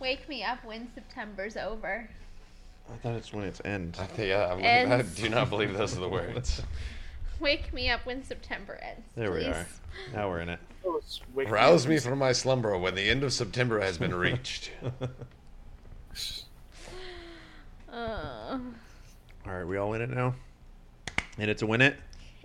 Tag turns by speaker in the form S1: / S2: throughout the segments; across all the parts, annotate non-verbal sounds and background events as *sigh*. S1: Wake me up when September's over.
S2: I thought it's when it's end.
S3: I think, *laughs* yeah, I, wouldn't- I
S1: Ends.
S3: do not believe those are the words. *laughs*
S1: Wake me up when September ends.
S2: There we are.
S1: please.
S2: Now we're in it.
S4: Oh, it's wicked.
S3: Rouse me from my slumber when the end of September has been reached.
S1: Uh,
S2: All right, we all in it now. And it's a win it.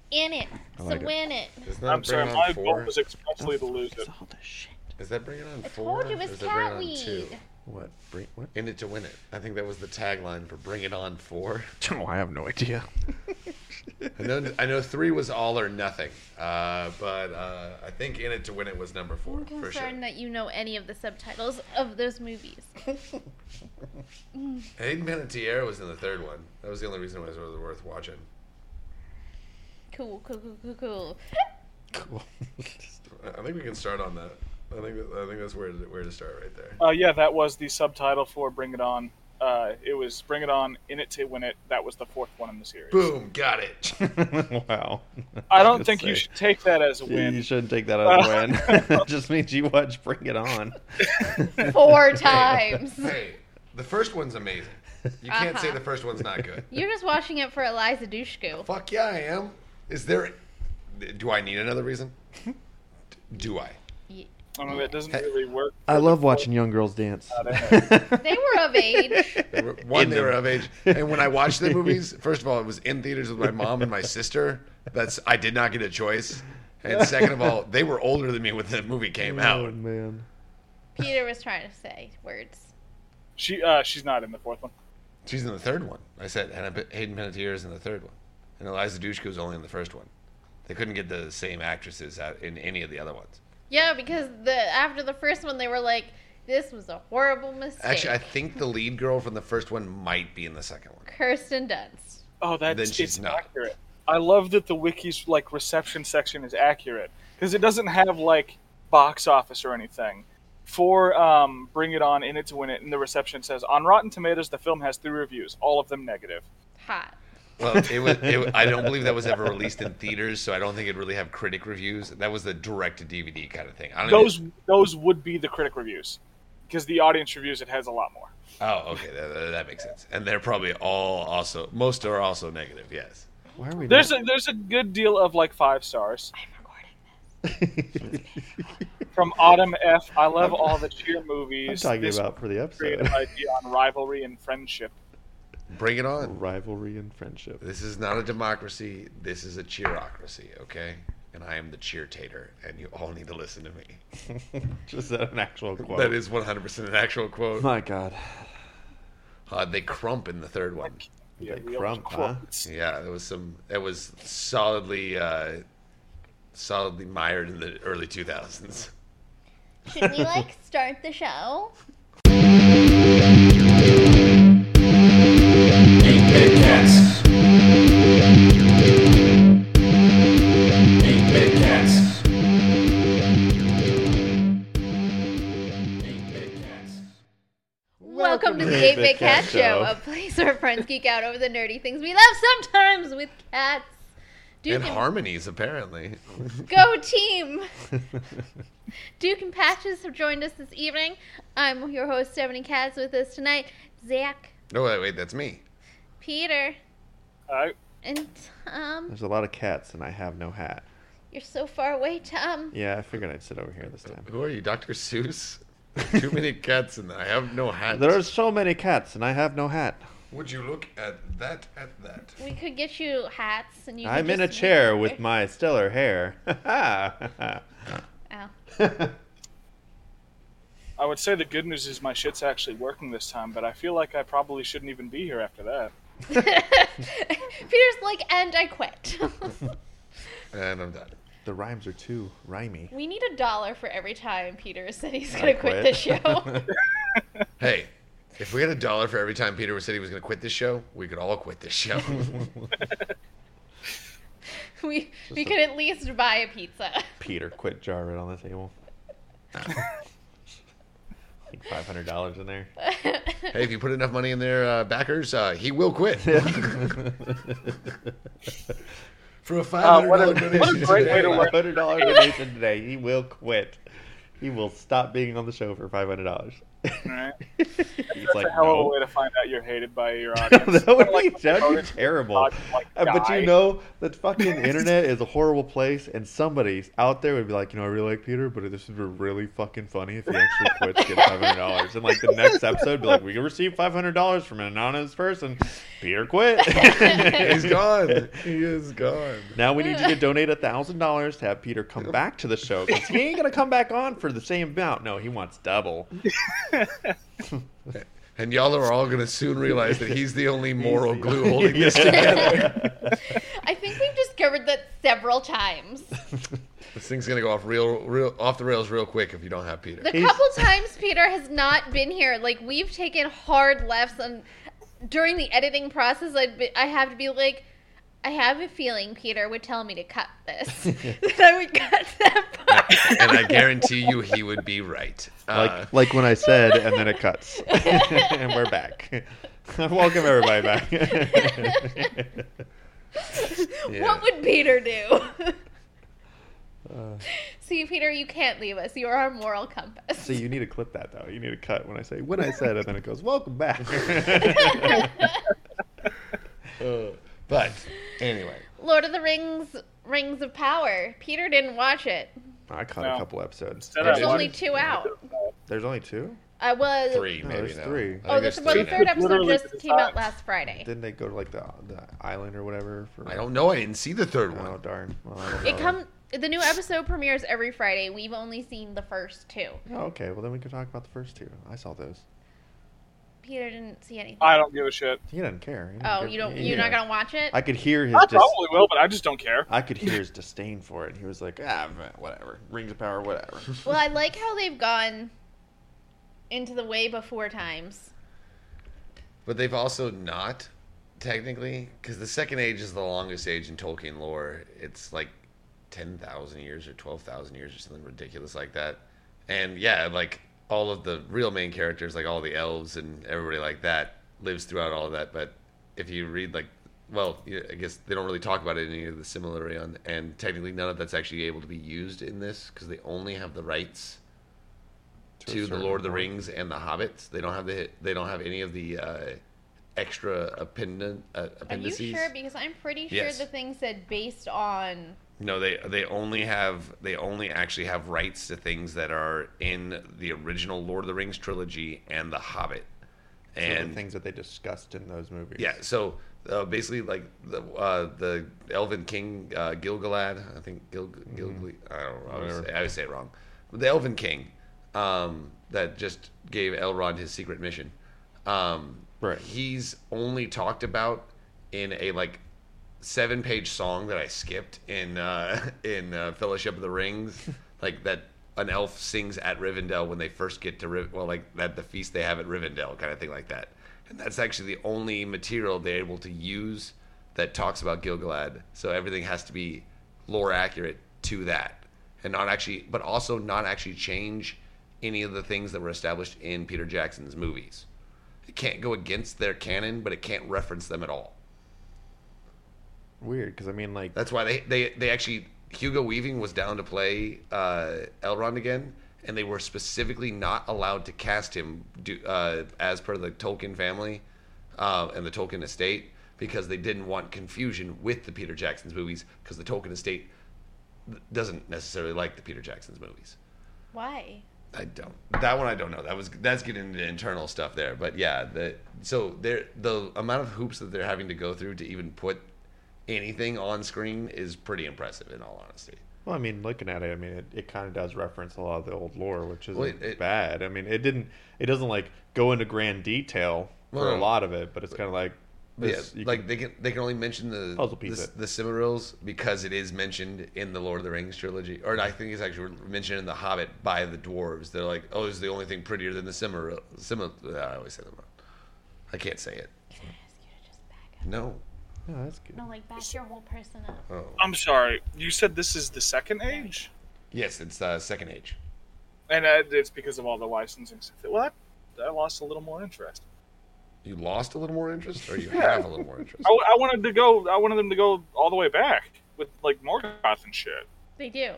S1: in it.
S2: I
S1: So
S2: like it.
S1: win it.
S3: *laughs* Isn't that
S4: I'm sorry,
S3: bringing
S4: my
S3: on
S4: goal
S3: four?
S4: was expressly to lose it.
S2: all this shit?
S3: Is that bringing on
S1: I
S3: four?
S1: told you it
S3: or
S1: was
S3: is that bringing on two?
S1: Catweed.
S2: What? Bring, *laughs* what?
S3: In it to win it. I think that was the tagline for Bring It On Four.
S2: Oh, I have no *laughs* idea.
S3: *laughs* I know, I know three was all or nothing, uh, but uh, I think In It to Win It was number four
S1: I'm
S3: for
S1: concerned
S3: sure.
S1: that you know any of the subtitles of those *laughs* movies.
S3: Hayden Panettiere was in the third one. That was the only reason why it was worth watching.
S1: Cool, cool, cool, cool, cool.
S2: Cool.
S3: I think we can start on that. I think I think that's where to, where to start right there.
S4: Uh, yeah, that was the subtitle for Bring It On. Uh, it was Bring It On, In It to Win It. That was the fourth one in the series.
S3: Boom, got it.
S2: *laughs*
S3: *laughs*
S2: wow.
S4: I
S2: Just
S4: don't think you
S2: say.
S4: should take that as a
S2: You
S4: win.
S2: shouldn't take that as a
S4: *laughs*
S2: win. *laughs* it just means you watch Bring It *laughs* On.
S3: *laughs*
S1: Four times.
S3: Hey, the first one's amazing. You can't say
S1: Uh-huh.
S3: the first one's not good.
S1: You're just watching it for Eliza Dushku.
S3: Fuck yeah, I am. Is there? Do I need another reason? Do I?
S1: Ye-
S4: I mean, that doesn't really work.
S2: I love watching young girls dance. *laughs*
S1: They were of
S3: *laughs*
S1: age.
S3: They were- One,
S2: In
S3: they were
S2: them.
S3: of age, and when I watched the movies, first of all, it was in theaters with my mom and my sister. That's I did not get a choice. And second of all, they were older than me when the movie came
S2: Oh
S3: out.
S2: man.
S1: Peter was trying to say words.
S4: She, uh, she's not in the fourth one.
S3: She's in the third one. I said, and I bet Hayden Panettiere is in the third one, and Eliza Dushku was only in the first one. They couldn't get the same actresses out in any of the other ones.
S1: Yeah, because the after the first one, they were like, "This was a horrible mistake."
S3: Actually, I think the lead girl from the first one might be in the second one.
S1: Kirsten Dunst.
S4: Oh, that's
S3: Then she's
S4: it's
S3: not.
S4: accurate. I love that the wiki's like reception section is accurate because it doesn't have like box office or anything. For um, Bring It On, In It to Win It, and the reception says on Rotten Tomatoes, the film has three reviews, all of them negative.
S1: Hot.
S3: Well, it was. It, wa- I don't believe that was ever released in theaters, so I don't think it really have critic reviews. That was the direct to DVD kind of thing. I don't even-
S4: Those those would be the critic reviews because the audience reviews it has a lot more.
S2: Mm-hmm.
S3: Oh, okay, that, that, that makes sense. And they're probably all also. Most are also negative. Yes.
S2: Why are we
S4: There's
S2: not-
S4: a there's a good deal of like five stars
S1: I'm recording this.
S4: from Autumn F. I love all the
S2: *laughs* *laughs*
S4: cheer
S2: I'm
S4: movies.
S2: talking
S4: This
S2: about uh, for the
S4: creative
S2: episode.
S4: idea on rivalry and friendship.
S3: Bring it on.
S2: Rivalry and friendship.
S3: This is not a democracy. This is a cheerocracy. Okay. And I am the cheer tater, and you all need to listen to me.
S2: *laughs* Just that an actual quote. *laughs*
S3: That is 100% an actual quote.
S2: My *laughs* God.
S3: Uh, they crump in the third one.
S4: Yeah,
S2: They
S4: real
S2: crump, huh?
S4: quotes.
S3: Yeah, there was some. That was solidly, uh, solidly mired in the early 2000s.
S1: Should we like start the show?
S5: Eight bit cats. Eight bit cats. Eight bit cats.
S1: Welcome to the
S2: Eight
S1: 8 Bit Cat Show, a place where friends geek out over the nerdy things we love sometimes with cats. Duke
S3: And
S1: and,
S3: harmonies, apparently.
S1: Go Team! Duke and Patches have joined us this evening. I'm your host, Stephanie Katz, with us tonight. Zach,
S3: No, wait, wait, that's me.
S1: Peter,
S4: Uh,
S1: and Tom.
S2: There's a lot of cats, and I have no hat.
S1: You're so far away, Tom.
S2: Yeah, I figured I'd sit over here this time.
S3: Who are you, Dr.
S4: *laughs*
S3: Seuss? Too
S2: *laughs*
S3: many cats, and I have no hat.
S2: There are so many cats, and I have no hat.
S3: Would you look at that? At that?
S1: We could get you hats and you. could
S2: I'm in a
S1: just-
S2: chair with my stellar *laughs* hair.
S1: Ow.
S4: I would say the good news is my shit's actually working this time, but I feel like I probably shouldn't even be here after that.
S1: *laughs* Peter's like, and I quit.
S3: And I'm done.
S2: the rhymes are too
S1: *laughs*
S2: rhymey.
S1: we need a dollar for every time Peter said he's gonna quit
S2: quit.
S1: the show.
S2: *laughs*
S1: *laughs*
S3: Hey, if we had a dollar for every time Peter said he was going to quit this show, we could all quit this
S4: *laughs*
S3: show.
S1: we we could at least buy a pizza.
S2: *laughs*
S1: *laughs*
S2: Peter, quit jar right on the table. like five hundred dollars
S1: *laughs*
S2: in there. *laughs*
S3: hey, if you put enough money in their uh, backers, uh, he will
S4: *laughs*
S3: quit. for a
S4: Uh,
S3: $500
S4: what a-
S3: donation.
S4: what a great
S3: *laughs*
S4: way to
S3: today,
S4: work.
S2: Five hundred dollars *laughs* donation today. He will quit. He will stop being on the show for five hundred dollars.
S4: Right?
S2: He's
S4: That's
S2: like,
S4: a hell of a
S2: no.
S4: way to find out you're hated by your audience.
S2: *laughs* that would
S4: Kinda like
S2: be, that would
S4: voters
S2: be terrible.
S4: fucking, like,
S2: Uh, But
S4: die.
S2: you know, the fucking
S4: *laughs*
S2: internet is a horrible place, and somebody out there would be like, you know, I really like Peter, but this would be really fucking funny if he actually quits getting five hundred dollars. And like the next episode, be like, we received five hundred dollars from an anonymous person. Peter
S4: *laughs*
S2: quit. *laughs*
S3: He's gone. He is gone.
S2: Now we need you to donate thousand dollars to have Peter come back to the show because he ain't gonna come back on for the same amount. No, he wants double.
S3: And y'all are all gonna soon realize that he's the only
S2: *laughs*
S3: moral
S2: Easy.
S3: glue holding this
S2: Yeah.
S3: together.
S1: I think we've discovered that several times.
S3: This thing's gonna go off real, real off the rails real quick if you don't have
S1: *laughs*
S3: Peter.
S1: The
S2: He's-
S1: couple times Peter has not been here, like we've taken hard lefts, and during the editing process, I'd be, I have to be like, I have a feeling Peter would tell me to cut this. *laughs* then I would cut that part.
S3: and I guarantee you, he would be right. Uh,
S2: *laughs* Like like when I said, and then it cuts, *laughs* and we're back. *laughs* Welcome everybody back. *laughs*
S1: What
S3: Yeah.
S1: would Peter do? See, Peter, you can't leave us. You are our moral compass.
S2: so you need to clip that though. You need to cut when I say when I said, and then it goes welcome back. *laughs*
S3: uh, but anyway,
S1: Lord of the Rings, Rings of Power. Peter didn't watch it.
S2: I caught
S4: No.
S2: a couple episodes.
S4: Instead, I
S1: There's
S3: watched-
S1: only two out.
S2: There's only two.
S1: I was
S3: three
S2: No,
S3: maybe
S2: there's
S3: now.
S2: three.
S3: I think
S1: Oh,
S3: there's
S1: this, well, the
S3: three
S1: third
S3: now.
S1: episode
S4: Literally
S1: just
S4: just
S1: came out
S4: out.
S1: last Friday.
S2: Didn't they go to like the the island or whatever? For,
S3: I don't know. I didn't see the third one.
S2: Oh darn. Well, I don't
S1: It
S2: know.
S1: comes. The new episode premieres every Friday. We've only seen the first two.
S2: Oh, okay. Well, then we can talk about the first two. I saw those.
S1: Peter didn't see anything.
S4: I don't give a shit.
S2: He doesn't care. He
S1: oh,
S2: doesn't
S1: you
S2: care.
S1: don't.
S2: He-
S1: You're
S2: yeah.
S1: not gonna watch it.
S2: I could hear his.
S4: I
S2: Dis-
S4: probably will, but I just don't care.
S2: I could hear his disdain for it. He was like, ah, meh, whatever. Rings of power,
S3: *laughs*
S2: whatever.
S1: well, I like how they've gone into the way before times.
S3: But they've also not, technically, because the Second Age is the longest age in Tolkien lore. It's like 10,000 years or 12,000 years or something ridiculous like that. And yeah, like all of the real main characters, like all the elves and everybody like that, lives throughout all of that. But if you read, like, well, you- I guess they don't really talk about it in any of the similarity, on, and technically none of that's actually able to be used in this because they only have the rights
S2: a
S3: to the
S2: certain
S3: Lord of the
S2: point.
S3: Rings and the Hobbits. They don't have the they don't have any of the uh, extra appendant uh,
S1: Are you
S3: appendices.
S1: sure? Because I'm pretty sure
S3: Yes.
S1: the thing said based on.
S3: No, they they only have they only actually have rights to things that are in the original Lord of the Rings trilogy and the Hobbit.
S2: So
S3: And
S2: the things that they discussed in those movies.
S3: yeah, so uh, basically, like the uh, the Elven King uh, Gilgalad, I think Gil,
S2: Mm-hmm.
S3: Gil I don't know, I always, say, I always say it wrong. But the Elven King um, that just gave Elrond his secret mission. Um,
S2: Right.
S3: He's only talked about in a like seven page song that I skipped in uh, *laughs* in uh, Fellowship of the Rings, like that an elf sings at Rivendell when they first get to Riv- well, like that the feast they have at Rivendell, kind of thing like that. And that's actually the only material they're able to use that talks about Gilgalad. So everything has to be lore accurate to that, and not actually, but also not actually change any of the things that were established in Peter Jackson's movies. It can't go against their canon, but it can't reference them at all.
S2: Weird, because I mean, like,
S3: That's why they they, they actually Hugo Weaving was down to play uh, Elrond again, and they were specifically not allowed to cast him do, uh, as per the Tolkien family uh, and the Tolkien estate because they didn't want confusion with the Peter Jackson's movies because the Tolkien estate doesn't necessarily like the Peter Jackson's movies.
S1: Why?
S3: I don't. That one I don't know. That was that's getting into internal stuff there. But yeah, the so there the amount of hoops that they're having to go through to even put anything on screen is pretty impressive in all honesty.
S2: well, I mean, looking at it, I mean, it, it kind of does reference a lot of the old lore, which isn't
S3: Well, it-
S2: bad. I mean, it didn't, it doesn't like go into grand detail for
S3: Well,
S2: a
S3: no.
S2: lot of it, but it's kind of like,
S3: But
S2: this,
S3: yeah,
S2: you
S3: like
S2: can-
S3: they can they can only mention the
S2: Puzzle piece
S3: the,
S2: it.
S3: the Cimmerils because it is mentioned in the Lord of the Rings trilogy, or I think it's actually mentioned in the Hobbit by the dwarves. They're like, oh, this is the only thing prettier than the Cimmeril. Cimmer, I always say them wrong. I can't say it.
S1: Can I ask you to just back up?
S3: No.
S2: no, "Oh, that's good.
S1: No, like back your whole person up.
S3: Oh.
S4: I'm sorry. You said this is the second age,
S3: Yes, it's uh, Second Age.
S4: and uh, it's because of all the licensing stuff. Well, that, I lost a little more interest.
S3: You lost a little more interest, or you
S4: Yeah.
S3: have a little more interest.
S4: I, I wanted to go. I wanted them to go all the way back with like Morgoth and shit.
S1: They do.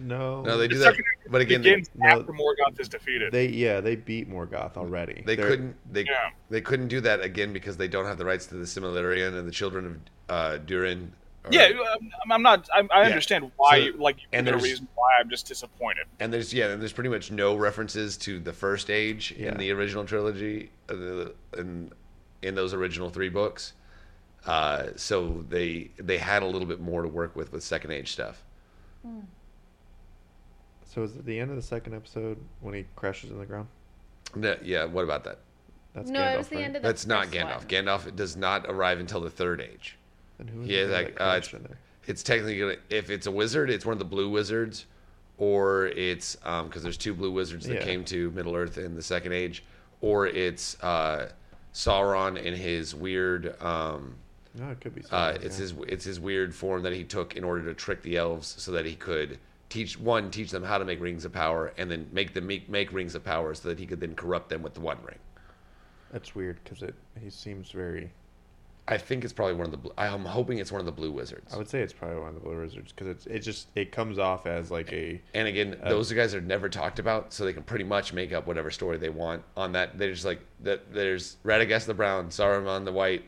S2: No.
S3: No, they do
S4: It's
S3: that.
S4: second-
S3: But again, they,
S4: Begins
S2: no.
S4: after Morgoth is defeated.
S2: They yeah, they beat Morgoth already.
S3: they
S2: They're-
S3: couldn't. They
S4: Yeah.
S3: they couldn't do that again because they don't have the rights to the Similarian and the children of uh, Durin. are-
S4: yeah, um, I'm, I'm not. I'm, I
S3: Yeah.
S4: understand why.
S3: So-
S4: you, like, you
S3: and
S4: and there's a
S3: there's-
S4: reason why I'm just disappointed.
S3: And there's yeah, and there's pretty much no references to the First Age
S2: Yeah.
S3: in the original trilogy, uh, the- in in those original three books. Uh, so they they had a little bit more to work with with Second Age stuff.
S2: So is it the end of the second episode when he crashes in the ground?
S3: No, yeah, what about that?
S2: That's
S1: no,
S2: Gandalf,
S1: it was the
S2: right?
S1: end of the
S3: That's not
S1: first
S3: Gandalf.
S1: one.
S3: Gandalf does not arrive until the Third Age.
S2: And who is
S3: Yeah,
S2: it
S3: like,
S2: that
S3: uh, it's-
S2: crashed in there?
S3: It's technically gonna, if it's a wizard, it's one of the blue wizards, or it's because there's two blue wizards that
S2: Yeah.
S3: came to Middle Earth in the Second Age, or it's uh, Sauron and his weird. Um,
S2: No, it could be.
S3: uh,
S2: Sauron,
S3: it's
S2: yeah.
S3: his it's his weird form that he took in order to trick the elves so that he could teach one teach them how to make rings of power and then make them make, make rings of power so that he could then corrupt them with the one ring.
S2: That's weird because it he seems very.
S3: I think it's probably one of the blue, I'm hoping it's one of the blue wizards.
S2: I would say it's probably one of the Blue Wizards because it's it just it comes off as like a
S3: And again,
S2: Uh,
S3: those guys are never talked about, so they can pretty much make up whatever story they want on that. They're just like that. There's Radagast the brown, Saruman the white,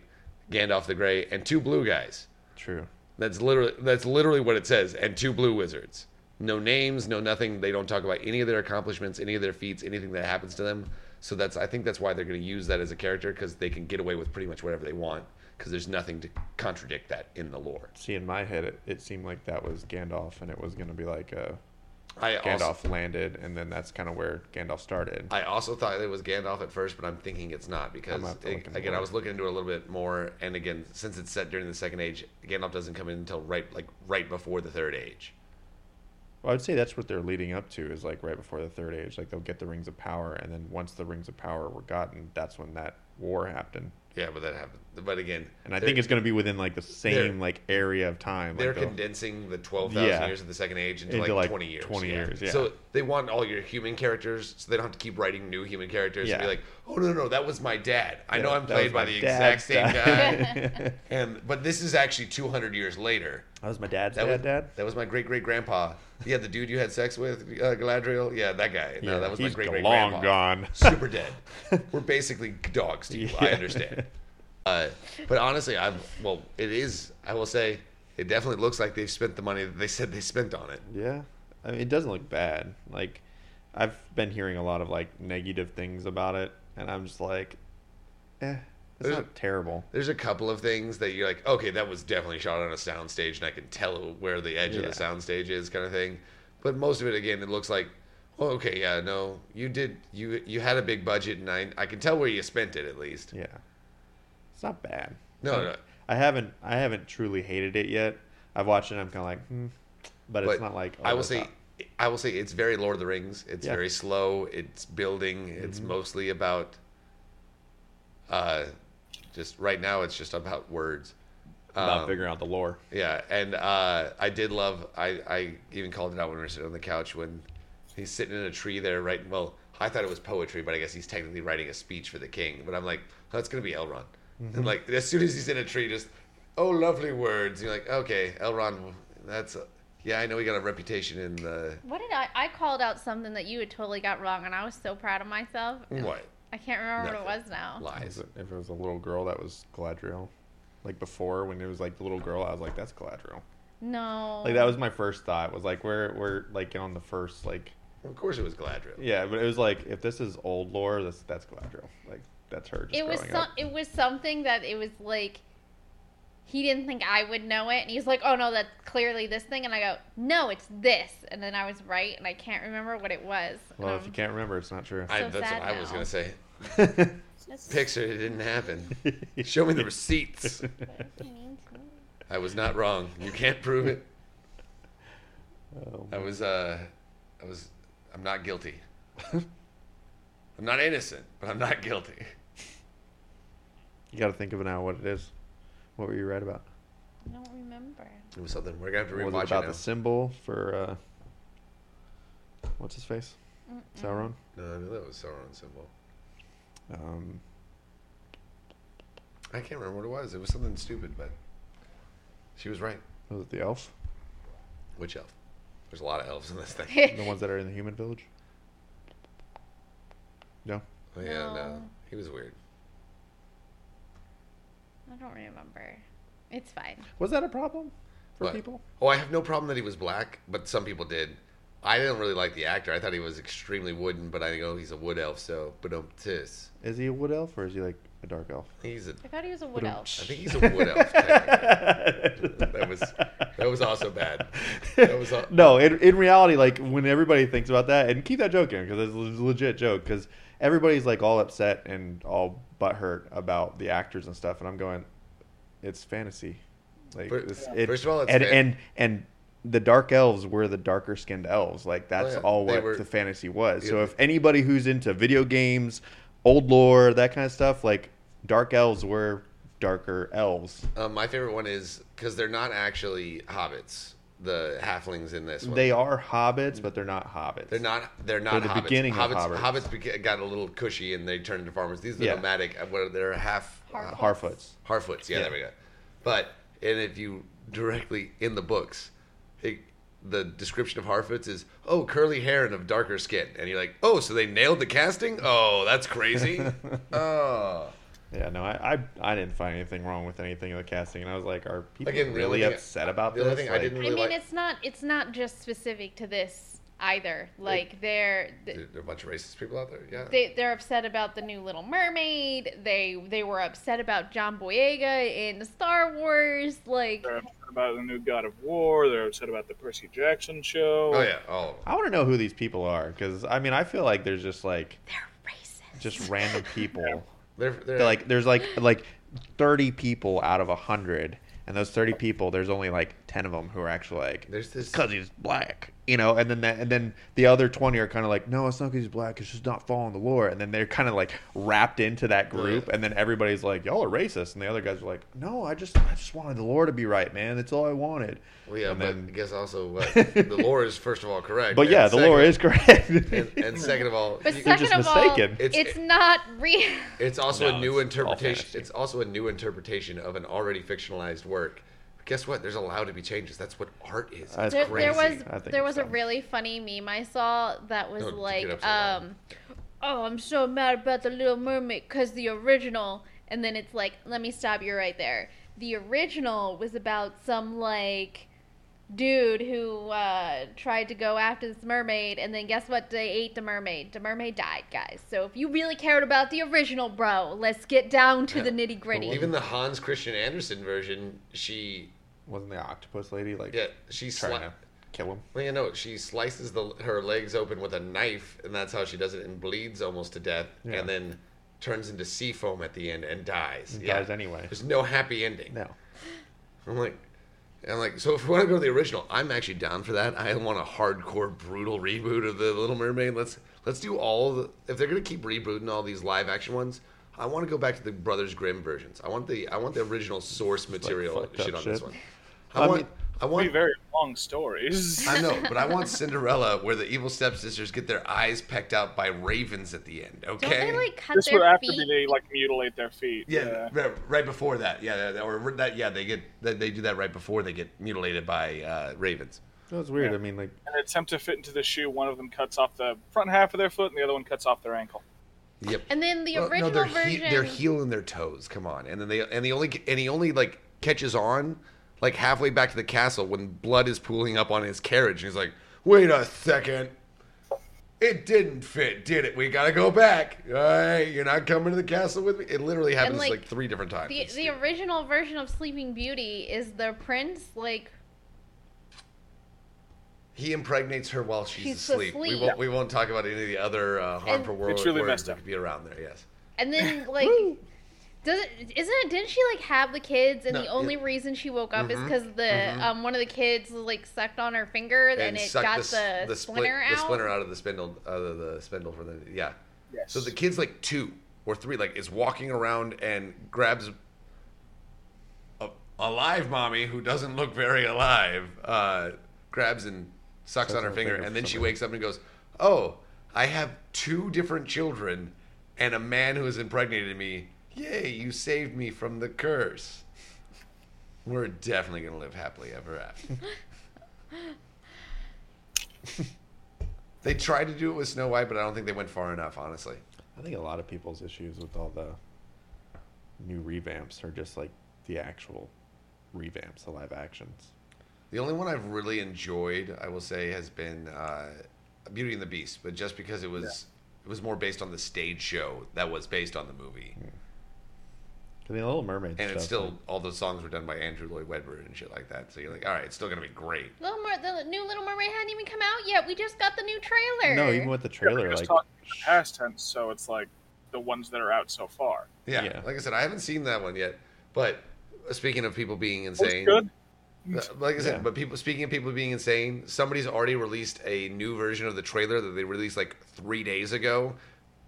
S3: Gandalf the gray, and two blue guys.
S2: true.
S3: That's literally that's literally what it says. And two blue wizards. No names, no nothing. They don't talk about any of their accomplishments, any of their feats, anything that happens to them. So that's I think that's why they're going to use that as a character because they can get away with pretty much whatever they want because there's nothing to contradict that in the lore.
S2: See, in my head, it, it seemed like that was Gandalf, and it was gonna be like uh,
S3: I
S2: Gandalf
S3: also,
S2: landed, and then that's kind of where Gandalf started.
S3: I also thought it was Gandalf at first, but I'm thinking it's not because
S2: I'm up to
S3: it-
S2: look into
S3: again,
S2: it.
S3: I was looking into it a little bit more, and again, since it's set during the Second Age, Gandalf doesn't come in until right like right before the Third Age.
S2: Well, I would say that's what they're leading up to is like right before the Third Age. Like they'll get the Rings of Power, and then once the Rings of Power were gotten, that's when that war happened.
S3: Yeah, but that happened. But again,
S2: And I
S3: they're-
S2: think it's gonna be within like the same like area of time.
S3: they're
S2: Like they'll-
S3: condensing the 12,000
S2: Yeah.
S3: years of the second age into,
S2: Into,
S3: like,
S2: like,
S3: 20 years.
S2: 20 years, yeah.
S3: So they want all your human characters so they don't have to keep writing new human characters and be
S2: Yeah.
S3: like, "Oh no, no, that was my dad. I know
S2: Yeah,
S3: I'm
S2: that was
S3: played by
S2: my
S3: the exact
S2: dad's
S3: same
S2: *laughs*
S3: guy."
S2: dad.
S3: and but this is actually 200 years later.
S2: that was my dad's
S3: That
S2: dad.
S3: was
S2: dad.
S3: That was my great great grandpa. Yeah, the dude you had sex with, uh, Galadriel. Yeah, that guy. No,
S2: Yeah,
S3: that was my
S2: he's
S3: great great grandpa.
S2: long gone. *laughs*
S3: Super dead. We're basically dogs to you. I
S2: Yeah.
S3: understand. Uh, but honestly, I well, it is. I will say, it definitely looks like they've spent the money that they said they spent on it.
S2: Yeah, I mean, it doesn't look bad. Like, I've been hearing a lot of like negative things about it, and I'm just like, eh, it's
S3: There's-
S2: not terrible.
S3: There's a couple of things that you're like, okay, that was definitely shot on a soundstage, and I can tell where the edge of
S2: Yeah.
S3: the soundstage is, kind of thing. But most of it, again, it looks like, oh, okay, yeah, no, you did, you you had a big budget, and I I can tell where you spent it at least.
S2: Yeah, it's not bad.
S3: No, no,
S2: I haven't, I haven't truly hated it yet. I've watched it, and I'm kind of like, hmm, but,
S3: but
S2: it's not like
S3: I
S2: over
S3: will
S2: the
S3: say,
S2: top.
S3: I will say it's very Lord of the Rings. It's
S2: Yeah. Mm-hmm.
S3: very slow. It's building. It's mostly about, uh, just right now. It's just about words.
S2: about
S3: Um,
S2: figuring out the lore.
S3: Yeah, and uh, I did love. I I even called it out when we were sitting on the couch when he's sitting in a tree there writing. Well, I thought it was poetry, but I guess he's technically writing a speech for the king. But I'm like, oh, that's gonna be Elrond. And like as soon as he's in a tree, just oh lovely words. You're like, okay, Elrond. That's yeah. I know we got a reputation in the
S1: What did I? I called out something that you had totally got wrong, and I was so proud of myself.
S3: what
S1: I can't remember what
S3: Nothing.
S1: it was now.
S2: Is
S3: lies.
S2: it- If it was a little girl that was Galadriel, like before when it was like the little girl, I was like, that's Galadriel.
S1: No.
S2: Like that was my first thought. Was like, we're we're like on the first like
S3: Of course, it was Galadriel.
S2: Yeah, but it was like if this is old lore, that's that's Galadriel. Like that's her. Just
S1: it was
S2: growing
S1: some,
S2: up.
S1: it was something that it was like he didn't think I would know it, and he's like, "Oh no, that's clearly this thing," and I go, "No, it's this," and then I was right, and I can't remember what it was.
S2: Well, if
S1: Um,
S2: you can't remember, it's not *laughs* true.
S3: I,
S1: So
S3: that's
S1: sad
S3: what I was
S1: now.
S3: gonna say.
S1: that's-
S3: Picture it didn't happen. Show me the receipts. I was not wrong. You can't prove it.
S2: Oh,
S3: I was, uh, I was, I'm not guilty. *laughs* I'm not innocent, but I'm not guilty.
S2: you got to think of it now. What it is? What were you right about?
S1: I don't *laughs* remember.
S3: It was something we're gonna have to
S2: Was it
S3: rewatch
S2: about the
S3: it
S2: symbol for uh, what's his face? Sauron.
S3: now. No, I knew that was Sauron's symbol.
S2: Um,
S3: I can't remember what it was. It was something stupid, but she was right.
S2: was it the elf?
S3: Which elf? There's a lot of elves in this thing.
S2: The ones that are in the human village. No.
S3: Oh, yeah,
S1: *laughs*
S3: no.
S1: No.
S3: He was weird.
S1: I don't remember. It's fine.
S3: *laughs*
S2: Was that a problem for
S3: What?
S2: people?
S3: Oh, I have no problem that he was black, but some people did. I didn't really like the actor. I thought he was extremely wooden, but I know he's a wood elf, so but um tis.
S2: Is he a wood elf or is he like a dark elf?
S3: He's a
S1: I thought he was a wood
S2: um,
S1: elf.
S3: I think he's a wood elf. technically. that was that was also *laughs* bad. That was a-
S2: *laughs* no, in, in reality, like when everybody thinks about that, and keep that joke in because it's a legit joke because everybody's like all upset and all butthurt about the actors and stuff, and I'm going, it's fantasy. Like
S3: Fir-
S2: this,
S3: yeah. first of all, it's
S2: and,
S3: fan-
S2: and and the dark elves were the darker skinned elves. Like that's
S3: Oh, yeah.
S2: all
S3: They
S2: what
S3: were-
S2: the fantasy was. So
S3: Yeah.
S2: if anybody who's into video games, old lore, that kind of stuff, like dark elves were darker elves.
S3: Um, my favorite one is because they're not actually hobbits. The halflings in this one.
S2: They are hobbits, but they're not hobbits.
S3: They're not. They're not
S2: the
S3: hobbits.
S2: beginning of
S3: hobbits,
S2: hobbits.
S3: beca- got a little cushy and they turned into farmers. These are
S2: Yeah.
S3: nomadic. uh, What they're half uh,
S1: Harfoots.
S2: Harfoots.
S3: Harfoots. Yeah,
S2: Yeah.
S3: there we go. But and if you directly in the books, it, the description of Harfoots is oh curly hair and of darker skin, and you're like oh so they nailed the casting. Oh
S2: *laughs*
S3: that's crazy. oh.
S2: Yeah, no, I, I I didn't find anything wrong with anything in the casting, and I was like, are people
S3: Again, the
S2: really
S3: only thing-
S2: upset about
S3: the
S2: this?
S3: only thing I
S2: Like,
S3: didn't
S1: I
S3: really
S1: mean,
S3: like.
S1: it's not. It's not just specific to this either. Like they're
S3: There there are a bunch of racist people out there. Yeah.
S1: they they're upset about the new Little Mermaid. They they were upset about John Boyega in Star Wars. Like
S4: They're upset about the new God of War. They're upset about the Percy Jackson show.
S3: oh yeah. Oh.
S2: I want to know who these people are, because I mean, I feel like there's just like
S1: they're racist.
S3: *laughs*
S2: just random people.
S3: They're, they're,
S2: They're like there's like like 30 people out of 100 and those 30 people there's only like 10 of them who are actually like
S3: There's this-
S2: cuz he's black you know and then that, and then the other 20 are kind of like no it's not cuz he's black it's just not following the lore and then they're kind of like wrapped into that group and then everybody's like y'all are racist and the other guys are like no I just I just wanted the lore to be right man that's all I wanted
S3: Well, yeah,
S2: and
S3: but
S2: then-
S3: I
S2: *laughs*
S3: guess also what, the lore is first of all correct.
S2: but
S3: and
S2: yeah the lore is correct
S3: second- And,
S2: *laughs*
S3: and second of all,
S1: *laughs* But
S3: you-
S1: second
S2: just
S1: of
S2: mistaken.
S1: all,
S3: It's-
S1: it's, not real.
S3: it's also
S2: No,
S3: a new
S2: it's all
S3: interpretation.
S2: fantasy.
S3: It's also a new interpretation of an already fictionalized work. Guess what? There's allowed to be changes. That's what art is.
S2: That's
S3: It's
S1: There,
S3: crazy.
S1: there was
S2: I think
S1: there was
S2: so.
S1: a really funny meme I saw that was
S3: Don't Oh, get
S1: like,
S3: upset about
S1: um, "Oh, I'm so mad about the Little Mermaid because the original." And then it's like, "Let me stop you right there." The original was about some like dude who uh, tried to go after this mermaid, and then guess what? They ate the mermaid. The mermaid died, guys. So if you really cared about the original, bro, let's get down to the nitty gritty.
S3: Even the Hans Christian Andersen version, she
S2: wasn't the octopus lady like
S3: yeah she
S2: trying
S3: sli-
S2: to kill him
S3: well, you know, she slices the her legs open with a knife, and that's how she does it, and bleeds almost to death,
S2: Yeah.
S3: and then turns into sea foam at the end and dies.
S2: And dies anyway.
S3: There's no happy ending.
S2: no
S3: I'm like, I'm like, so if we want to go to the original, I'm actually down for that. I want a hardcore, brutal reboot of the Little Mermaid. Let's let's do all. The, if they're gonna keep rebooting all these live action ones, I want to go back to the Brothers Grimm versions. I want the I want the original source material
S2: fucked up
S3: shit on this
S2: shit.
S3: one.
S2: I
S3: I want
S2: mean-
S3: I
S4: It'll be
S3: want.
S4: very long
S3: *laughs*
S4: stories.
S3: I know, but I want Cinderella, where the evil stepsisters get their eyes pecked out by ravens at the end. Okay.
S1: Don't they like cut
S4: This were
S1: their
S4: after
S1: feet?
S4: they like mutilate their feet.
S3: Yeah, Right, right before that. Yeah, that- that- or that. Yeah, they get they they do that right before they get mutilated by uh, ravens.
S2: that was weird I mean like
S4: In an attempt to fit into the shoe, one of them cuts off the front half of their foot, and the other one cuts off their ankle.
S3: Yep.
S1: And then the
S3: Well,
S1: original
S3: they're he-
S1: version.
S3: they're healing their toes. Come on, and then they and the only and he only like catches on like halfway back to the castle when blood is pooling up on his carriage, and he's like, "Wait a second, it didn't fit, did it? We gotta go back. Hey, you're not coming to the castle with me." It literally happens like,
S1: like,
S3: three different times.
S1: The,
S3: It's
S1: the
S3: stupid.
S1: original version of Sleeping Beauty is the prince, like,
S3: he impregnates her while she's,
S1: She's
S3: asleep. We
S1: asleep.
S3: won't we won't talk about any of the other uh, harmful wor-
S4: It's really
S3: words
S4: messed
S3: that
S4: up.
S3: could be around there. Yes.
S1: and
S3: *laughs*
S1: then like, doesn't isn't it? Didn't she like have the kids, and
S3: No, Mm-hmm,
S1: the only
S3: yeah.
S1: reason she woke up is because the um one of the kids like sucked on her finger, and, it
S3: suck
S1: got
S3: s-
S1: the,
S3: split-
S1: splinter out.
S3: the splinter out of the spindle, out of the spindle for the yeah.
S4: Yes.
S3: So the kid's like two or three, like is walking around and grabs a, a live mommy who doesn't look very alive, uh, grabs and sucks, on her, finger, and then she wakes up and goes, "Oh, I have two different children and a man who has impregnated me. Yay, you saved me from the curse." *laughs* We're definitely gonna live happily ever after. They tried to do it with Snow White, but I don't think they went far enough, honestly.
S2: I think a lot of people's issues with all the new revamps are just like the actual revamps, the live actions.
S3: The only one I've really enjoyed, I will say, has been uh, Beauty and the Beast, but just because it was it was more based on the stage show that was based on the movie,
S2: I mean, Little Mermaid.
S3: and
S2: stuff,
S3: it's still
S2: like-
S3: all those songs were done by Andrew Lloyd Webber and shit like that. So you're like, all right, it's still gonna be great.
S1: Little Mer- the new Little Mermaid hadn't even come out yet. We just got the new trailer.
S2: no, even with the
S4: Yeah,
S2: trailer,
S4: we're just
S2: like
S4: talking in the past tense, so it's like the ones that are out so far.
S3: Yeah,
S2: Yeah.
S3: like I said, I haven't seen that one yet. But speaking of people being
S4: It's
S3: insane,
S4: good.
S3: Uh, Like I said,
S2: Yeah.
S3: but people speaking of people being insane, somebody's already released a new version of the trailer that they released like three days ago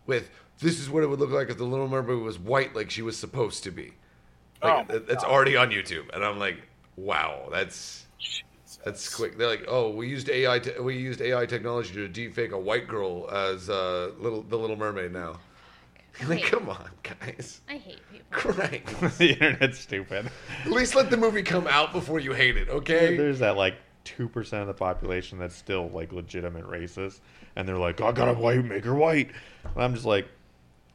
S3: with this is what it would look like if the little mermaid was white like she was supposed to be. Like
S4: Oh.
S3: that- that's already on YouTube. And I'm like, wow, that's that's quick. They're like, oh, we used AI te- we used AI technology to deepfake a white girl as uh, little the little mermaid now. *laughs* Like,
S1: Wait.
S3: come on, guys. *laughs*
S1: I hate people.
S3: Christ.
S2: *laughs* the internet's stupid.
S3: At least let the movie come out before you hate it, okay?
S2: There's that like two percent of the population that's still like legitimate racist, and they're like, "I gotta white make her white." And I'm just like,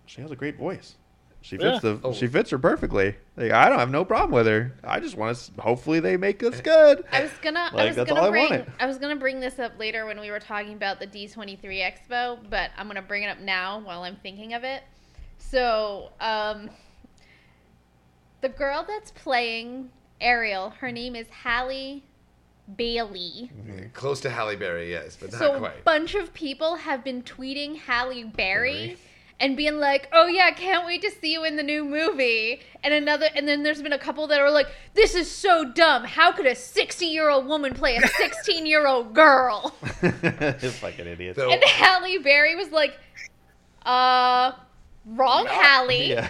S2: she has a great voice. She fits
S4: Yeah.
S2: the
S3: Oh.
S2: she fits her perfectly. Like, I don't have no problem with her. I just want to. Hopefully, they make us good. *laughs*
S1: I was gonna, I
S2: Like,
S1: was
S2: that's
S1: gonna
S2: all I
S1: bring, I,
S2: wanted.
S1: was gonna bring this up later when we were talking about the D twenty three Expo, but I'm gonna bring it up now while I'm thinking of it. So, um, the girl that's playing Ariel, her name is Hallie Bailey.
S3: Close to Halle Berry, yes, but not
S1: so a
S3: quite.
S1: bunch of people have been tweeting Halle Berry
S2: Berry.
S1: and being like, "Oh yeah, can't wait to see you in the new movie." And another, and then there's been a couple that are like, "This is so dumb. How could a 60 year old woman play a 16 year old
S3: *laughs*
S1: girl?"
S2: it's like an idiot.
S3: So, *laughs*
S1: And Halle Berry was like, "Uh, wrong, Halle.
S2: yeah.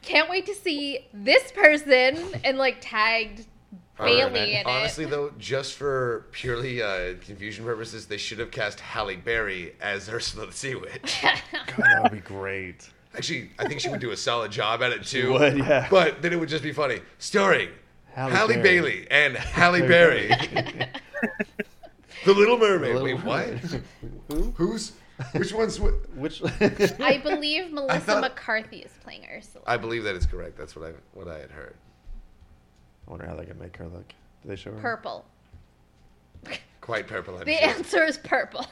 S1: Can't wait to see this person." And like tagged Bailey in
S3: honestly,
S1: it.
S3: though, just for purely uh, confusion purposes, they should have cast Halle Berry as Ursula the
S1: *laughs*
S3: Sea Witch.
S2: *laughs* God, that would be great.
S3: Actually, I think she would do a solid job at it too.
S2: would, yeah.
S3: But then it would just be funny. Starring Halle,
S2: Halle
S3: Bailey.
S2: Berry.
S3: and Halle Berry, *laughs* the Little Mermaid.
S2: Little
S3: Wait, what? *laughs*
S2: Who?
S3: Who's? Which one's? What?
S2: *laughs* Which?
S1: *laughs*
S3: *laughs*
S1: I believe Melissa
S3: thought-
S1: McCarthy is playing Ursula.
S3: I believe that is correct. That's what I what I had heard.
S2: I wonder how they can make her look. Did they show her?
S1: Purple.
S3: Quite purple. I'm
S1: The *laughs*
S3: sure.
S1: answer is purple.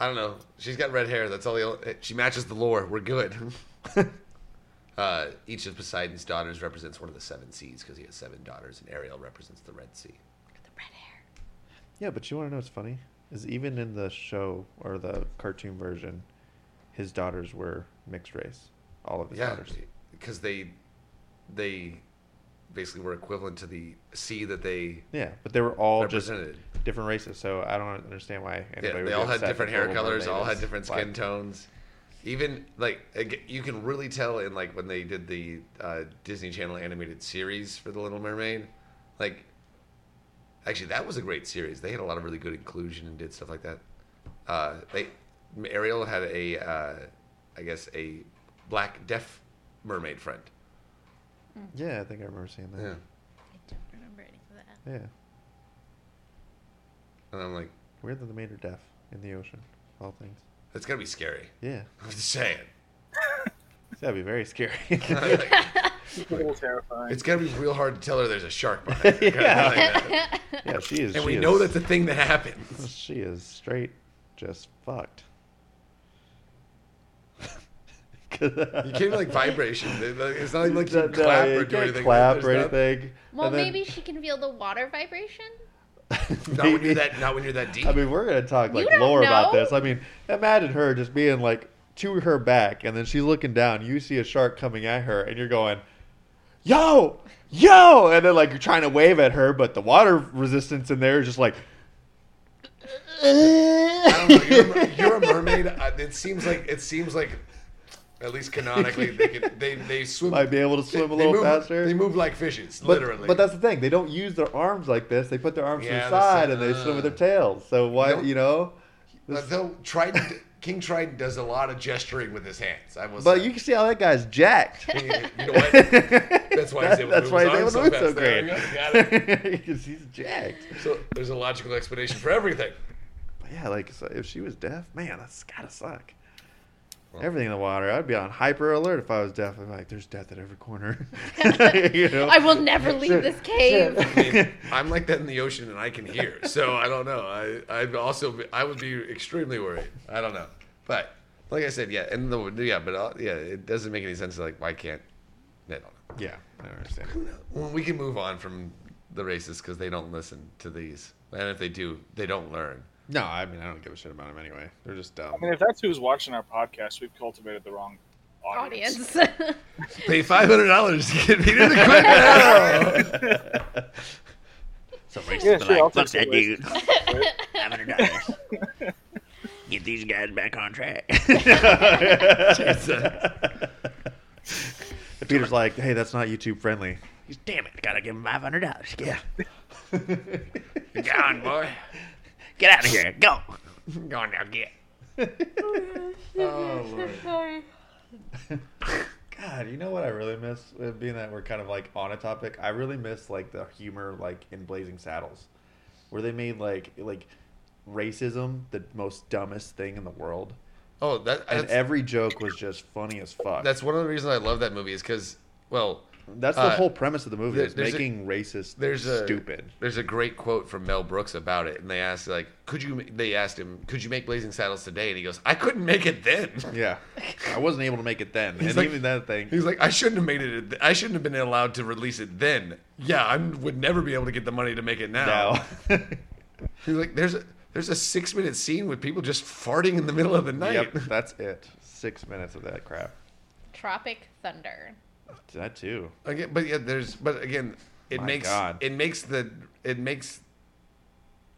S3: I don't know. She's got red hair. That's all. The, only- she matches the lore. We're good. uh, each of Poseidon's daughters represents one of the seven seas because he has seven daughters, and Ariel represents the Red Sea.
S1: the red hair.
S2: Yeah, but you want to know what's funny? Is even in the show or the cartoon version, his daughters were mixed race. All of his
S3: Yeah,
S2: daughters.
S3: because they they basically were equivalent to the sea that they
S2: Yeah, but they were all just
S3: represented.
S2: different races. So I don't understand why anybody.
S3: Yeah,
S2: would
S3: they
S2: be
S3: all had
S2: upset
S3: different
S2: that the
S3: hair
S2: Little
S3: colors,
S2: Mermaid
S3: all had
S2: is
S3: different
S2: black.
S3: skin tones. Even like ag- you can really tell in like when they did the uh, Disney Channel animated series for the Little Mermaid, like actually that was a great series. They had a lot of really good inclusion and did stuff like that. Uh, they Ariel had a uh, I guess a black deaf mermaid friend.
S2: Yeah, I think I remember seeing
S3: Yeah,
S2: that.
S1: I don't remember any of that.
S2: Yeah.
S3: and I'm like,
S2: Weird that they made her deaf in the ocean. of All things.
S3: that's gonna be scary. *laughs*
S2: Yeah.
S3: I'm just
S2: *laughs*
S3: saying. *laughs*
S2: That'd be very scary. *laughs*
S4: It's a little terrifying.
S3: It's gonna be real hard to tell her there's a shark behind
S2: *laughs*
S3: her.
S2: Yeah. yeah, she is.
S3: And
S2: she
S3: we
S2: is,
S3: know that's a thing that
S2: *laughs*
S3: happens.
S2: She is straight, just fucked. *laughs* you *laughs*
S3: You can't like vibration. They- like, It's not like you
S2: No,
S3: can
S2: no,
S3: clap
S2: you
S3: or do
S2: can't
S3: anything.
S2: Clap
S3: There's
S2: or
S3: not-
S2: anything.
S1: Well,
S2: And then-
S1: maybe she can feel the water vibration.
S2: *laughs*
S3: Not when you're that. Not when you're that deep.
S2: I mean, we're gonna talk
S1: You
S2: like
S1: don't
S2: lore about
S1: know.
S2: this. I mean, imagine her just being like to her back, and then she's looking down. You see a shark coming at her, and you're going, "Yo, yo!" And then like you're trying to wave at her, but the water resistance in there is just like.
S3: I don't know. You're, a mer-
S2: *laughs*
S3: you're a mermaid. Uh, It seems like it seems like, at least canonically, they can, they they swim.
S2: Might be able to swim a
S3: they
S2: little
S3: move-
S2: faster.
S3: They move like fishes,
S2: But,
S3: literally.
S2: but that's the thing. They don't use their arms like this. They put their arms
S3: Yeah,
S2: to the
S3: that's-
S2: Ah. side and they swim with their tails. So why,
S3: Nope.
S2: you know?
S3: But they'll try to King Triton does a lot of gesturing with his hands. I was.
S2: But you can see how that guy's jacked.
S3: *laughs* you know
S2: *laughs*
S3: what? That's why he's able to
S2: That's
S3: move
S2: why he's
S3: his
S2: able to
S3: arms so
S2: move
S3: fast.
S2: so
S3: There
S2: great.
S3: we go.
S2: *laughs*
S3: Got it.
S2: Because he's jacked.
S3: So there's a logical explanation for everything.
S2: But yeah, like so if she was deaf, man, that's gotta suck. Everything in the water, I'd be on hyper alert if I was deaf. I'm like, there's death at every
S3: *laughs*
S2: corner. *laughs* you know?
S1: I will never leave this cave.
S3: I mean, *laughs*
S2: *laughs*
S3: I'm like that in the ocean, and I can hear. So I don't know. I I'd also be, I would be extremely worried. I don't know. But like I said, yeah, and the yeah, but uh, yeah, it doesn't make any sense. Like why can't? I don't know.
S2: yeah, I understand.
S3: Well, we can move on from the races because they don't listen to these, and if they do, they don't learn.
S2: No, I mean I don't give a shit about them anyway. They're just dumb.
S4: I mean, if that's who's watching our podcast, we've cultivated the wrong audience.
S1: Audience. *laughs*
S3: Pay five hundred dollars to get Peter the Quick
S2: *laughs*
S3: now.
S6: So racist,
S4: Yeah,
S6: but
S4: sure, I'll take
S6: like, fuck
S4: some
S6: that
S4: racist.
S6: dude. *laughs* Five hundred dollars. Get these guys back on track.
S2: *laughs*
S3: *laughs*
S6: *laughs*
S2: Peter's like, hey, that's not YouTube *laughs* friendly.
S6: Damn it! Gotta give him five hundred dollars. Yeah, *laughs*
S3: Go on, boy.
S6: get out of here. Go. *laughs*
S3: Go on now, get.
S2: God, you know what I really miss? Uh, Being that we're kind of like on a topic, I really miss like the humor like in Blazing Saddles, where they made like like racism the most dumbest thing in the world,
S3: Oh, that
S2: and
S3: that's,
S2: every joke was just funny as fuck.
S3: that's one of the reasons I love that movie is because well,
S2: That's the
S3: uh,
S2: whole premise of the movie.
S3: there-
S2: is
S3: there's a-
S2: making racist
S3: there's a
S2: stupid.
S3: There's a great quote from Mel Brooks about it, and they asked like, "Could you?" They asked him, "Could you make Blazing Saddles today?" And he goes, "I couldn't make it then." *laughs*
S2: Yeah, I wasn't able to make it then, and
S3: like-
S2: even that thing.
S3: He's like, "I shouldn't have made it. at- I shouldn't have been allowed to release it then. Yeah, I would never be able to get the money to make it now."
S2: *laughs* *laughs* now.
S3: He's like, "There's a." There's a six minute scene with people just farting in the middle of the night.
S2: yep, that's it. Six minutes of that crap.
S1: Tropic Thunder.
S2: That too.
S3: Again, but yeah, there's but again, it
S2: My
S3: makes
S2: God.
S3: it makes the it makes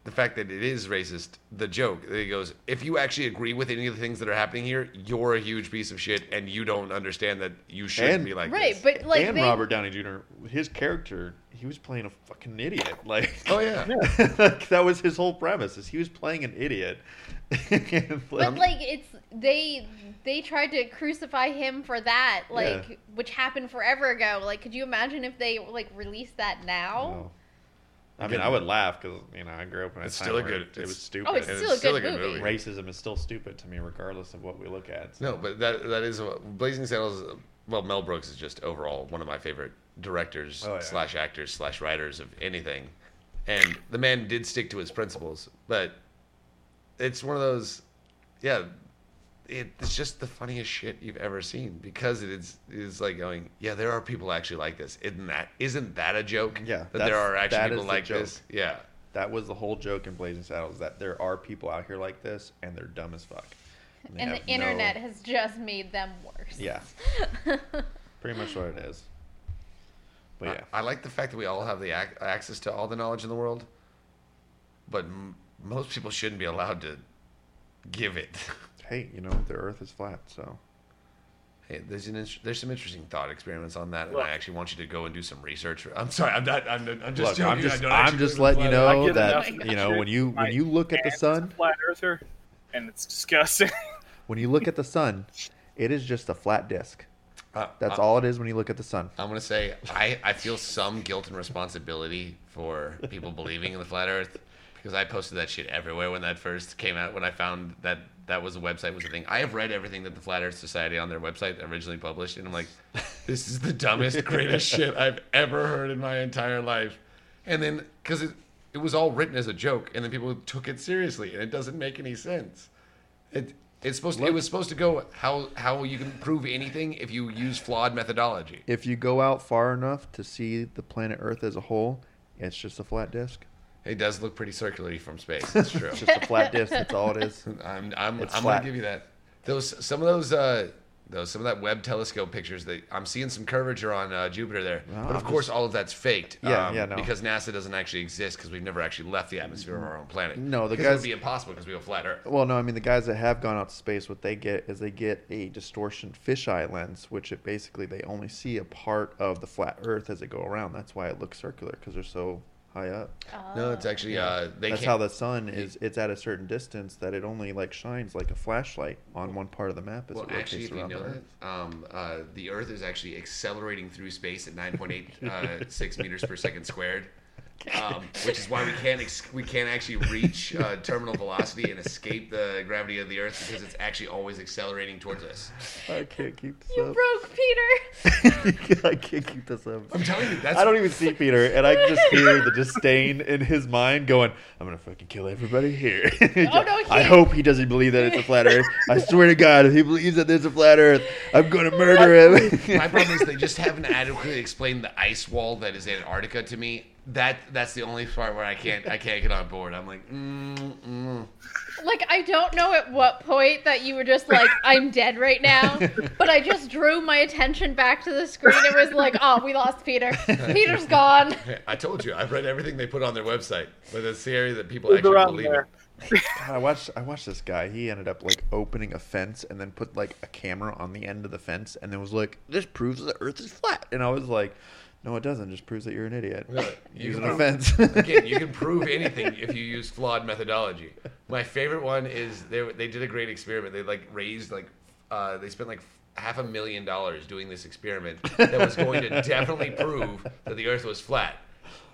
S3: the fact that it is racist the joke. It goes, if you actually agree with any of the things that are happening here, you're a huge piece of shit, and you don't understand that you shouldn't
S2: And-
S3: be like
S1: Right,
S3: this.
S1: but like
S2: and
S1: they,
S2: Robert Downey Jr. His character, he was playing a fucking idiot. *laughs* Like,
S3: Oh yeah.
S2: like, that was his whole premise. Is he was playing an idiot. *laughs* And,
S1: But like it's they they tried to crucify him for that, like
S2: Yeah.
S1: which happened forever ago. Like could you imagine if they like released that now?
S2: oh. I mean, I would laugh because you know I grew up in a
S3: It's
S2: time
S3: still a
S2: where
S3: good-
S2: It,
S3: it's-
S2: was stupid.
S1: Oh, it's
S3: And
S1: still a good movie.
S2: Racism is still stupid to me, regardless of what we look at.
S3: No, but that that is what Blazing Saddles. Well, Mel Brooks is just overall one of my favorite directors
S2: Oh, yeah.
S3: slash actors slash writers of anything, and the man did stick to his principles. But it's one of those, yeah, it, it's just the funniest shit you've ever seen because it is is like going, yeah, there are people actually like this. Isn't that isn't that a joke?
S2: Yeah,
S3: that there
S2: that's-
S3: are actually
S2: that
S3: people
S2: is the
S3: like this. Yeah,
S2: That was the whole joke in Blazing Saddles that there are people out here like this and they're dumb as fuck. they
S1: and the
S2: have no-
S1: internet has just made them worse. *laughs*
S2: Yeah. Pretty much what it is. But yeah.
S3: I, I like the fact that we all have the ac- access to all the knowledge in the world, but m- most people shouldn't be allowed to give it. *laughs*
S2: hey, you know, the earth is flat, so.
S3: hey, there's an int- there's some interesting thought experiments on that, and
S4: Look.
S3: I actually want you to go and do some research. I'm sorry, I'm not. I'm, I'm just
S2: Look,
S3: joking.
S2: I'm just
S3: I don't
S2: I'm
S3: actually
S2: just
S3: believe in
S2: letting you
S3: flat Earth.
S4: I
S2: know
S4: get
S2: that
S4: enough
S2: you know when you
S4: my
S2: when you look at the
S4: And it's a
S2: sun,
S4: flat earther, and it's disgusting. *laughs*
S2: when you look at the sun, it is just a flat disk.
S3: Uh,
S2: That's
S3: I-
S2: all it is when you look at the sun.
S3: I'm gonna say I, I feel some guilt and responsibility for people believing in the flat Earth because I posted that shit everywhere when that first came out. When I found that that was a website was a thing, I have read everything that the Flat Earth Society on their website originally published, and I'm like, this is the dumbest, greatest shit I've ever heard in my entire life. And then because it it was all written as a joke, and then people took it seriously, and it doesn't make any sense. It it's supposed to, it was supposed to go how how you can prove anything if you use flawed methodology.
S2: If you go out far enough to see the planet Earth as a whole, it's just a flat disk.
S3: It does look pretty circular from space.
S2: *laughs*
S3: That's true.
S2: It's just a flat disk. That's all it
S3: *laughs*
S2: is.
S3: I'm I'm,
S2: It's
S3: I'm
S2: flat.
S3: gonna give you that. Those some of those uh those some of that Webb telescope pictures that I'm seeing some curvature on uh, Jupiter there, but of course all of that's faked. um,
S2: Yeah, yeah, no.
S3: Because NASA doesn't actually exist because we've never actually left the atmosphere of our own planet.
S2: No, the
S3: 'Cause it
S2: guys-
S3: would be impossible because we have a flat Earth.
S2: Well, no, I mean the guys that have gone out to space, what they get is they get a distortion fisheye lens, which it basically they only see a part of the flat Earth as they go around. That's why it looks circular because they're so high up.
S1: Oh.
S3: No, it's actually uh, they
S2: Oh. That's
S3: can't.
S2: how the sun is. It's at a certain distance that it only like shines like a flashlight on one part of the map as
S3: well,
S2: it rotates
S3: actually, if you
S2: around
S3: know
S2: the Earth.
S3: that, um, uh, the Earth is actually accelerating through space at *laughs* 9.86 uh, six meters per second squared, um, which is why we can't ex- we can't actually reach uh, terminal velocity and escape the gravity of the Earth because it's actually always accelerating towards us.
S2: I can't keep this
S1: You
S2: up.
S1: broke Peter.
S2: *laughs* I can't keep this up.
S3: I'm telling you, that's
S2: I don't even see Peter, and I
S1: *laughs*
S2: can just hear the disdain in his mind going, I'm gonna fucking kill everybody here. *laughs*
S1: Oh, no, he-
S2: I hope he doesn't believe that it's a flat earth. I swear to God, if he believes that there's a flat earth, I'm gonna murder *laughs* him.
S3: My problem is they just haven't adequately explained the ice wall that is Antarctica to me. That that's the only part where I can't I can't get on board. I'm like, mm, mm.
S1: Like I don't know at what point that you were just like, I'm dead right now, but I just drew my attention back to the screen and was like, oh, we lost Peter. Peter's gone.
S2: Um,
S3: I told you I've read everything they put on their website, but it's the area that people
S4: Move
S3: actually
S4: around
S3: believe
S4: there.
S2: God, I watched I watched this guy. He ended up like opening a fence and then put like a camera on the end of the fence and then was like, This proves the earth is flat and I was like, No it doesn't, It just proves that you're an idiot.
S3: Really? You
S2: Using
S3: can-
S2: a
S3: *laughs*
S2: fence.
S3: Again, you can prove anything if you use flawed methodology. My favorite one is they they did a great experiment. They like raised like uh, they spent like half a million dollars doing this experiment that was going to definitely prove that the Earth was flat.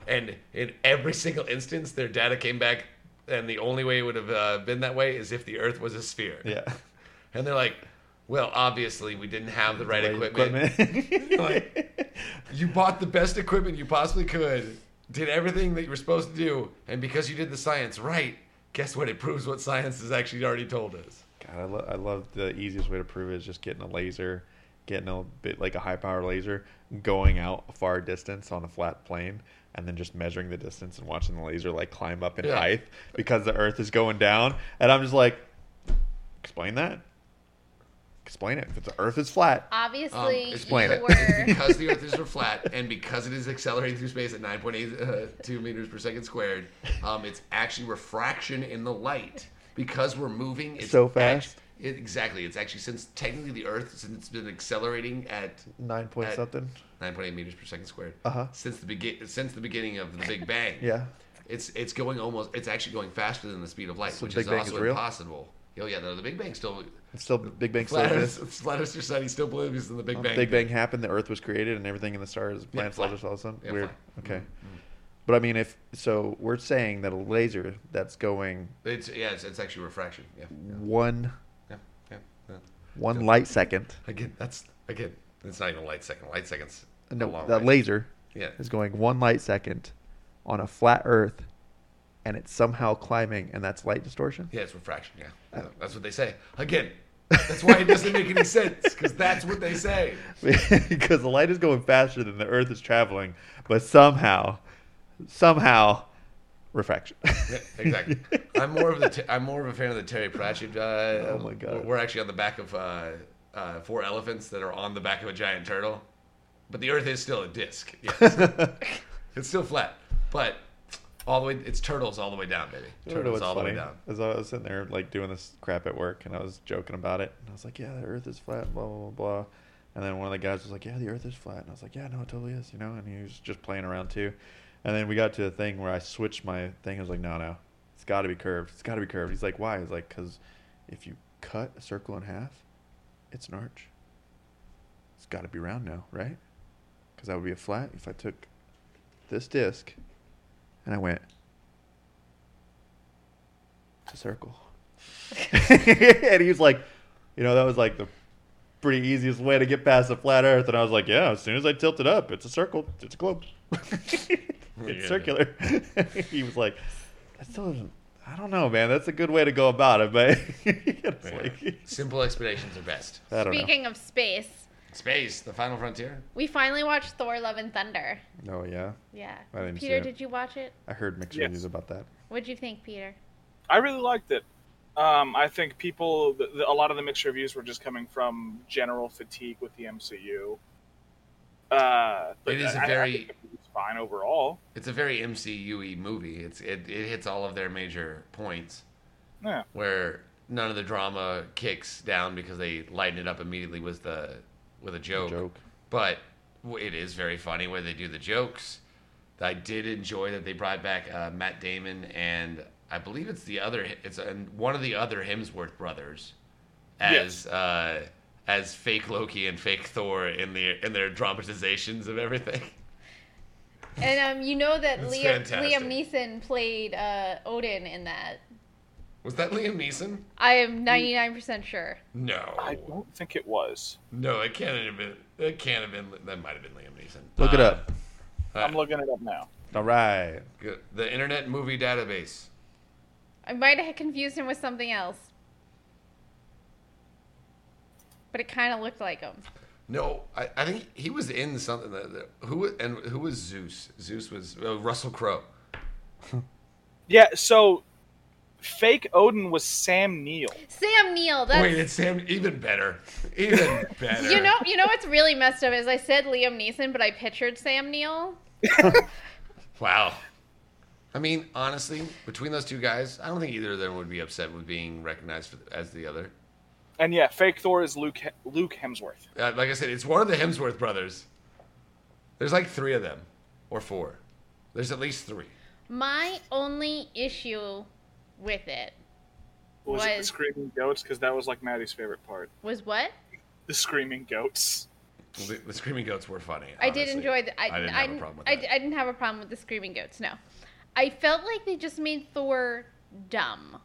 S3: And in every single instance, their data came back, and the only way it would have uh, been that way is if the Earth was a sphere.
S2: *laughs* yeah.
S3: And they're like, well, obviously we didn't have the right equipment.
S2: Equipment.
S3: *laughs* Like, you bought the best equipment you possibly could, did everything that you were supposed to do, and because you did the science right, guess what? It proves what science has actually already told us.
S2: God, I, lo- I love the easiest way to prove it is just getting a laser, getting a bit like a high power laser, going out a far distance on a flat plane, and then just measuring the distance and watching the laser like climb up in
S3: Yeah.
S2: height because the Earth is going down. And I'm just like, explain that. Explain it. If the Earth is flat,
S3: Um,
S1: Obviously,
S2: explain
S1: you
S2: it. *laughs*
S1: were.
S3: because the Earth is flat and because it is accelerating through space at 9.82 uh, meters per second squared, um, it's actually refraction in the light. Because we're moving it's
S2: So
S3: act-
S2: fast.
S3: it- exactly. It's actually since technically the Earth, since it's been accelerating at
S2: nine point
S3: At-
S2: something.
S3: 9.8 meters per second squared.
S2: Uh-huh.
S3: Since the begin since the beginning of the Big Bang.
S2: Yeah.
S3: It's it's going almost it's actually going faster than the speed of light,
S2: So
S3: which
S2: Big
S3: is
S2: Bang
S3: also
S2: is real?
S3: impossible. Oh yeah, no, the Big Bang still
S2: It's still Big Bang still
S3: flat
S2: exists.
S3: *laughs* Earth, flat Earth Society still believes in the Big Bang.
S2: Big Bang happened, the Earth was created, and everything in the stars, the planets,
S3: flat.
S2: all this, all this.
S3: Yeah, Mm-hmm.
S2: Weird.
S3: flat.
S2: Okay. But I mean, if so, we're saying that a laser that's going
S3: It's yeah, it's, it's actually refraction. Yeah.
S2: one
S3: Yeah. Yeah. yeah.
S2: one light second.
S3: Again, that's again, it's not even light second. Light seconds. a
S2: No,
S3: long
S2: the
S3: way.
S2: laser
S3: Yeah.
S2: is going one light second on a flat Earth, and it's somehow climbing, and that's light distortion.
S3: Yeah, it's refraction. Yeah.
S2: Uh.
S3: Yeah, That's what they say. Again, that's why it doesn't make any sense because that's what
S2: *laughs*
S3: they say.
S2: *laughs* because the light is going faster than the Earth is traveling, but somehow, somehow, refraction. *laughs*
S3: Yeah, exactly. I'm more of the t- I'm more of a fan of the Terry Pratchett. Uh, oh
S2: my God.
S3: We're actually on the back of uh, uh, four elephants that are on the back of a giant turtle, but the Earth is still
S2: *laughs*
S3: a disc. Yes. it's still flat, but all the way it's turtles all the way down, baby.
S2: I don't know
S3: Turtles
S2: what's
S3: all the
S2: funny.
S3: way down.
S2: As I was sitting there like doing this crap at work, and I was joking about it, and I was like, "Yeah, the Earth is flat," blah blah blah blah. And then one of the guys was like, "Yeah, the Earth is flat," and I was like, "Yeah, no, it totally is," you know. And he was just playing around too. And then we got to a thing where I switched my thing. I was like, "No, no, it's got to be curved. It's got to be curved." He's like, "Why?" He's like, "Cause if you cut a circle in half, it's an arch. It's got to be round now, right? Because that would be a flat if I took this disc and I went." It's a circle. *laughs* and he was like, you know, that was like the pretty easiest way to get past the flat earth. And I was like, yeah, as soon as I tilt it up, it's a circle. It's a globe. *laughs* it's
S3: Yeah.
S2: circular. *laughs* he was like, that still doesn't, I don't know, man. That's a good way to go about it, *laughs* but it's like,
S3: Simple explanations are best.
S2: I don't
S1: Speaking of space,
S3: Space, the final frontier.
S1: we finally watched Thor: Love and Thunder.
S2: know. Oh, yeah.
S1: Yeah.
S2: I didn't see
S1: Peter,
S2: it.
S1: did you watch it?
S2: I heard mixed
S4: Yes.
S2: reviews about that.
S1: What'd you think, Peter?
S4: I really liked it. Um, I think people, the, the, a lot of the mixed reviews were just coming from general fatigue with the MCU. Uh, but
S3: It is a
S4: I- I
S3: very-
S4: think it's fine overall.
S3: It's a very MCU movie. It's it, it hits all of their major points.
S4: Yeah,
S3: where none of the drama kicks down because they lighten it up immediately with the with a joke.
S2: Joke.
S3: But w- it is very funny when they do the jokes. I did enjoy that they brought back uh, Matt Damon and I believe it's the other it's uh, one of the other Hemsworth brothers as uh, as fake Loki and fake Thor in the in their dramatizations of everything. *laughs*
S1: And um, you know that
S3: That's
S1: Liam,
S3: fantastic.
S1: Liam Neeson played uh, Odin in that.
S3: Was that Liam Neeson?
S1: I am 99% sure.
S3: No,
S4: I don't think it was.
S3: no, it can't have been. It can't have been. That might have been Liam Neeson.
S2: Look it
S3: Uh,
S2: up.
S4: I'm looking it up now.
S2: All right.
S3: Good. The Internet Movie Database.
S1: I might have confused him with something else. But it kind of looked like him.
S3: No, I, I think he was in something. That, that- who wa- and who was Zeus? Zeus was uh, Russell Crowe.
S4: Yeah, so fake Odin was Sam Neill.
S1: Sam Neill. That's
S3: Wait, it's Sam. Even better. Even
S1: *laughs*
S3: better.
S1: you know. You know what's really messed up is I said Liam Neeson, but I pictured Sam Neill.
S3: Wow. I mean, honestly, between those two guys, I don't think either of them would be upset with being recognized for, as the other.
S4: And yeah, fake Thor is Luke Luke Hemsworth.
S3: Uh, like I said, it's one of the Hemsworth brothers. There's like three of them, or four. There's at least three.
S1: My only issue with it
S4: Was it the
S1: Was-
S4: screaming goats? Because that was like Maddie's favorite part.
S1: was what
S4: The screaming goats.
S3: The, the screaming goats were funny.
S1: I did
S3: honestly.
S1: enjoy. The, I,
S3: I didn't
S1: I,
S3: have a problem with
S1: I,
S3: that.
S1: I didn't have a problem with the screaming goats. No, I felt like they just made Thor dumb.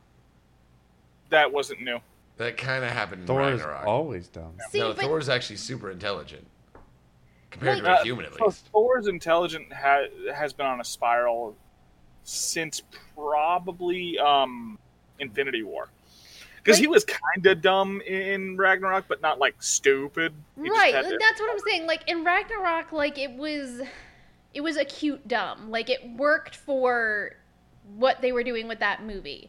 S4: That wasn't new.
S3: that kind of happened in
S2: Thor is
S3: Ragnarok.
S2: always dumb.
S1: See,
S3: no,
S1: but
S3: Thor's actually super intelligent compared
S1: Like-
S3: to a
S4: Uh,
S3: human, at
S4: so
S3: least.
S4: Thor's intelligent ha- has been on a spiral since probably um, Infinity War. Because he
S1: Like-
S4: was kind of dumb in Ragnarok, but not like stupid. He just
S1: right
S4: had to-
S1: that's what i'm saying like in ragnarok like it was it was a cute dumb like it worked for what they were doing with that movie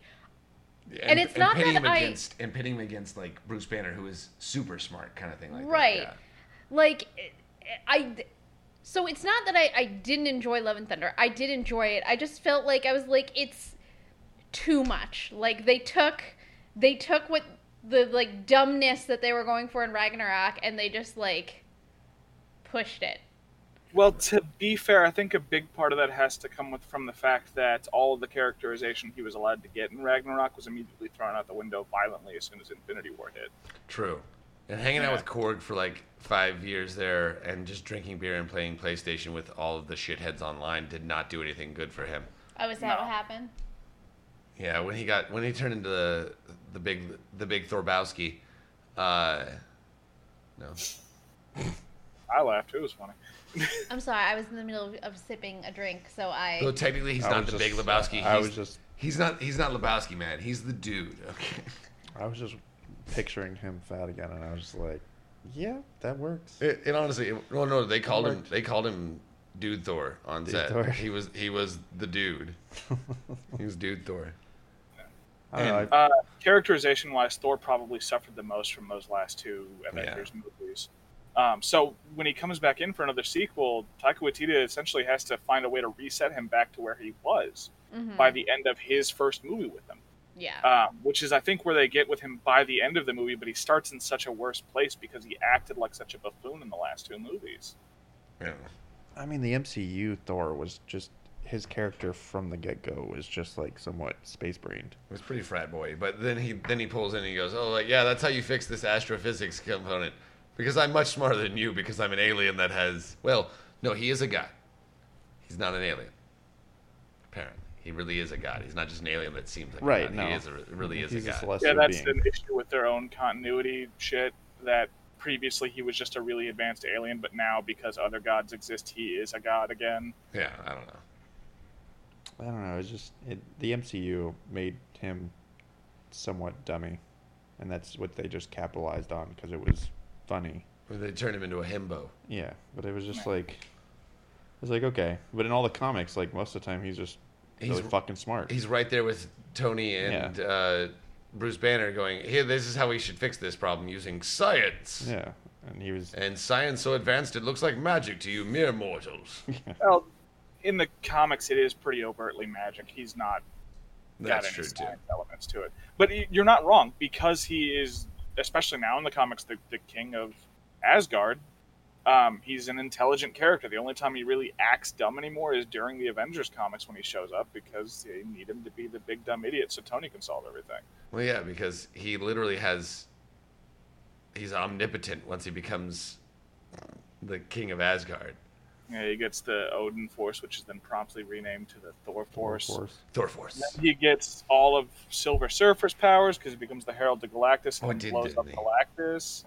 S1: and it's not
S3: pitting
S1: that
S3: him
S1: I-
S3: against and pitting him against like Bruce Banner, who is super smart, kind of thing. Like that,
S1: Right.
S3: yeah.
S1: like i so it's not that I, I didn't enjoy love and thunder i did enjoy it i just felt like i was like it's too much like they took they took what the like dumbness that they were going for in ragnarok and they just like pushed it
S4: Well, to be fair, I think a big part of that has to come with from the fact that all of the characterization he was allowed to get in Ragnarok was immediately thrown out the window violently as soon as Infinity War hit.
S3: True. And hanging out with Korg for like five years there, and just drinking beer and playing PlayStation with all of the shitheads online did not do anything good for him.
S1: oh is that
S4: No.
S1: what happened
S3: Yeah, when he got when he turned into the the big the big Thorbowski, uh, no,
S4: I laughed; it was funny.
S1: I'm sorry, I was in the middle of, of sipping a drink, so I.
S3: Though technically he's
S2: I
S3: not
S2: was
S3: the
S2: just-
S3: big Lebowski.
S2: I
S3: he's-
S2: was just-
S3: He's not. He's not Lebowski, man. He's the dude. Okay.
S2: I was just picturing him fat again, and I was just like, yeah, that works.
S3: *laughs* It, it honestly. It, well, no, they called him.
S2: worked.
S3: They called him Dude Thor on
S2: Dude
S3: set.
S2: Thor.
S3: He was. He was the *laughs* dude. He was Dude Thor.
S2: I don't know.
S3: And-
S2: I,
S4: Uh, characterization-wise, Thor probably suffered the most from those last two Avengers movies. Um, so when he comes back in for another sequel, Taika Waititi essentially has to find a way to reset him back to where he was
S1: Mhm.
S4: by the end of his first movie with them.
S1: yeah.
S3: Uh.
S4: um, which is I think where they get with him by the end of the movie. But he starts in such a worse place because he acted like such a buffoon in the last two movies.
S3: Yeah.
S2: I mean, the MCU Thor was just his character from the get go was just like somewhat space brained.
S3: It was pretty frat boy. But then he then he pulls in and he goes, "Oh, like yeah, that's how you fix this astrophysics component." Because I'm much smarter than you. Because I'm an alien that has. Well, no, he is a god. He's not an alien. Apparently, he really is a god. He's not just an alien that seems like
S2: Right,
S3: A god.
S2: no.
S3: He is a, really is
S2: He's
S3: a
S2: a
S3: god.
S2: celestial
S4: Yeah, that's
S2: being.
S4: an issue with their own continuity shit. That previously he was just a really advanced alien, but now because other gods exist, he is a god again.
S3: Yeah, I don't know.
S2: I don't know. It's just it, the MCU made him somewhat dummy, and that's what they just capitalized on because it was funny.
S3: Or They turned him into a himbo.
S2: Yeah, but it was just like it's like okay, but in all the comics, like most of the time, he's just
S3: He's-
S2: really fucking smart.
S3: He's right there with Tony and uh, Bruce Banner going, here, this is how we should fix this problem using science.
S2: yeah, and he was
S3: And science so advanced it looks like magic to you mere mortals.
S4: Well, in the comics, it is pretty overtly magic. He's not
S3: That's
S4: got
S3: true,
S4: any
S3: too.
S4: science elements to it. But y- you're not wrong because he is, especially now in the comics, the, the king of Asgard. Um, he's an intelligent character. The only time he really acts dumb anymore is during the Avengers comics when he shows up because they need him to be the big dumb idiot so Tony can solve everything.
S3: Well, yeah, because he literally has. He's omnipotent once he becomes the king of Asgard.
S4: Yeah, he gets the Odin Force, which is then promptly renamed to the Thor Force.
S3: Thor Force.
S4: He gets all of Silver Surfer's powers because he becomes the Herald of Galactus
S3: Oh,
S4: and
S3: it did,
S4: blows up
S3: didn't he?
S4: Galactus.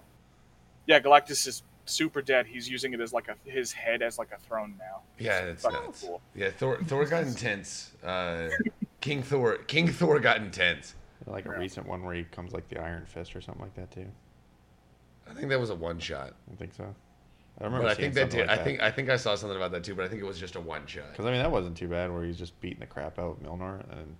S4: Yeah, Galactus is super dead. He's using it as like a his head as like a throne now.
S3: Yeah, it's
S4: fucking
S3: nuts.
S4: cool.
S3: Yeah, Thor. Thor got intense. Uh, King Thor. King Thor got intense.
S2: Like a recent one where he comes like the Iron Fist or something like that too.
S3: I think that was a one shot.
S2: I think so. I remember.
S3: But I
S2: seeing
S3: think that
S2: something
S3: did.
S2: like
S3: I think I think I saw something about that too. But I think it was just a one shot.
S2: because I mean that wasn't too bad where he's just beating the crap out of Milner and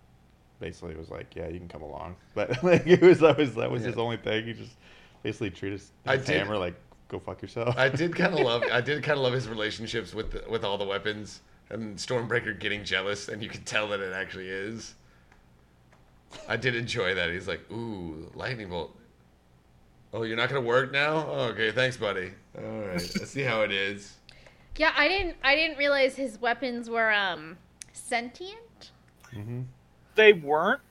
S2: basically was like, yeah, you can come along. *laughs* But like it was that was that was his
S3: Yeah.
S2: only thing. He just basically treated his,
S3: I
S2: his
S3: did-
S2: hammer like go fuck yourself.
S3: I
S1: *laughs*
S3: did kind of love. I did kind of love his relationships with the, with all the weapons and Stormbreaker getting jealous, and you could tell that it actually is. I did enjoy that. He's like, "Ooh, lightning bolt." Oh, you're not gonna work now? Oh, okay, thanks, buddy. All right, let's see how it is.
S1: Yeah, I didn't. I didn't realize his weapons were um sentient.
S3: *laughs*
S4: They weren't.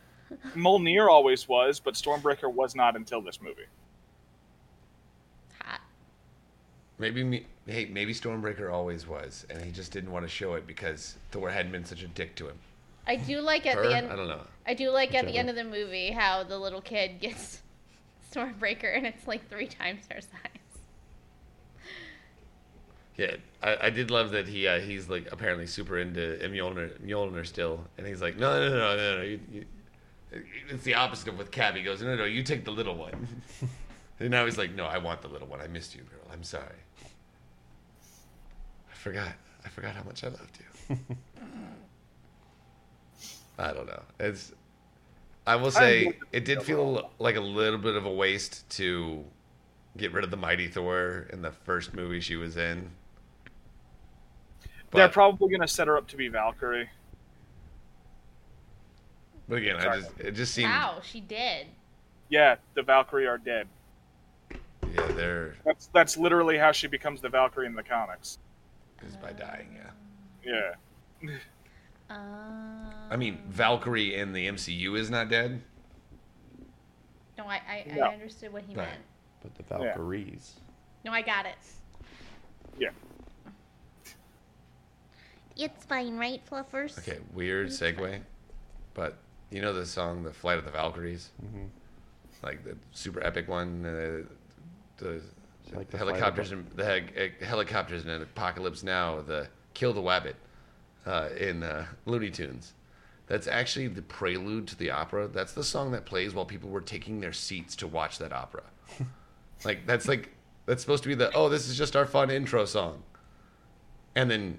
S4: Mjolnir always was, but Stormbreaker was not until this movie.
S1: Hot.
S3: Maybe me, hey, maybe Stormbreaker always was, and he just didn't want to show it because Thor hadn't been such a dick to him.
S1: I do like at
S3: Her?
S1: the end.
S3: I don't know.
S1: I do like at the
S2: Whichever.
S1: end of the movie how the little kid gets *laughs* Stormbreaker and it's like three times her size.
S3: Yeah, I, I did love that he uh, he's like apparently super into Mjolnir, Mjolnir still, and he's like, no, no, no, no, no, no. You, you, it's the opposite of with Cab. He goes, no, no, you take the little one. *laughs* and now he's like, no, I want the little one. I missed you, girl. I'm sorry. I forgot. I forgot how much I loved you. *laughs* I don't know. It's. I will say it did feel like a little bit of a waste to get rid of the Mighty Thor in the first movie she was in.
S4: They're
S3: But-
S4: probably going to set her up to be Valkyrie.
S3: But again, I just it just seemed
S1: Wow, she did.
S4: Yeah, the Valkyrie are dead.
S3: yeah they're
S4: That's that's literally how she becomes the Valkyrie in the comics.
S3: is by dying. Yeah,
S4: Yeah.
S1: Um,
S3: I mean Valkyrie in the MCU is not dead.
S1: no, I I,
S4: No.
S1: I understood what he
S3: Right.
S1: meant.
S2: but the Valkyries.
S1: No, I got it.
S4: Yeah.
S1: It's fine, right, Fluffers?
S3: Okay, weird segue, but you know the song "The Flight of the Valkyries,"
S2: Mm-hmm.
S3: like the super epic one. Uh, the,
S2: It's like
S3: the
S2: the flight of
S3: helicopters
S2: the-
S3: and the heg- eh, helicopters in an apocalypse now. The kill the wabbit uh, in uh, Looney Tunes. That's actually the prelude to the opera. That's the song that plays while people were taking their seats to watch
S2: *laughs*
S3: that opera. like that's like that's supposed to be the oh this is just our fun intro song and then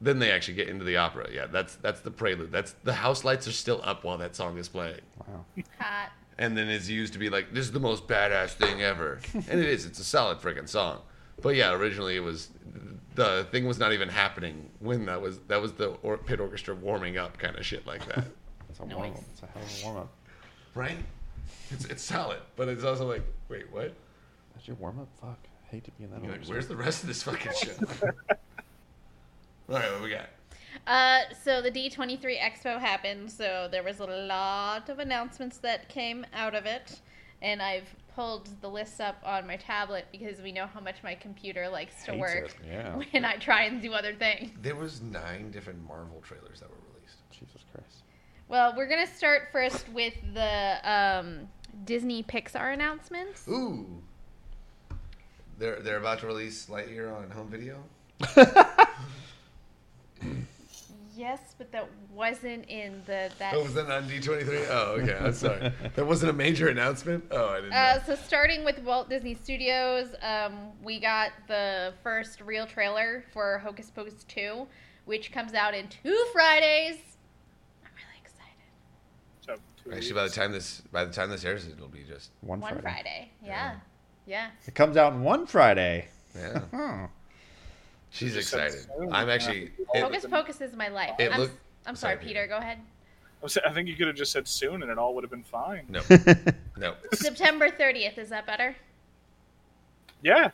S3: then they actually get into the opera. Yeah, that's that's the prelude. That's the house lights are still up while that song is playing,
S2: Wow.
S1: Hot.
S3: and then it's used to be like this is the most badass thing *laughs* ever, and it is. It's a solid freaking song. But yeah, originally it was the thing was not even happening when that was that was the or, pit orchestra warming up kind of shit like that,
S2: It's a
S1: Nice.
S2: warm up. It's a hell of a warm up.
S3: *laughs* right? It's it's solid, but it's also like wait what?
S2: That's your warm up? Fuck. I hate to be in that
S3: You're
S2: one.
S3: like, where's the rest of this fucking *laughs* shit? All right, what we got?
S1: Uh, so the D23 Expo happened, so there was a lot of announcements that came out of it, and I've pulled the lists up on my tablet because we know how much my computer likes to
S2: Hates
S1: work
S2: it, yeah.
S1: *laughs* when I try and do other things.
S3: There was nine different Marvel trailers that were released.
S2: Jesus Christ.
S1: Well, we're gonna start first with the um, Disney Pixar announcements.
S3: Ooh. They're they're about to release Lightyear on home video.
S1: Yes, but that wasn't in the that.
S3: Oh, was that on D twenty three? Oh, okay. I'm
S4: *laughs*
S3: sorry. That wasn't a major announcement. Oh, I didn't.
S1: Uh,
S3: know.
S1: so starting with Walt Disney Studios, um, we got the first real trailer for Hocus Pocus 2, which comes out in two Fridays. I'm really excited.
S4: So two
S3: Actually, by the
S4: weeks.
S3: time this by the time this airs, it'll be just
S2: One,
S1: One
S2: Friday.
S1: Friday. Yeah. Yeah.
S2: It comes out in one Friday.
S4: *laughs*
S3: yeah.
S2: Hmm.
S3: She's
S4: Just said
S3: excited.
S4: so.
S3: I'm actually. It,
S1: Hocus Pocus is my life.
S3: It
S1: I'm,
S3: look-
S1: I'm sorry,
S3: sorry,
S1: Peter,
S3: Peter.
S1: go ahead.
S4: I was- I think you could have just said soon, and it all would have been fine. *laughs*
S3: no, no.
S1: September 30th, is that better?
S4: Yeah.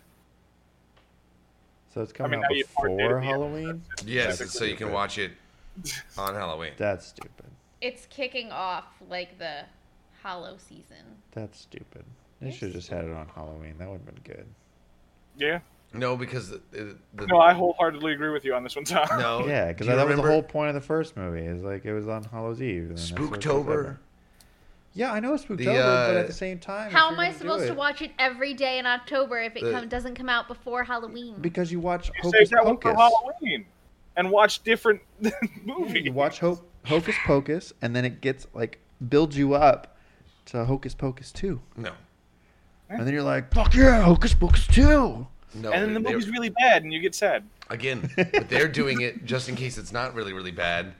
S2: So it's coming
S4: mean, now
S2: out
S4: you poured data
S2: before
S4: in.
S2: Halloween.
S3: Yes,
S2: That's
S3: so you can
S2: stupid.
S3: watch
S4: *laughs*
S3: it on Halloween.
S2: That's stupid.
S1: It's kicking off like the hollow season.
S2: That's stupid. They should have just had it on Halloween. That would have been good.
S4: Yeah.
S3: No, because the, the, the-
S4: No, I wholeheartedly agree with you on this one, Tom. *laughs*
S3: no.
S2: Yeah, because
S3: Oh, Do you
S2: that was
S3: remember
S2: the whole point of the first movie. Is like it was on Hallow's Eve. and that's what it was
S3: Spooktober.
S2: about. Yeah, I know it's Spooktober, but
S3: uh,
S2: at the same time, if
S1: How am
S2: you're
S1: I
S2: gonna do
S1: supposed to
S2: it-
S1: watch it every day in October if it
S3: The-
S1: come, doesn't come out before Halloween?
S2: Because you watch
S4: You
S2: Hocus
S4: saved that one for
S2: Pocus.
S4: Halloween and watch different *laughs* movies.
S2: You watch Ho- Hocus Pocus, and then it gets like builds you up to Hocus Pocus two,
S3: No.
S2: and then you're like, fuck yeah, Hocus Pocus two. *laughs*
S3: No.
S4: and then the
S3: they-
S4: movie's really bad and you get sad.
S3: Again, but they're doing it just in case it's not really, really bad.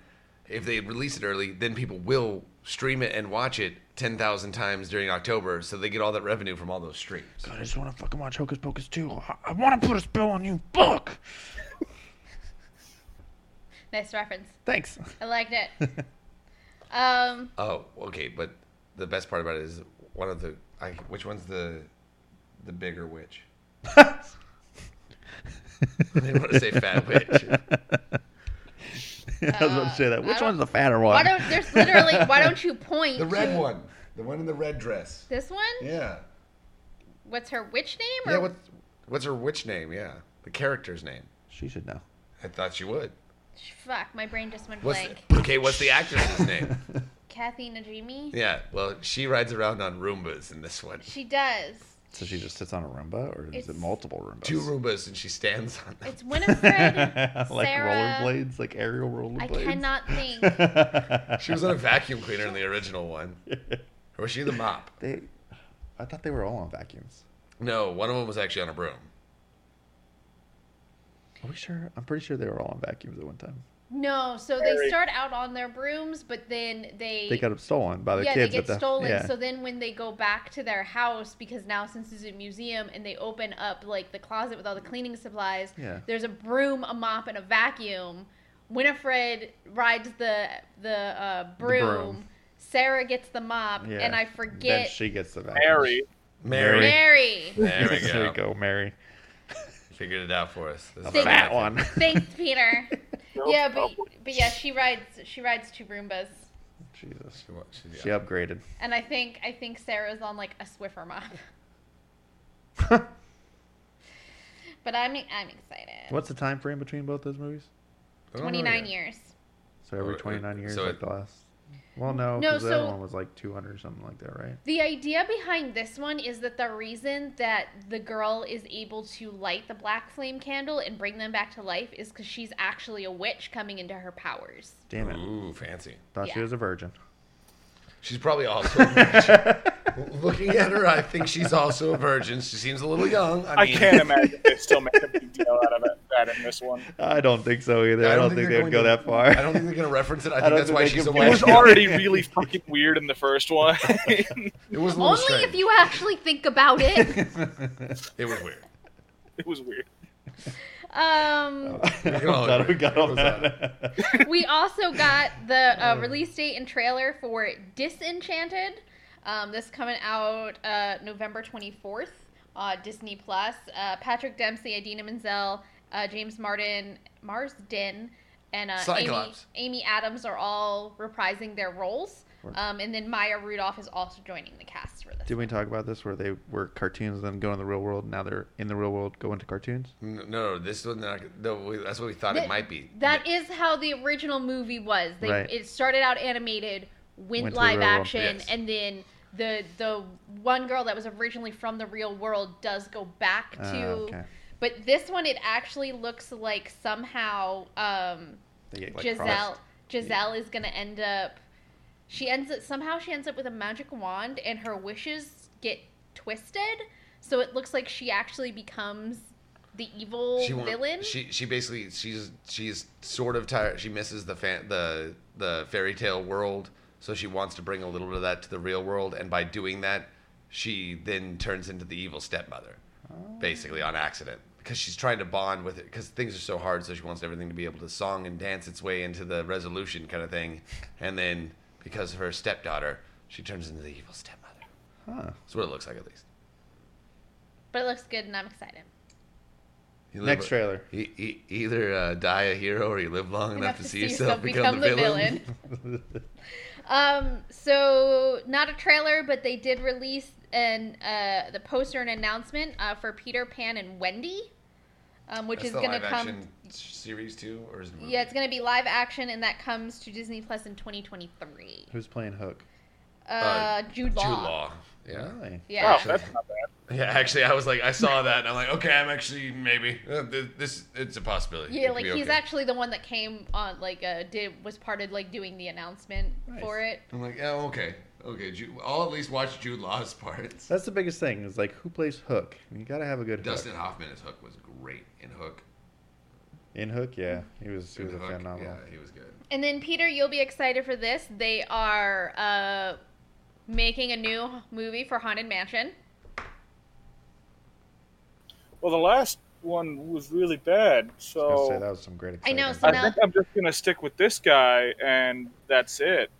S3: If they release it early, then people will stream it and watch it 10,000 times during October, so they get all that revenue from all those streams.
S2: God, I just want to fucking watch Hocus Pocus two. I, I want to put a spell on you. Fuck.
S1: Nice reference.
S2: Thanks.
S1: I liked it.
S2: *laughs*
S1: um,
S3: Oh, okay, but the best part about it is one of the I, which one's the the bigger witch? I didn't want to say fat witch.
S2: I was about to say that. Which
S1: Uh, don't-
S2: one's the fatter
S1: why
S2: one?
S1: don't there's literally why don't you point
S3: The red
S1: to
S3: one, the one in the red dress.
S1: This one?
S3: Yeah,
S1: What's her witch name? Or
S3: yeah. What's what's her witch name? Yeah, the character's name.
S2: She should know.
S3: I thought she would.
S1: Fuck, my brain just went
S3: What's
S1: blank.
S3: the, okay? What's
S1: *laughs*
S3: the actress's name?
S1: Kathy Najimy.
S3: Yeah. Well, she rides around on Roombas in this one.
S1: She does.
S2: So she just sits on a Roomba, or is
S1: It's-
S2: it multiple Roombas?
S3: Two Roombas, and she stands on them.
S1: It's Winifred.
S2: *laughs* like
S1: Sarah.
S2: rollerblades, like aerial rollerblades.
S1: I
S2: *laughs*
S1: cannot think.
S3: She was on a vacuum cleaner in the original
S2: *laughs*
S3: one. Or was she the mop?
S2: They, I thought they were all on vacuums.
S3: No, one of them was actually on a broom.
S2: Are we sure? I'm pretty sure they were all on vacuums at one time.
S1: No, so they
S4: Very-
S1: start out on their brooms, but then they
S2: They got stolen by the
S1: yeah
S2: kids.
S1: they get
S2: but the-
S1: stolen.
S2: yeah.
S1: So then when they go back to their house, because now since it's a museum and they open up like the closet with all the cleaning supplies,
S2: Yeah.
S1: there's a broom, a mop, and a vacuum. Winifred rides the the uh, broom.
S2: broom.
S1: Sarah gets the mop,
S2: Yeah.
S1: and I
S2: Then
S1: forget
S2: she *laughs* gets the vacuum.
S4: Mary.
S3: Mary.
S1: Mary.
S3: There we
S2: *laughs* there
S3: go.
S2: you go, Mary.
S3: Figured it out for us. This is
S1: Thank-
S2: Fat one.
S1: Thanks, Peter. yeah, but
S4: problem.
S1: but yeah, she rides she rides two Broombas,
S2: *laughs* Jesus.
S3: She wa- she-
S2: She upgraded. *laughs*
S1: and I think I think Sarah's on like a Swiffer mop. *laughs* but I'm I'm excited.
S2: What's the time frame between both those movies?
S3: I don't know
S1: Twenty nine
S3: yet.
S1: years.
S2: So every
S3: Oh, it-
S2: 29 years,
S3: so
S2: like
S3: it-
S2: the last. Well, no,
S1: No,
S2: because the
S1: so-
S2: other one was like 200 or something like that, right?
S1: The idea behind this one is that the reason that the girl is able to light the black flame candle and bring them back to life is because she's actually a witch coming into her powers.
S2: Damn it.
S3: Ooh, fancy.
S2: Thought she
S1: Yeah.
S2: was
S1: *laughs*
S2: a virgin. *laughs*
S3: She's probably also. *laughs* looking at her, I think she's also a virgin. She seems a little young. I,
S4: I
S3: mean,
S4: can't imagine they still make a big deal out of it, that in this one.
S2: I don't think so either. I don't, think,
S3: they're
S2: they would go
S3: going
S2: that
S3: to-
S2: far.
S3: I don't think they're going to
S2: *laughs*
S3: reference it. I think
S2: don't
S3: that's
S2: think
S3: why
S2: they
S3: she's a
S2: can-
S4: It was
S3: witch.
S4: already really fucking weird in the
S2: *laughs*
S4: first one. *laughs*
S3: It was a little
S1: Only
S3: strange.
S1: if you actually think about
S2: *laughs*
S1: it.
S3: It was weird.
S4: it was weird.
S2: Oh,
S1: Um,
S2: I'm
S3: all
S2: glad we
S3: agree.
S2: got
S3: It
S2: all
S3: was,
S2: that.
S1: we also got the
S2: Oh.
S1: uh, release date and trailer for Disenchanted. Um, this coming out uh, November 24th on Disney Plus. Uh, Patrick Dempsey, Idina Menzel, uh, James Martin, Marsden, and uh, Amy,
S3: Cyclops.
S1: Amy Adams are all reprising their roles.
S2: Right.
S1: Um, and then Maya Rudolph is also joining the cast for this.
S2: Did we talk about this where they were cartoons, then go in the real world? Now they're in the real world, go into cartoons.
S3: No, no, this was not. No, we, that's what we thought
S1: Th-
S3: it might be.
S1: That is how the original movie was. They,
S2: Right.
S1: It started out animated, went,
S2: Went to the
S1: live
S2: real world.
S1: action,
S3: Yes.
S1: and then the the one girl that was originally from the real world does go back
S2: Ah,
S1: to.
S2: okay.
S1: But this one, it actually looks like somehow um,
S2: They get, like,
S1: Giselle
S2: crossed.
S1: Giselle is gonna end up. She ends up somehow. She ends up with a magic wand, and her wishes get twisted. So it looks like she actually becomes the evil
S3: won't-
S1: villain.
S3: She she basically she's she's sort of tired. She misses the fan, the the fairy tale world, so she wants to bring a little bit of that to the real world. And by doing that, she then turns into the evil stepmother, basically on accident, because she's trying to bond with it. Because things are so hard, so she wants everything to be able to song and dance its way into the resolution kind of thing. And then because of her stepdaughter, she turns into the evil stepmother.
S2: Huh.
S3: That's what it looks like at least.
S1: But it looks good and I'm excited.
S3: You live-
S2: Next trailer.
S3: You, you either uh, die a hero or you live long enough, to see yourself become, the, *laughs* villain.
S1: um, so not a trailer, but they did release an uh, the poster and announcement uh, for Peter Pan and Wendy, um, which
S3: That's
S1: is
S3: the
S1: going to
S3: live
S1: come.
S3: action series too, or is it? a movie?
S1: Yeah, it's going to be live action, and that comes to Disney Plus in 2023.
S2: *laughs* Who's playing Hook?
S1: Uh,
S3: Uh,
S1: Jude Law.
S3: Jude Law. Yeah.
S2: Really?
S1: Yeah.
S4: Oh, that's not
S3: *laughs*
S4: bad.
S3: Yeah, actually, I was like, I *laughs* saw that, and I'm like, okay, I'm actually maybe uh, th- this. It's a possibility. It
S1: Yeah,
S3: could
S1: like
S3: be
S1: he's
S3: okay.
S1: actually the one that came on, like, uh, did was part of like doing the announcement
S2: Nice.
S1: for it.
S3: I'm like, oh, okay, okay. Ju- I'll at least watch Jude Law's *laughs* parts.
S2: That's the biggest thing is like who plays Hook? You gotta have a good
S3: Dustin
S2: Hook.
S3: Hoffman as Hook was great in Hook.
S2: In Hook, yeah, he was he was
S3: In
S2: a
S3: Hook,
S2: phenomenal.
S3: Yeah, he was good.
S1: And then Peter, you'll be excited for this. They are uh, making a new movie for Haunted Mansion.
S4: Well, the last one was really
S2: I was
S4: bad,
S2: gonna
S4: so
S2: say that was some great.
S1: I
S2: Exciting.
S1: know,
S4: I
S1: so now-
S4: think I'm just gonna stick with this guy, and that's it.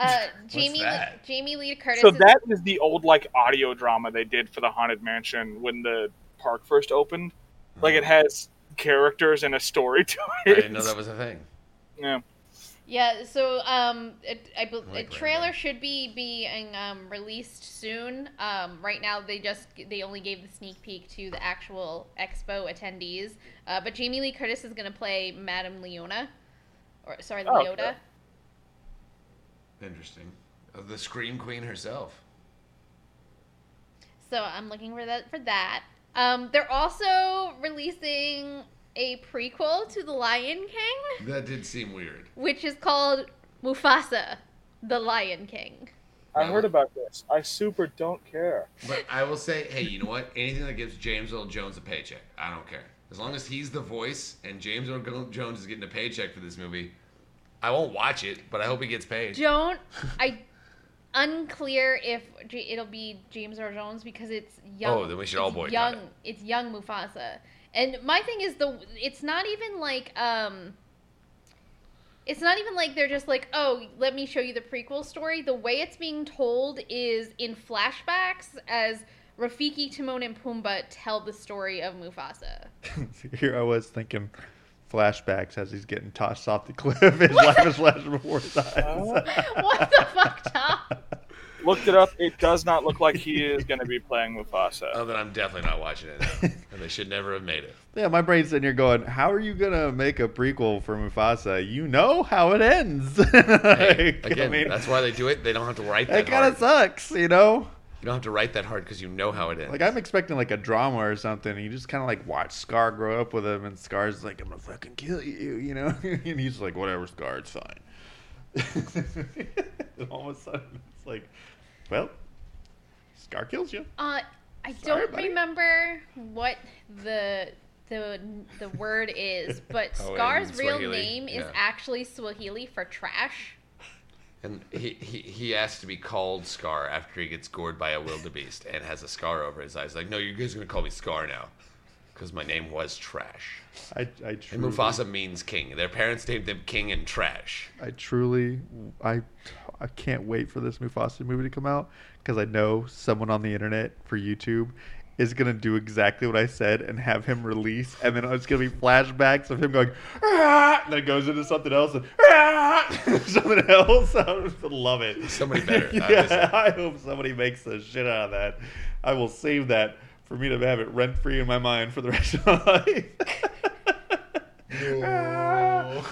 S1: Uh, Jamie Lee-
S3: that?
S1: Jamie Lee Curtis.
S4: So
S1: is-
S4: that is the old like audio drama they did for the Haunted Mansion when the park first opened. Like it has characters and a story *laughs* to it.
S3: Uh-huh. I didn't know that was a thing.
S4: Yeah.
S1: yeah. So um, it, I bel
S3: like
S1: a
S3: Randy.
S1: trailer should be being um, released soon. Um, right now they just they only gave the sneak peek to the actual expo attendees. Uh, but Jamie Lee Curtis is gonna play Madame Leona, or sorry,
S4: Oh, okay.
S1: Leota.
S3: Interesting. Of the Scream Queen herself.
S1: So I'm looking for that for that. Um, they're also releasing a prequel to The Lion King,
S3: That did seem weird.
S1: which is called Mufasa, The Lion King.
S4: I heard about this. I super don't care.
S3: But I will say, hey, you know what? Anything that gives James Earl Jones a paycheck, I don't care. As long as he's the voice and James Earl Go- Jones is getting a paycheck for this movie, I won't watch it, but I hope he gets paid.
S1: Don't I? Unclear if J- it'll be James Earl Jones because it's young.
S3: Oh, then we should all
S1: it's
S3: boycott
S1: Young,
S3: it.
S1: it's young Mufasa, and my thing is the it's not even like um. It's not even like they're just like, oh, let me show you the prequel story. The way it's being told is in flashbacks as Rafiki, Timon, and Pumbaa tell the story of Mufasa. *laughs*
S2: *laughs* Here I was thinking flashbacks as he's getting tossed off the cliff. His *laughs* life is flashing before his eyes.
S1: what the fuck, Tom?
S4: Looked it up. It does not look like he is going to be playing Mufasa.
S3: *laughs* Oh, then I'm definitely not watching it.
S2: *laughs*
S3: now. and they should never have made it.
S2: yeah, my brain's sitting here going, "How are you gonna make a prequel for Mufasa? You know how it ends." *laughs*
S3: Hey,
S2: Like,
S3: again, that's why they do it. They don't have to write
S2: It
S3: that
S2: kind
S3: hard.
S2: of sucks, you know.
S3: You don't have to write that hard because you know how it ends.
S2: Like I'm expecting like a drama or something. And you just kind of like watch Scar grow up with him, and Scar's like, "I'm gonna fucking kill you," *laughs* you know. and he's like, "Whatever, Scar, it's fine." and *laughs* all of a sudden, it's like, "Well, Scar kills you."
S1: Uh, I
S2: Sorry,
S1: don't
S2: buddy.
S1: remember what the the the word is, but
S3: Oh, in
S1: Scar's real
S3: Swahili,
S1: name is
S3: yeah.
S1: actually Swahili for trash.
S3: and he, he, he has to be called Scar after he gets gored by a wildebeest and has a scar over his eyes. Like, no, you guys are going to call me Scar now because my name was Trash.
S2: I, I
S3: And
S2: truly,
S3: Mufasa means king. Their parents named him King and Trash.
S2: I truly, I, I can't wait for this Mufasa movie to come out because I know someone on the internet for YouTube is gonna do exactly what I said and have him release, and then it's gonna be flashbacks of him going, "Ah," and then it goes into something else and "Ah," *laughs* something else. *laughs* I just love it.
S3: Somebody better.
S2: *laughs* yeah, I hope somebody makes the shit out of that. I will save that for me to have it rent free in my mind for the rest of my *laughs*
S3: *laughs*
S2: life. Ah!
S3: No.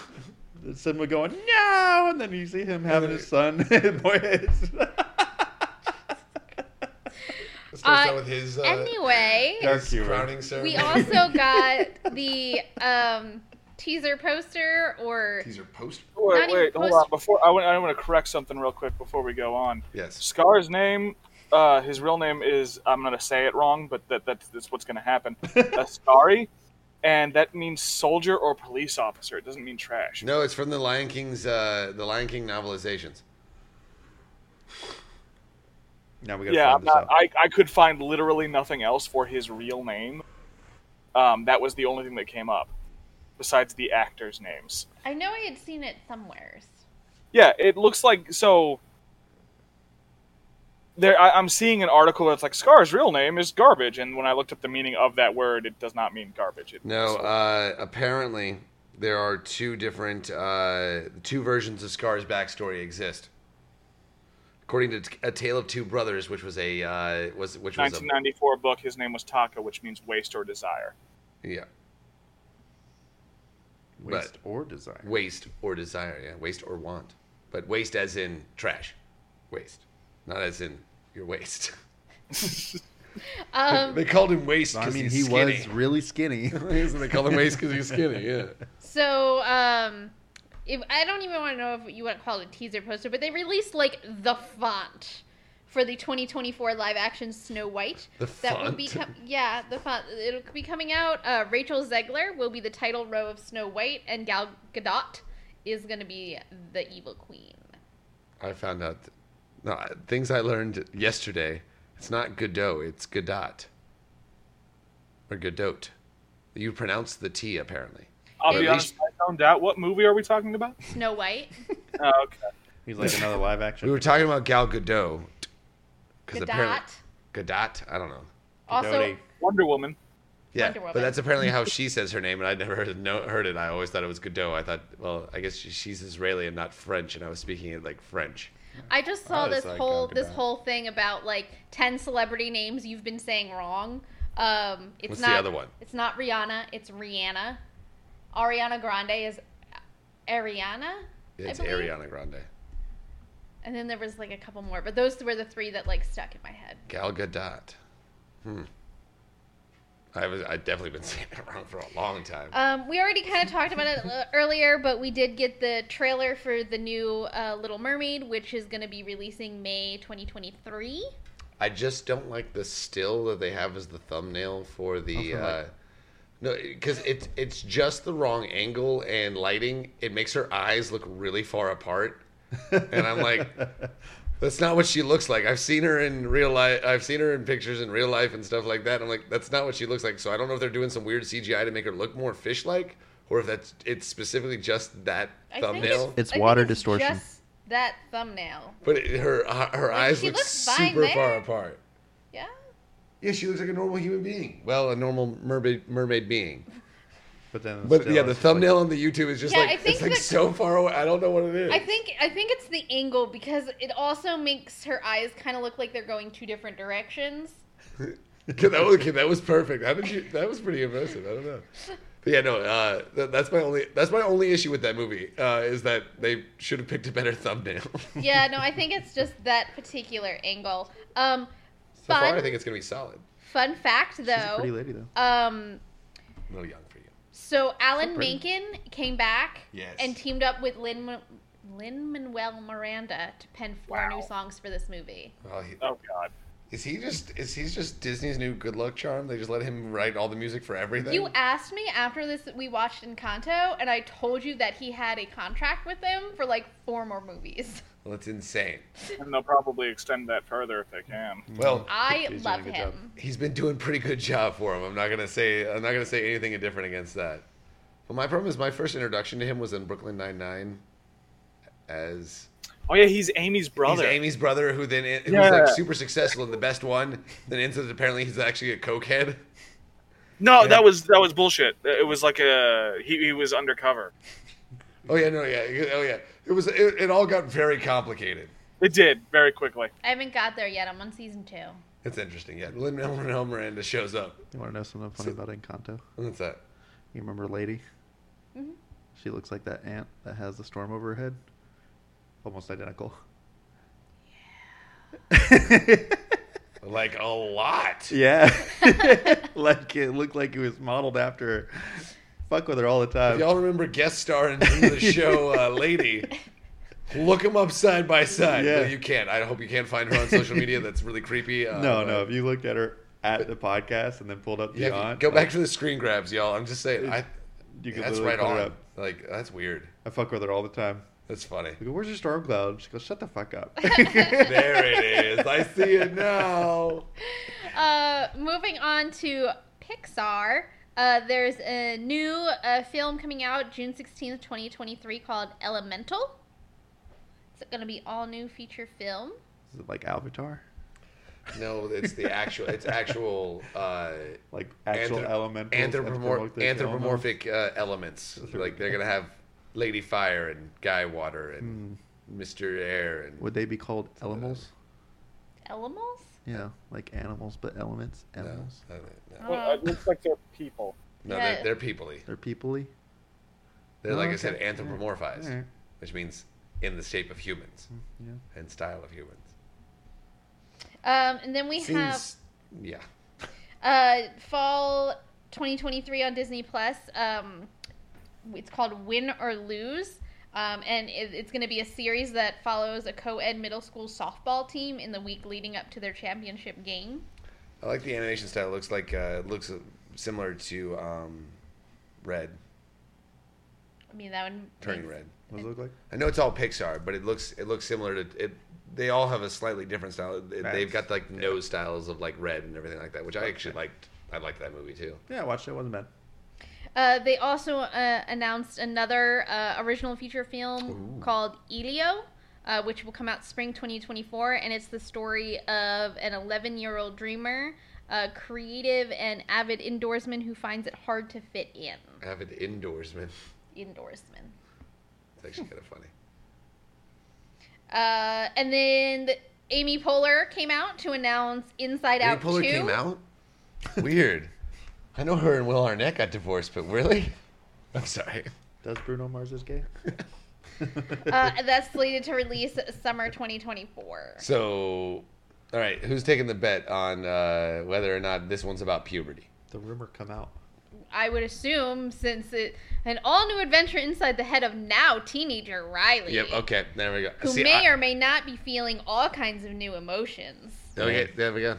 S2: the cinema going no, and then you see him having his son. *laughs* Boy,
S4: *laughs*
S2: it's-
S1: Uh,
S3: with his, uh,
S1: anyway,
S2: Dark
S3: his
S2: humor.
S3: crowning ceremony.
S1: we
S3: *laughs*
S1: also got the um, teaser poster, or
S3: These are post.
S1: Not
S4: Wait,
S1: even
S4: wait, hold
S1: close.
S4: on. Before I want, I want to correct something real quick before we go on.
S3: Yes.
S4: Scar's name, uh, his real name is I'm gonna say it wrong, but that that's, that's what's
S2: *laughs*
S4: gonna happen. Ascari, and that means soldier or police officer. It doesn't mean trash.
S3: No, it's from the Lion King's uh, the Lion King novelizations.
S2: now we gotta
S4: yeah,
S2: find
S4: I'm
S2: this
S4: not.
S2: out.
S4: I, I could find literally nothing else for his real name. Um, that was the only thing that came up, besides the actors' names.
S1: I know I had seen it somewheres.
S4: Yeah, it looks like so. there I, I'm seeing an article that's like Scar's real name is garbage, and when I looked up the meaning of that word, it does not mean garbage. It,
S3: No, uh, apparently there are two different uh, two versions of Scar's backstory exist. According to T- A Tale of Two Brothers, which was a uh, was which was a
S4: 1994 book. His name was Taka, which means waste or desire.
S3: yeah
S2: Waste or desire.
S3: waste or desire yeah waste or want, but waste as in trash, waste, not as in your waste.
S1: Um,
S3: they called him waste
S2: I
S3: because
S2: mean,
S3: he's
S2: he
S3: skinny.
S2: was really
S3: *laughs*
S2: skinny. *laughs*
S3: they called him waste because he's skinny. Yeah.
S1: So, um, if, I don't even want to know if you want to call it a teaser poster, but they released like the font for the 2024 live action Snow White.
S3: The
S1: that will be
S3: font?
S1: com- yeah, the font. It'll be coming out. Uh, Rachel Zegler will be the title row of Snow White, and Gal Gadot is going to be the evil queen.
S3: I found out no, things I learned yesterday. It's not Godot, it's Godot. Or Godot. You pronounce the T apparently.
S4: I'll
S3: At
S4: be honest, I found out what movie are we
S3: *laughs*
S4: talking about?
S1: Snow White.
S4: Oh, okay.
S2: He's like another live action.
S3: We were talking about Gal Godot. 'cause
S1: Gadot.
S3: Godot? I don't know.
S1: Also,
S2: Doty.
S4: Wonder Woman.
S3: Yeah,
S1: Wonder
S3: but
S1: Woman.
S3: that's
S1: *laughs*
S3: apparently how she says her name, and I'd never heard, no, heard it. I always thought it was Godot. I thought, well, I guess she, she's Israeli and not French, and I was speaking it like French.
S1: I just saw
S2: Oh, it's
S1: this
S2: like
S1: whole
S2: Gal
S1: this
S2: Gadot.
S1: whole thing about like ten celebrity names you've been saying wrong. Um, it's
S3: What's the
S1: not,
S3: other one?
S1: It's not Rihanna. It's Rihanna. Ariana Grande is Ariana.
S3: It's
S1: I believe.
S3: Ariana Grande.
S1: And then there was like a couple more, but those were the three that like stuck in my head.
S3: Gal Gadot. Hmm. I was I definitely been saying that *laughs* wrong for a long time.
S1: Um, we already kind of talked about it uh, earlier, but we did get the trailer for the new uh, Little Mermaid, which is going to be releasing May 2023.
S3: I just don't like the still that they have as the thumbnail for the.
S2: Oh, for
S3: uh, no, because it's it's just the wrong angle and lighting. It makes her eyes look really far apart, and I'm
S2: *laughs*
S3: like, that's not what she looks like. I've seen her in real life. I've seen her in pictures in real life and stuff like that. I'm like, that's not what she looks like. So I don't know if they're doing some weird CGI to make her look more fish-like, or if that's it's specifically just that
S1: I think
S3: thumbnail.
S2: It's
S1: I think
S2: water distortion.
S1: Just that thumbnail.
S3: But it, her uh, her eyes
S1: she
S3: look
S1: looks fine
S3: super far
S1: there.
S3: apart.
S1: Yeah.
S3: Yeah, she looks like a normal human being. Well, a normal mermaid mermaid being.
S2: But then,
S3: But
S2: still,
S3: yeah, the
S2: it's just like-
S3: thumbnail on the YouTube is just
S1: Yeah, I
S3: like
S1: think
S3: it's like
S1: that-
S3: so far away. I don't know what it is.
S1: I think I think it's the angle because it also makes her eyes kind of look like they're going two different directions.
S3: Kid, *laughs* that was kid, that was perfect. How did you? That was pretty impressive. I don't know. But yeah, no. Uh, that, that's my only that's my only issue with that movie uh, is that they should have picked a better thumbnail. *laughs* so
S1: *laughs* Yeah, no, I think it's just that particular angle. Um,
S3: far,
S1: fun,
S3: I think it's gonna be solid.
S1: fun fact
S2: She's a pretty
S1: though.
S2: lady though.
S1: Um,
S3: A little young for you.
S1: so Alan
S2: pretty.
S1: Menken came back
S3: Yes.
S1: and teamed up with Lin Lin Manuel Miranda to pen four new songs for this movie.
S3: Well, he,
S4: Oh God.
S3: is he just is he just Disney's new good luck charm? They just let him write all the music for everything.
S1: You asked me after this we watched Encanto, and I told you that he had a contract with them for like four more movies.
S3: well, it's insane.
S4: And they'll probably extend that further if they can.
S3: Well,
S1: I
S2: He's doing a
S1: love
S2: good
S1: him.
S2: job.
S3: he's been doing pretty good job for him. I'm not gonna say I'm not gonna say anything indifferent against that. But my problem is my first introduction to him was in Brooklyn Nine Nine, as
S4: Oh yeah, he's Amy's brother.
S3: he's Amy's brother, who then who's
S4: Yeah.
S3: like super successful and the best one. Then ends up apparently he's actually a cokehead.
S4: No, that was that was bullshit. It was like a he, he was undercover.
S3: Oh yeah, no, yeah, oh yeah. It was it, it all got very complicated.
S4: It did very quickly.
S1: I haven't got there yet. I'm on season two.
S3: It's interesting. Yeah, Lin Manuel Miranda shows up.
S2: You want to know something funny about Encanto?
S3: What's that?
S2: You remember Lady?
S4: Mm-hmm.
S2: She looks like that ant that has the storm over her head. Almost
S3: *laughs*
S2: identical.
S3: Like a lot.
S2: Yeah. *laughs* like it looked like it was modeled after her. Fuck with her all the time.
S3: Y'all remember guest star in
S2: *laughs*
S3: in the show uh, Lady? Look him up side by side.
S2: Yeah.
S3: No, you can't. I hope you can't find her on social media. That's really creepy.
S2: *laughs*
S3: Uh,
S2: no,
S3: uh,
S2: no. If you looked at her at the podcast and then pulled up the
S3: yeah, if you
S2: aunt,
S3: go
S2: like,
S3: back to the screen grabs, y'all. I'm just saying. I,
S2: uh, You could
S3: that's
S2: literally
S3: right
S2: put
S3: on.
S2: it up.
S3: Like that's weird.
S2: I fuck with her all the time.
S3: That's
S2: *laughs*
S3: funny.
S2: I go, where's your storm cloud? She goes, shut the fuck
S3: *laughs*
S2: up.
S3: there it is. I see
S2: *laughs*
S3: it now.
S1: Uh, moving on to Pixar. Uh, there's a new uh, film coming out June 16th, 2023 called Elemental. It's going to be all new feature film.
S2: Is it like Avatar?
S3: No, it's the actual. It's actual. Uh,
S2: Like actual
S3: anthrop-
S2: elemental
S3: anthropomor- anthropomorphic uh, elements. Like they're gonna have Lady Fire and Guy Water and
S2: Hmm.
S3: Mister Air and
S2: Would they be called elemals?
S3: Uh,
S1: Elemals?
S2: Yeah, like animals, but elements.
S3: no,
S2: Animals.
S3: no, no, no.
S4: Well, it looks like they're people.
S3: No,
S1: Yeah.
S3: they're, they're peoply.
S2: They're peoply.
S3: They're like I
S2: Okay.
S3: said, anthropomorphized,
S2: Alright.
S3: which means in the shape of humans
S2: Mm, Yeah.
S3: and style of humans.
S1: Um, and then we have
S3: yeah.
S1: uh, fall 2023 on Disney Plus. Um, it's called Win or Lose, um, and it, it's going to be a series that follows a co-ed middle school softball team in the week leading up to their championship game.
S3: I like the animation style. It looks like uh, it looks similar to um, Red,
S1: I mean, that would
S3: Turning
S1: makes-
S3: Red.
S2: What does it look
S3: *laughs*
S2: like?
S3: I know it's all Pixar, but it looks it looks similar to it. They all have a slightly different style. It- They've got like nose styles of like Red and everything like that, which I actually liked. I liked that movie too.
S2: Yeah, I watched it. It wasn't bad.
S1: Uh, they also uh, announced another uh, original feature film called Elio, uh, which will come out spring 2024, and it's the story of an 11 year old dreamer, a creative and avid indoorsman who finds it hard to fit in.
S3: Avid indoorsman.
S1: Indoorsman.
S3: *laughs* It's actually kind of funny.
S1: Uh, and then the- Amy Poehler came out to announce Inside
S3: Amy
S1: Out 2.
S3: Poehler came out. *laughs* Weird. I know her and Will Arnett got divorced, but really, *laughs* I'm sorry.
S2: Does Bruno Mars is gay?
S1: Uh, that's slated to release summer 2024.
S3: So, all right, who's taking the bet on uh, whether or not this one's about puberty?
S2: The rumor come
S3: *laughs*
S2: out.
S1: I would assume since it an all new adventure inside the head of now teenager Riley.
S3: Yep. Okay. There we go.
S1: Who
S3: See,
S1: may
S3: I-
S1: or may not be feeling all kinds of new emotions.
S3: Okay. There we go.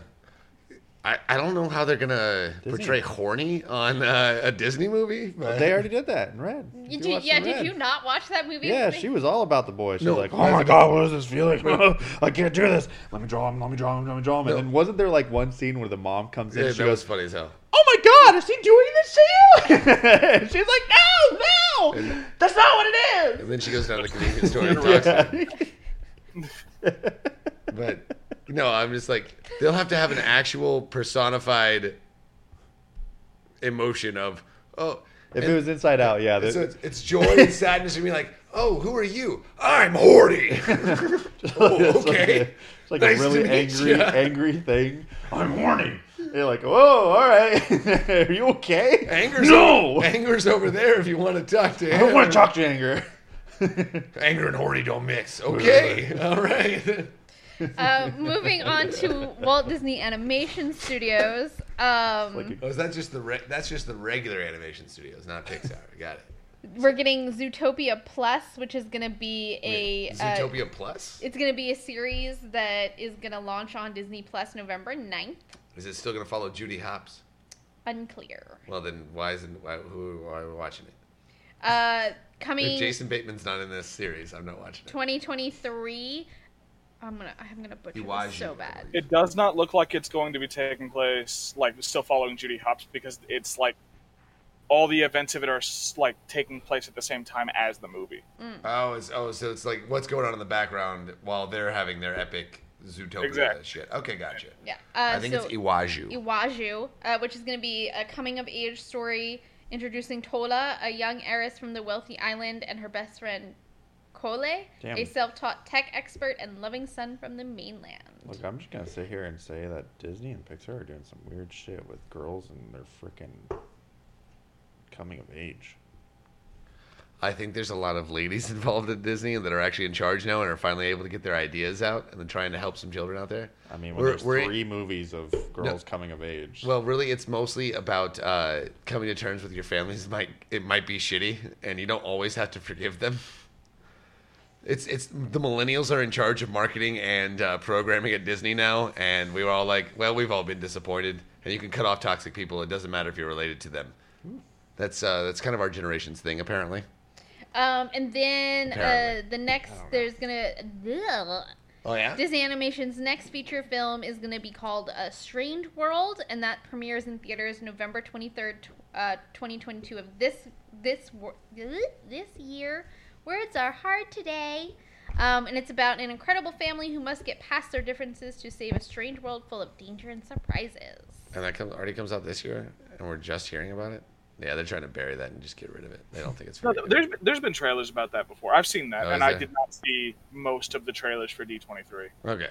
S3: I, I don't know how they're gonna portray horny on uh, a Disney movie. But
S2: They already did that in Red. If you
S1: Did you,
S2: watched
S1: yeah,
S2: the
S1: did
S2: Red.
S1: you not watch that movie?
S2: Yeah,
S1: with me?
S2: she was all about the boy. She
S3: No.
S2: was like, "Oh my god, what is this feeling? *laughs* I can't do this. Let me draw him. Let me draw him. Let me draw him." And then wasn't there like one scene where the mom comes in?
S3: Yeah,
S2: and she
S3: that was
S2: goes,
S3: funny as hell.
S2: "Oh my god, is he doing this to you?" *laughs* And She's like, "No, no, that's not what it is."
S3: And then she goes down to the
S2: *laughs*
S3: convenience store and talks to him. But no, I'm just like they'll have to have an actual personified emotion of oh.
S2: If it was Inside Out, yeah, *laughs*
S3: So
S2: that,
S3: it's, it's joy and sadness and be like, oh, who are you? I'm horny.
S2: *laughs*
S3: oh,
S2: it's like a,
S3: okay.
S2: it's like a
S3: Nice to
S2: really
S3: meet
S2: angry,
S3: ya.
S2: angry thing. I'm horny. You're like, "Whoa, all right, *laughs* are you okay?"
S3: Anger's
S2: no.
S3: over, anger's over there if you want to talk to
S2: *laughs*
S3: him.
S2: I don't want to talk to anger. *laughs*
S3: Anger and horny don't mix. Okay. *laughs* All right.
S1: Uh, moving on
S2: *laughs*
S1: to Walt Disney Animation Studios. Um,
S2: like a-
S3: Oh, is that just the re- that's just the regular animation studios, not Pixar. Got it.
S1: we're getting Zootopia Plus, which is going to be a uh,
S3: Zootopia Plus?
S1: it's going to be a series that is going to launch on Disney Plus November 9th.
S3: Is it still going to follow Judy Hopps?
S1: Unclear.
S3: Well, then why isn't why, who why are we watching it?
S1: Uh,
S3: If
S1: coming
S3: Jason Bateman's not in this series, I'm not watching it.
S1: 2023. I'm gonna I'm gonna butcher this
S3: Iwaju.
S1: so bad.
S4: It does not look like it's going to be taking place like still following Judy Hopps because it's like all the events of it are s- like taking place at the same time as the movie.
S3: Oh, it's, oh, so it's like what's going on in the background while they're having their epic Zootopia
S4: Exactly.
S3: shit. Okay, gotcha.
S1: Yeah.
S3: I
S1: Uh,
S3: think
S1: so
S3: it's Iwaju.
S1: Iwaju, uh, which is gonna be a coming of age story introducing Tola, a young heiress from the wealthy island, and her best friend Kole,
S2: Damn.
S1: a self-taught tech expert and loving son from the mainland.
S2: Look, I'm just gonna sit here and say that Disney and Pixar are doing some weird shit with girls and their freaking coming of age.
S3: I think there's a lot of ladies *laughs* involved at Disney that are actually in charge now and are finally able to get their ideas out and then trying to help some children out there.
S2: I mean, when
S3: We're-
S2: there's
S3: we're-
S2: three movies of girls coming of age,
S3: Well, really, it's mostly about uh, coming to terms with your families. Might it might be shitty, and you don't always have to forgive them. It's it's the millennials are in charge of marketing and uh, programming at Disney now, and we were all like, well, we've all been disappointed, and you can cut off toxic people. It doesn't matter if you're related to them. That's uh, that's kind of our generation's thing, apparently.
S1: Um, and then uh,
S3: Apparently.
S1: the next there's gonna
S3: Oh yeah.
S1: Disney Animation's next feature film is going to be called A Strange World, and that premieres in theaters November 23rd, tw- uh, 2022 of this this wor- this year. Words are hard today. Um, and it's about an incredible family who must get past their differences to save a strange world full of danger and surprises.
S3: And that comes already comes out this year, and we're just hearing about it. Yeah, they're trying to bury that and just get rid of it. They don't think it's.
S4: No,
S3: Very
S4: th-
S3: good.
S4: there's been- there's been trailers about that before. I've seen that,
S3: Oh,
S4: and
S3: is
S4: I
S3: there?
S4: did not see most of the trailers for D23.
S3: Okay.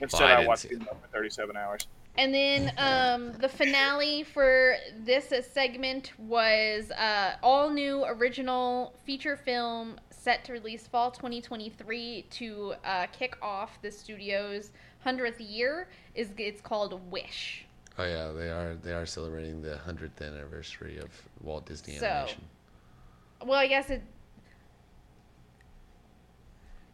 S4: Instead,
S3: I
S4: I,
S3: didn't
S4: watched
S3: see
S4: it for 37 hours.
S1: And then um, the finale for this segment was uh, all new original feature film set to release fall 2023 to uh, kick off the studio's 100th year. Is It's called Wish.
S3: Oh yeah, they are they are celebrating the hundredth anniversary of Walt Disney
S1: So-
S3: Animation.
S1: Well, I guess it.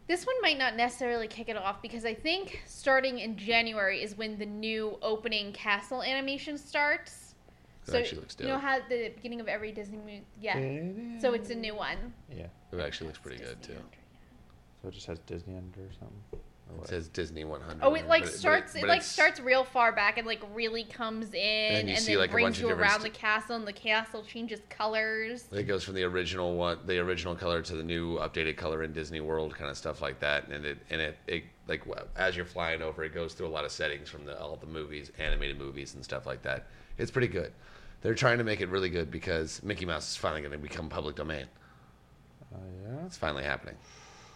S1: This one might not necessarily kick it off because I think starting in January is when the new opening castle animation starts.
S3: That
S1: so
S3: actually looks
S1: you know
S3: dope.
S1: how at the beginning of every Disney movie, yeah. So it's a new one.
S7: Yeah.
S3: It actually looks pretty good too.
S1: Disney.
S7: So it just has Disney under or something. Or
S3: It
S7: what?
S3: says Disney 100.
S1: Oh,
S3: on
S1: it like
S3: but
S1: starts.
S3: but
S1: It,
S3: but
S1: like
S3: it's-
S1: starts real far back and like really comes in
S3: then
S1: and,
S3: you see,
S1: then
S3: like, a bunch
S1: brings
S3: of
S1: you
S3: different
S1: around the
S3: st-
S1: castle, and the castle changes colors.
S3: It goes from the original one, the original color to the new updated color in Disney World, kind of stuff like that. And it and it, it like w- as you're flying over, it goes through a lot of settings from the, all the movies, animated movies, and stuff like that. It's pretty good. They're trying to make it really good because Mickey Mouse is finally going to become public domain.
S7: Oh yeah.
S3: It's finally happening.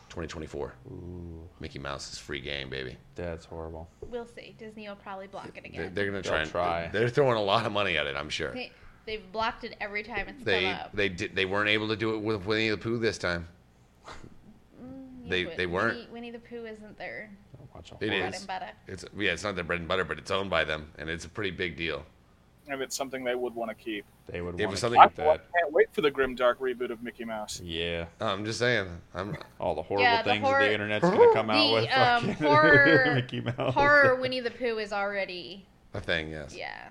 S3: 2024.
S7: Ooh,
S3: Mickey Mouse is free game, baby.
S7: that's horrible.
S1: We'll see. Disney will probably block it
S3: They're,
S1: again.
S3: they're going to
S7: They'll
S3: try and
S7: try.
S3: They're throwing a lot of money at it, I'm sure.
S1: They, they've blocked it every time it's come
S3: They
S1: up.
S3: they did they weren't able to do it with Winnie the Pooh this time.
S1: Yeah,
S3: they-
S1: but
S3: they weren't.
S1: Winnie, Winnie the Pooh isn't their
S7: Don't watch a
S3: It
S7: horror.
S1: bread
S3: is.
S1: and butter.
S3: It's yeah, it's not their bread and butter, but it's owned by them, and it's a pretty big deal.
S4: If it's something they would want to keep,
S7: They would
S3: It
S7: want
S3: was
S7: to
S3: something-
S7: keep
S4: I I
S7: that.
S4: can't wait for the Grimdark reboot of Mickey Mouse.
S7: Yeah.
S3: I'm just saying. I'm
S7: All the horrible
S1: Yeah, the
S7: things
S1: horror-
S7: that the internet's gonna come out
S1: The,
S7: with.
S1: um,
S7: *laughs* fucking
S1: horror-
S7: Mickey Mouse.
S1: Horror Winnie the Pooh is already
S3: a thing, yes.
S1: yeah.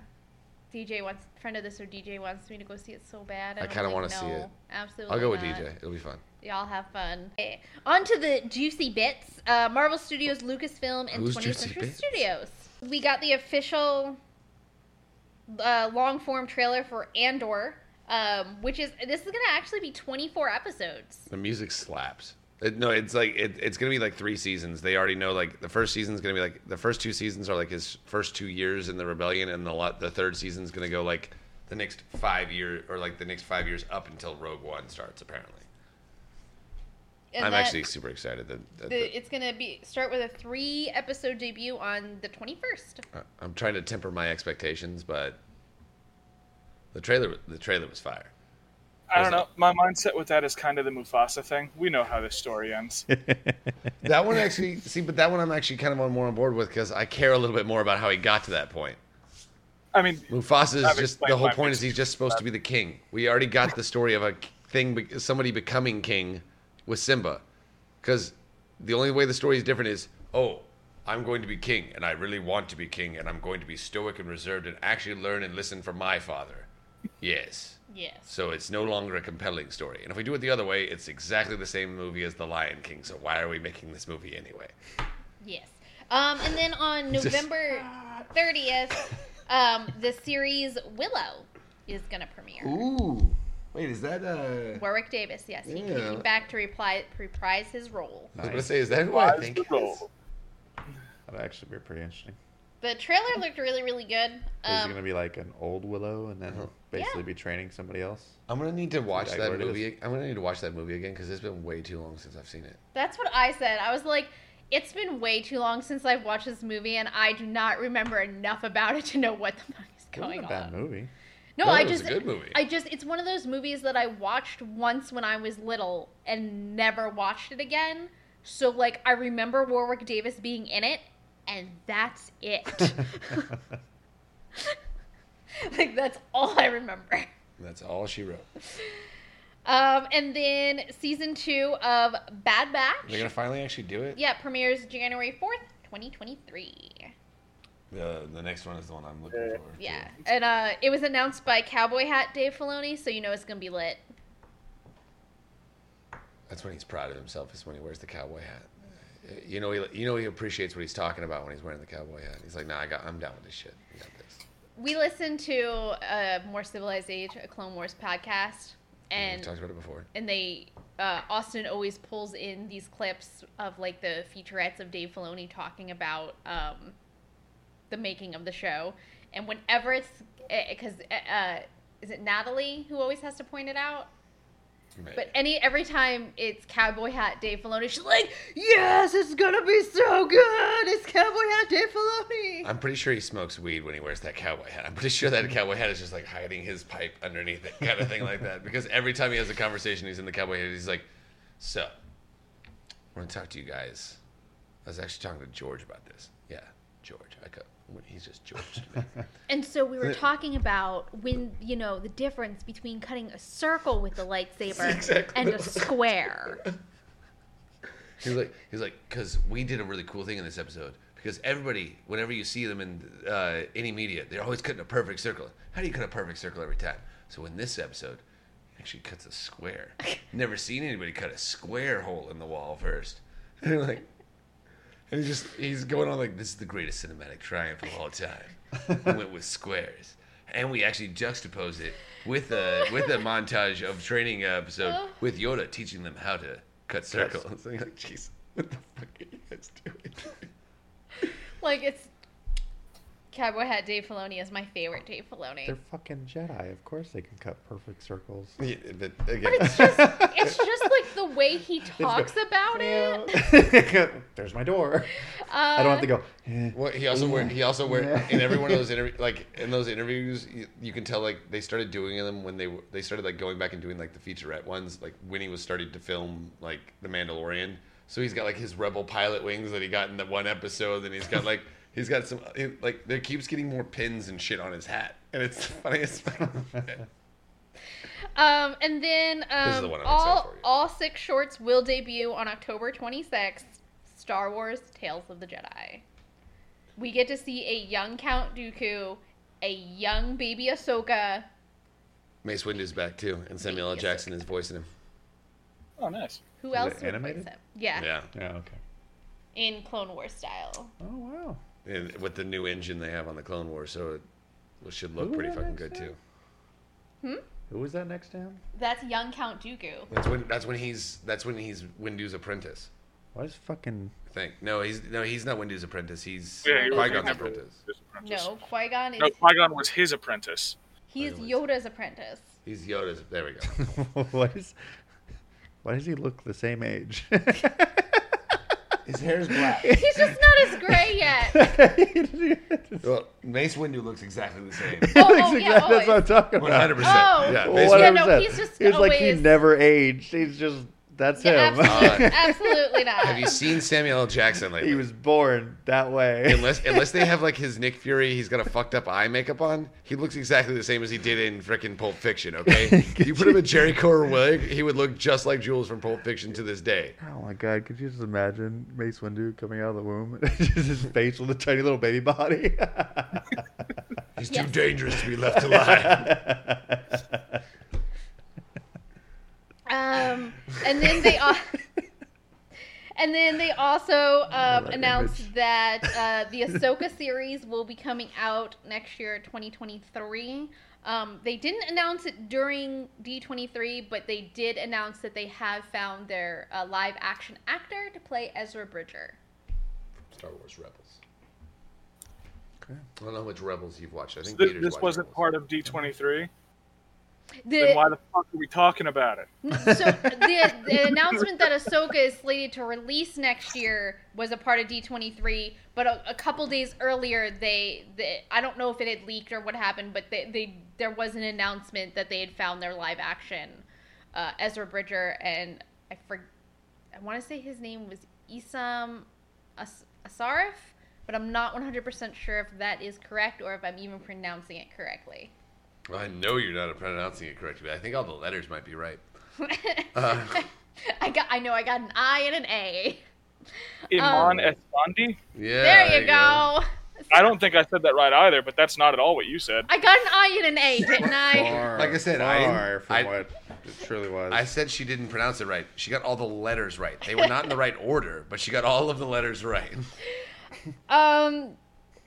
S1: DJ wants friend of this or DJ wants me to go see it so bad.
S3: I
S1: and I'm
S3: kinda
S1: like,
S3: wanna see
S1: "No,
S3: it.
S1: Absolutely.
S3: I'll go with
S1: not."
S3: DJ. It'll be fun.
S1: Y'all have fun. Okay. On to the juicy bits. Uh, Marvel Studios, Lucasfilm, and
S3: Who's
S1: 20th
S3: juicy
S1: Century
S3: bits?
S1: Studios. We got the official uh, long form trailer for Andor, um, which is this is gonna actually be 24 episodes.
S3: The music slaps. It, no, it's like it, it's gonna be like three seasons. They already know like the first season's gonna be like the first two seasons are like his first two years in the rebellion, and the lot the third season's gonna go like the next five year or like the next five years up until Rogue One starts. Apparently,
S1: And
S3: I'm
S1: that-
S3: actually super excited. That, that, that-
S1: the, it's gonna be start with a three episode debut on the 21st
S3: I- I'm trying to temper my expectations, but the trailer the trailer was fire.
S4: I don't know. My mindset with that is kind of the Mufasa thing. We know how this
S3: *laughs*
S4: story ends.
S3: That one actually, see, but that one I'm actually kind of on more on board with because I care a little bit more about how he got to that point.
S4: I mean,
S3: Mufasa
S4: I've
S3: is just
S4: explained
S3: the whole
S4: my
S3: point is he's just supposed to be the king. We already got the story of a thing, be- somebody becoming king with Simba, because the only way the story is different is oh. I'm going to be king, and I really want to be king, and I'm going to be stoic and reserved and actually learn and listen from my father. Yes.
S1: yes
S3: So it's no longer a compelling story. And if we do it the other way, it's exactly the same movie as The Lion King. So why are we making this movie anyway?
S1: yes um, and then
S3: *laughs*
S1: on november 30th um, the series willow is gonna premiere
S3: Ooh. Wait, is that uh
S1: warwick davis yes he
S3: Yeah.
S1: came back to reply, reprise his role
S3: I was gonna say, is that who
S4: why
S3: I
S4: is
S3: think?
S4: the
S3: it is?
S4: role?
S7: That'd actually be pretty interesting.
S1: the trailer looked really really good
S7: Is it
S1: um,
S7: gonna be like an old Willow and then
S3: Uh-huh.
S7: he'll basically
S1: Yeah.
S7: be training somebody else?
S3: I'm gonna need to watch
S7: Exactly
S3: that
S7: what it is.
S3: movie. I'm gonna need to watch that movie again because it's been way too long since I've seen it.
S1: that's what i said i was like it's been way too long since i've watched this movie and i do not remember enough about it to know what the fuck is
S7: It wasn't
S1: going
S7: a
S1: on
S7: bad movie.
S1: No,
S3: No,
S1: I
S3: it was a
S1: just
S3: good movie.
S1: I just it's one of those movies that I watched once when I was little and never watched it again. So like I remember Warwick Davis being in it and that's
S3: *laughs*
S1: it. *laughs* like that's all I remember.
S3: That's all she wrote.
S1: Um and then season 2 of Bad Batch.
S3: They're gonna finally actually do it.
S1: Yeah, premieres January 4th, 2023.
S3: The the next one is the one I'm looking
S4: Yeah.
S3: for.
S1: Yeah. And uh it was announced by Cowboy Hat Dave Filoni, so you know it's going to be lit.
S3: That's when he's proud of himself. Is when he wears the cowboy hat. You know he you know he appreciates what he's talking about when he's wearing the cowboy hat. He's like, nah, I got I'm down with this shit. I got this.
S1: we listened to a more civilized age a clone wars podcast
S3: we
S1: and
S3: talked about it before.
S1: and they uh, Austin always pulls in these clips of like the featurettes of Dave Filoni talking about um, the making of the show, and whenever it's because uh, is it Natalie who always has to point it out? But any every time it's Cowboy Hat Dave Filoni, she's like, "Yes, it's gonna be so good! It's Cowboy Hat Dave Filoni."
S3: I'm pretty sure he smokes weed when he wears that cowboy hat. I'm pretty sure that cowboy hat is just like hiding his pipe underneath it, kind of thing like that. Because every time he has a conversation, he's in the cowboy hat. He's like, "So, I want to talk to you guys. I was actually talking to George about this. Yeah, George. I co- he's just George to me.
S1: And so we were talking about when you know the difference between cutting a circle with the lightsaber
S3: Exactly.
S1: and a square.
S3: He's like, he's like, because we did a really cool thing in this episode. Because everybody, whenever you see them in uh, any media, they're always cutting a perfect circle. How do you cut a perfect circle every time? So in this episode, he actually cuts a square. Never seen anybody cut a square hole in the wall first. And *laughs* like, and he's just he's going on like, this is the greatest cinematic triumph of all time. *laughs* we went with squares. And we actually juxtapose it with a with a montage of training episode with Yoda teaching them how to cut circles. And you're *laughs* like, jeez, what the fuck are you guys doing?
S1: Like it's Cowboy Hat Dave Filoni is my favorite Dave Filoni.
S7: They're fucking Jedi. Of course they can cut perfect circles.
S3: Yeah, but again,
S1: it's
S3: *laughs*
S7: *laughs*
S1: just like the way he talks about it.
S7: *laughs*
S1: Uh,
S7: There's my door. I don't have to go. eh.
S3: Well, he also wear he also wear in every one of those interview like in those interviews you, you can tell like they started doing them when they were- they started like going back and doing like the featurette ones like when he was started to film like The Mandalorian so he's got like his rebel pilot wings that he got in the one episode and he's got like he's got some he- like there keeps getting more pins and shit on his hat and it's the funniest fucking thing.
S1: Um, and then um,
S3: is the one I'm
S1: all
S3: excited for.
S1: all six shorts will debut on October 26th. Star Wars: Tales of the Jedi. We get to see a young Count Dooku, a young baby Ahsoka.
S3: Mace Windu's back too and Samuel L. Jackson is voicing him
S4: Oh, nice.
S1: Who
S7: Is it
S1: else would
S7: animated?
S1: voice him? Yeah,
S3: yeah
S7: *laughs* Yeah, okay.
S1: in Clone Wars style.
S7: Oh, wow.
S3: and with the new engine they have on the Clone Wars so it, it should look
S7: Who
S3: pretty
S7: was
S3: fucking
S7: that
S3: good
S7: say?
S3: too.
S7: Who was that next to him?
S1: That's young Count Dooku.
S3: That's when that's when he's that's when he's Windu's apprentice.
S7: Why is fucking. *laughs*
S3: I think no, he's no, he's not Windu's apprentice. He's
S4: Yeah, he was
S3: Qui Gon's
S4: never-
S3: apprentice.
S4: His apprentice.
S1: No, Qui Gon is
S4: No, Qui Gon was his apprentice.
S1: he's Yoda's apprentice.
S3: He's Yoda's. There we go.
S7: Why is. Why does he look the same age? *laughs*
S3: His hair is black.
S1: He's just not as gray
S7: *laughs*
S1: yet.
S3: *laughs* well, Mace Windu looks exactly the same.
S1: Oh,
S7: That's
S1: oh, yeah,
S7: exact- that's what I'm
S1: always.
S7: talking
S3: One
S7: about.
S3: hundred percent.
S1: Oh.
S3: Yeah, Mace
S1: Yeah,
S7: One
S1: no,
S7: hundred percent.
S1: he's just
S7: It's like he
S1: always-
S7: never aged. He's just that's
S1: Yeah,
S7: him.
S1: absolutely,
S7: *laughs*
S3: Uh,
S1: *laughs* absolutely not.
S3: *laughs* Have you seen Samuel L. Jackson *laughs* lately?
S7: he was born that way.
S3: unless unless they have like his Nick Fury, he's got a fucked up eye makeup on. He looks exactly the same as he did in frickin' Pulp Fiction. *laughs* Okay, you put him in Jerry Corwig, he would look just like Jules from Pulp Fiction to this day.
S7: *laughs* Oh my god, could you just imagine Mace Windu coming out of the womb? *laughs* just his face with a tiny little
S3: *laughs*
S7: baby body.
S3: He's
S1: Yes.
S3: too dangerous to be left *laughs*
S7: *laughs*
S3: alive.
S1: Um, and then they al- *laughs* and then they also um,
S7: that
S1: announced
S7: image.
S1: that uh, the Ahsoka series will be coming out next year, 2023. Um, they didn't announce it during D23, but they did announce that they have found their uh, live action actor to play Ezra Bridger.
S3: Star Wars Rebels. I don't know which Rebels you've watched. I think
S4: This,
S3: Peter's
S4: this
S3: watched
S4: wasn't
S3: Rebels.
S4: part of D23. Then why
S1: The,
S4: the fuck are we talking about it?
S1: so the, the announcement that Ahsoka is slated to release next year was a part of D23, but a, a couple days earlier, they, they I don't know if it had leaked or what happened, but they, they there was an announcement that they had found their live action uh, Ezra Bridger and I for, I want to say his name was Isam As- Asarif, but I'm not 100% sure if that is correct or if I'm even pronouncing it correctly. *laughs*
S3: Well, I know you're not pronouncing it correctly, but I think all the letters might
S1: *laughs*
S3: be right. Uh.
S1: I got I know I got an I and an A.
S4: Iman Esfandi?
S3: *laughs* Yeah.
S1: There you go.
S4: I don't think I said that right either, but that's not at all what you said.
S1: I got an I and an A, didn't I?
S7: Far,
S3: Like I said, I didn't-
S7: far from
S3: I-
S7: what it truly was.
S3: I said she didn't pronounce it right. She got all the letters
S1: *laughs*
S3: right. They were not in the right order, but she got all of the letters right.
S1: Um,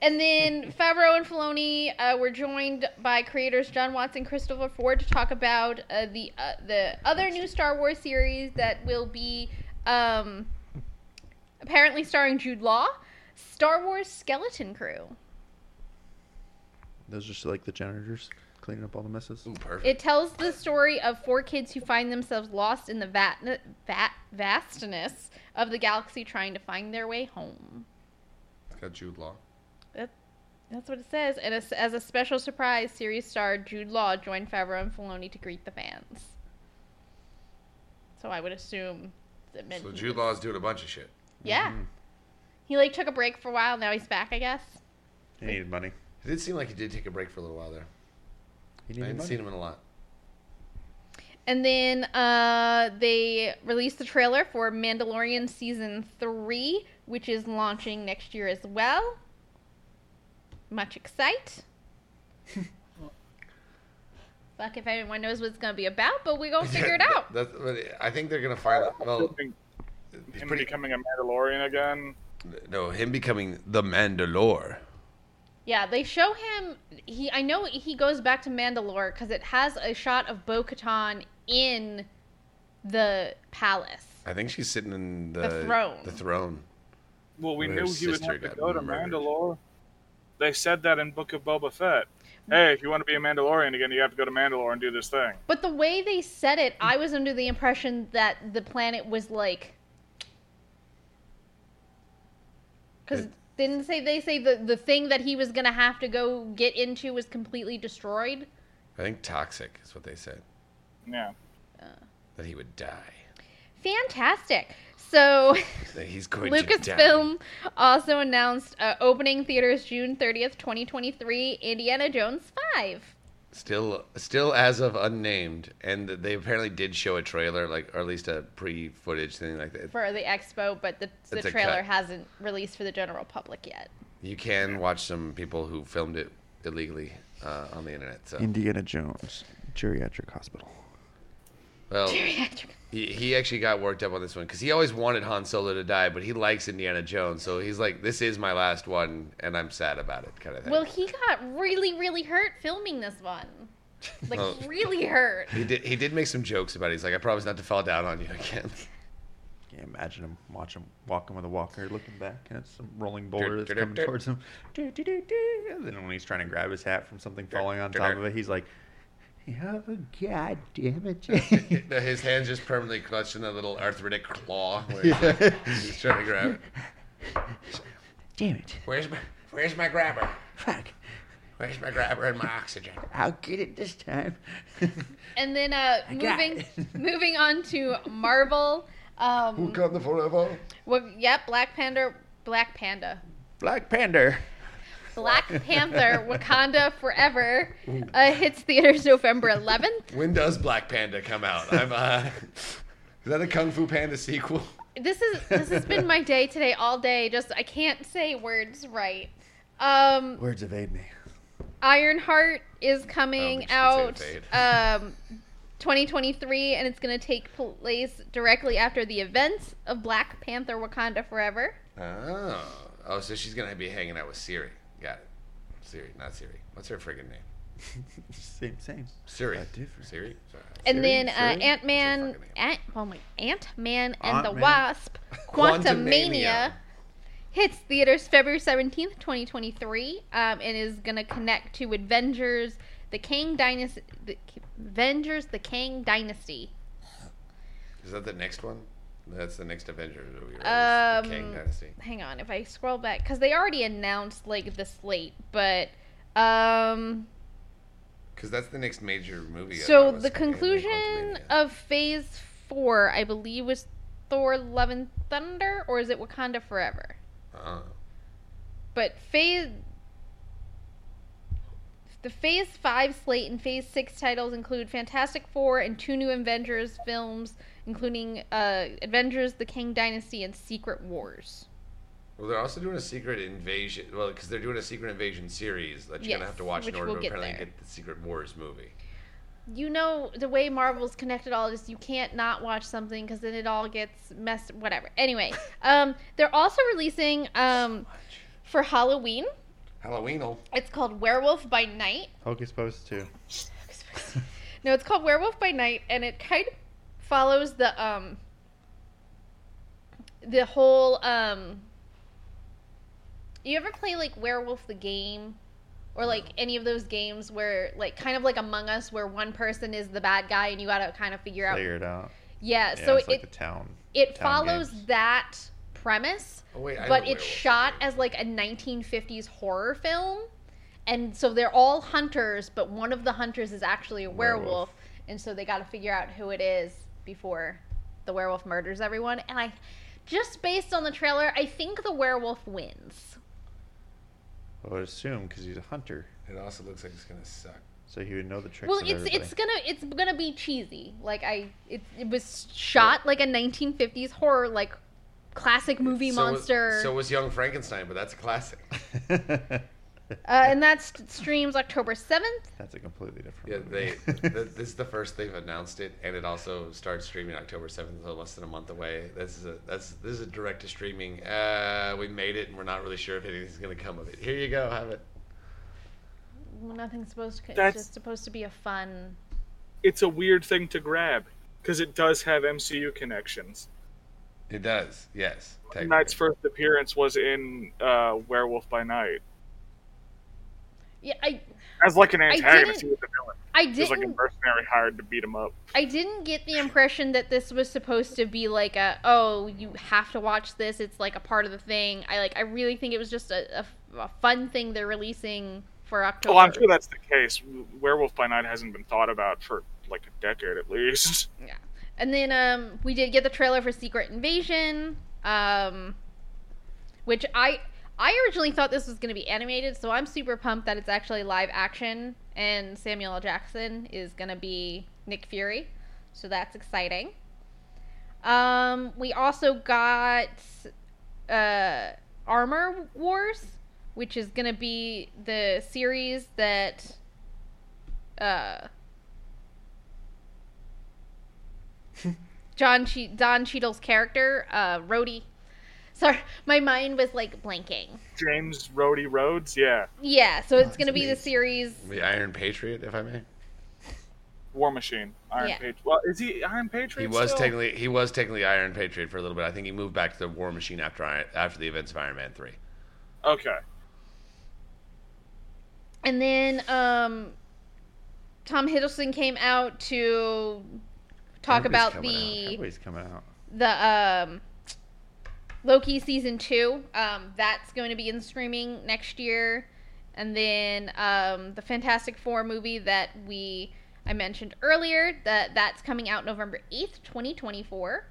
S1: And then Favreau and Filoni uh, were joined by creators John Watts and Christopher Ford to talk about uh, the uh, the other new Star Wars series that will be um, apparently starring Jude Law, Star Wars Skeleton Crew.
S7: Those are just like the janitors cleaning up all the messes.
S3: *laughs* Ooh, perfect.
S1: It tells the story of four kids who find themselves lost in the va- va- vastness of the galaxy, trying to find their way home.
S3: Got Jude Law.
S1: That, that's what it says. And as, as a special surprise, series star Jude Law joined Favreau and Filoni to greet the fans. So I would assume that meant.
S3: So Jude Mm-hmm. Law's doing a bunch of shit.
S1: Yeah. He like took a break for a while. Now he's back, I guess.
S7: He needed money.
S3: It did seem like he did take a break for a little while there. I
S7: He needed
S3: hadn't
S7: money.
S3: seen him in a lot.
S1: And then uh, they released the trailer for Mandalorian season three, which is launching next year as well. Much excite. Fuck if anyone knows what it's gonna be about, but we
S3: *laughs*
S1: gonna figure it out.
S3: That's, but I think they're gonna find. Well,
S4: Him
S3: it's Oh, pretty.
S4: becoming a Mandalorian again.
S3: No, him becoming the Mandalore.
S1: Yeah, they show him. He, I know he goes back to Mandalore because it has a shot of Bo Katan in the palace.
S3: I think she's sitting in the,
S1: The throne.
S3: The throne.
S4: Well, we
S3: Well,
S4: knew
S3: his
S4: he would
S3: sister
S4: have to
S3: got
S4: go to
S3: murdered.
S4: Mandalore. They said that in Book of Boba Fett. Hey, if you want to be a Mandalorian again, you have to go to Mandalore and do this thing.
S1: But the way they said it, I was under the impression that the planet was like. Because didn't say they say the the thing that he was gonna have to go get into was completely destroyed.
S3: I think toxic is what they said
S4: Yeah.
S3: that he would die.
S1: Fantastic. So *laughs*
S3: That he's going to die.
S1: Lucasfilm also announced uh, opening theaters June thirtieth, twenty twenty three. Indiana Jones Five.
S3: Still, still as of unnamed, and they apparently did show a trailer, like or at least a pre-footage thing like that.
S1: For the expo, but the, the
S3: It's a
S1: trailer
S3: cut.
S1: hasn't released for the general public yet.
S3: You can watch some people who filmed it illegally uh, on the internet. So,
S7: Indiana Jones Geriatric Hospital.
S3: well, he, he actually got worked up on this one because he always wanted Han Solo to die, but he likes Indiana Jones, so he's like, "This is my last one, and I'm sad about it," kind of thing.
S1: Well, he got really, really hurt filming this one. Like,
S3: Oh.
S1: really hurt.
S3: he did. He did make some jokes about. it. He's like, "I promise not to fall down on you again."
S7: Can you imagine him watch him walking with a walker, looking back, and it's some rolling boulder that's coming towards him. Do, do, do, do. And then when he's trying to grab his hat from something falling on top of it, he's like, "Oh god damn it!"
S3: No, His hands just permanently clutched in a little arthritic *laughs* claw. Where he's, like, he's trying to grab. it.
S6: Damn it.
S3: Where's my Where's my grabber?
S6: Fuck.
S3: Where's my grabber and my oxygen?
S6: I'll get it this time. *laughs*
S1: And then uh, moving, moving on to Marvel. Um,
S3: Come the forever.
S1: well, yep, Black Panda, Black Panda,
S7: Black Panda.
S1: Black Panther, Wakanda Forever uh, hits theaters November 11th.
S3: When does Black Panda come out? I'm. Uh, *laughs* is that a Kung Fu Panda sequel?
S1: This is this has been my day today, all day. Just I can't say words right. Um,
S7: *laughs* Words evade me.
S1: Ironheart is
S3: Oh,
S1: coming
S3: but
S1: out
S3: you can say
S1: um 2023 and it's going to take place directly after the events of Black Panther Wakanda Forever.
S3: Oh. Oh, so she's gonna be hanging out with Siri. Got it. Siri, not Siri. What's her friggin' name?
S7: Same, same.
S3: Siri.
S7: Uh, different.
S3: Siri. Sorry.
S1: And then uh,
S7: Siri?
S1: Ant-Man
S3: What's her fucking
S1: Ant, oh my Ant-Man and the
S3: *laughs*
S7: Ant-Man.
S1: Wasp
S3: Quantumania.
S1: Quantumania hits theaters February 17th, 2023 um and is going to connect to Avengers the Kang Dynasty the, Avengers the Kang Dynasty.
S3: Is that the next one? That's the next Avenger that we released.
S1: Um,
S3: the Kang Dynasty.
S1: hang on if i scroll back because they already announced like the slate but um
S3: Because that's the next major movie. I
S1: so
S3: thought was
S1: the
S3: Kang and
S1: conclusion
S3: Quantumania.
S1: of phase four i believe was thor love and thunder or is it wakanda forever
S3: Oh.
S1: but phase the phase five slate and phase six titles include fantastic four and two new avengers films including uh, avengers the king dynasty and secret wars
S3: Well, they're also doing a secret invasion. Well, because they're doing a secret invasion series that you're gonna
S1: Yes,
S3: have to watch in
S1: which
S3: order
S1: we'll
S3: to
S1: get
S3: apparently
S1: there.
S3: get the Secret Wars movie.
S1: you know the way Marvel's connected all this, you can't not watch something because then it all gets messed. Whatever. Anyway, um, they're also releasing um, for Halloween
S3: Halloweenal.
S1: It's called Werewolf by Night.
S2: Hocus Pocus 2.
S1: no, it's called Werewolf by Night, and it kind of follows the um the whole um. You ever play like Werewolf the game, or like any of those games where like kind of like Among Us, where one person is the bad guy and you gotta kind of figure out.
S7: Figure it out.
S1: Yeah,
S7: Yeah,
S1: so
S7: it's like
S1: it
S7: a town.
S1: it
S7: town
S1: follows
S7: games.
S1: that premise,
S3: Oh, wait, I know
S1: but
S3: Werewolf
S1: it's shot as like a 1950s horror film, and so they're all hunters, but one of the hunters is actually a werewolf,
S7: Werewolf.
S1: and so they got to figure out who it is before the werewolf murders everyone. And I, just based on the trailer, I think the werewolf wins.
S7: I would assume because he's a hunter,
S3: It also looks like it's gonna suck.
S7: so he would know the tricks.
S1: Well,
S7: of
S1: it's
S7: everybody.
S1: it's gonna it's gonna be cheesy. Like I, it, it was shot like a 1950s horror, like classic movie
S3: So was-
S1: monster.
S3: so was Young Frankenstein, but that's a classic.
S1: Uh, and that st- streams October 7th.
S7: *laughs* That's a completely different.
S3: Yeah, they.
S1: *laughs*
S7: movie. *laughs*
S3: th- this is the first they've announced it, and it also starts streaming October seventh, so less than a month away. This is a that's this is a direct to streaming. Uh, we made it, and we're not really sure if anything's gonna come of it. Here you go, have it.
S1: Nothing's supposed to. It's
S4: That's-
S1: just supposed to be a fun.
S4: It's a weird thing to grab because it does have MCU connections.
S3: It does, yes.
S4: Knight's first appearance was in uh, Werewolf by Night
S1: Yeah, I
S4: as like an
S1: I didn't-
S4: antagonist. He was a villain.
S1: I
S4: He was like a
S1: didn't
S4: mercenary hired to beat him up.
S1: I didn't get the impression that this was supposed to be like a oh you have to watch this. It's like a part of the thing. I like I really think it was just a, a, a fun thing they're releasing for October.
S4: Well, Oh, I'm sure that's the case. Werewolf by Night hasn't been thought about for like a decade at least.
S1: Yeah. And then um we did get the trailer for Secret Invasion. Um which I I originally thought this was going to be animated, so I'm super pumped that it's actually live action and Samuel L. Jackson is going to be Nick Fury. So that's exciting. Um we also got uh Armor Wars, which is going to be the series that uh John che- Don Cheadle's character, uh, Rhodey. Sorry, my mind was like blanking.
S4: James Rhodey Rhodes, yeah,
S1: Yeah, so
S7: Oh,
S1: it's gonna be the series.
S3: the Iron Patriot, if I may.
S4: War Machine, Iron
S1: Yeah.
S4: Patriot. Well, is he Iron
S3: He
S4: Patriot?
S3: was
S4: still?
S3: technically he was technically Iron Patriot for a little bit. I think he moved back to the War Machine after Iron- after the events of Iron Man three.
S4: okay.
S1: And then um, Tom Hiddleston came out to talk
S7: Everybody's
S1: about
S7: coming out.
S1: the
S7: Everybody's coming out.
S1: the um, Loki season two. Um, that's going to be in streaming next year, and then um, the Fantastic Four movie that we I mentioned earlier that that's coming out November eighth, twenty twenty four.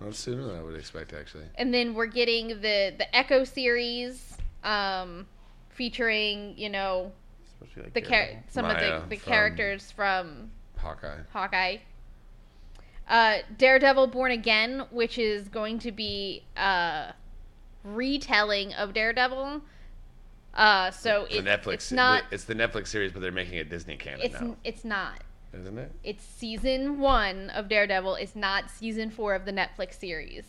S3: Well, sooner than I would expect, actually.
S1: and then we're getting the the Echo series, um, featuring you know
S7: It's supposed to be like
S1: the char-
S7: Daredevil.
S1: some
S3: Maya
S1: of the, the
S3: from-
S1: characters from
S3: Hawkeye.
S1: Hawkeye. Uh, Daredevil Born Again, which is going to be a retelling of Daredevil. Uh, so
S3: The
S1: it-
S3: Netflix.
S1: it's not.
S3: It's the Netflix series, but they're making it Disney canon
S1: It's
S3: now,
S1: it's not.
S3: isn't it?
S1: It's season one of Daredevil. It's not season four of the Netflix series.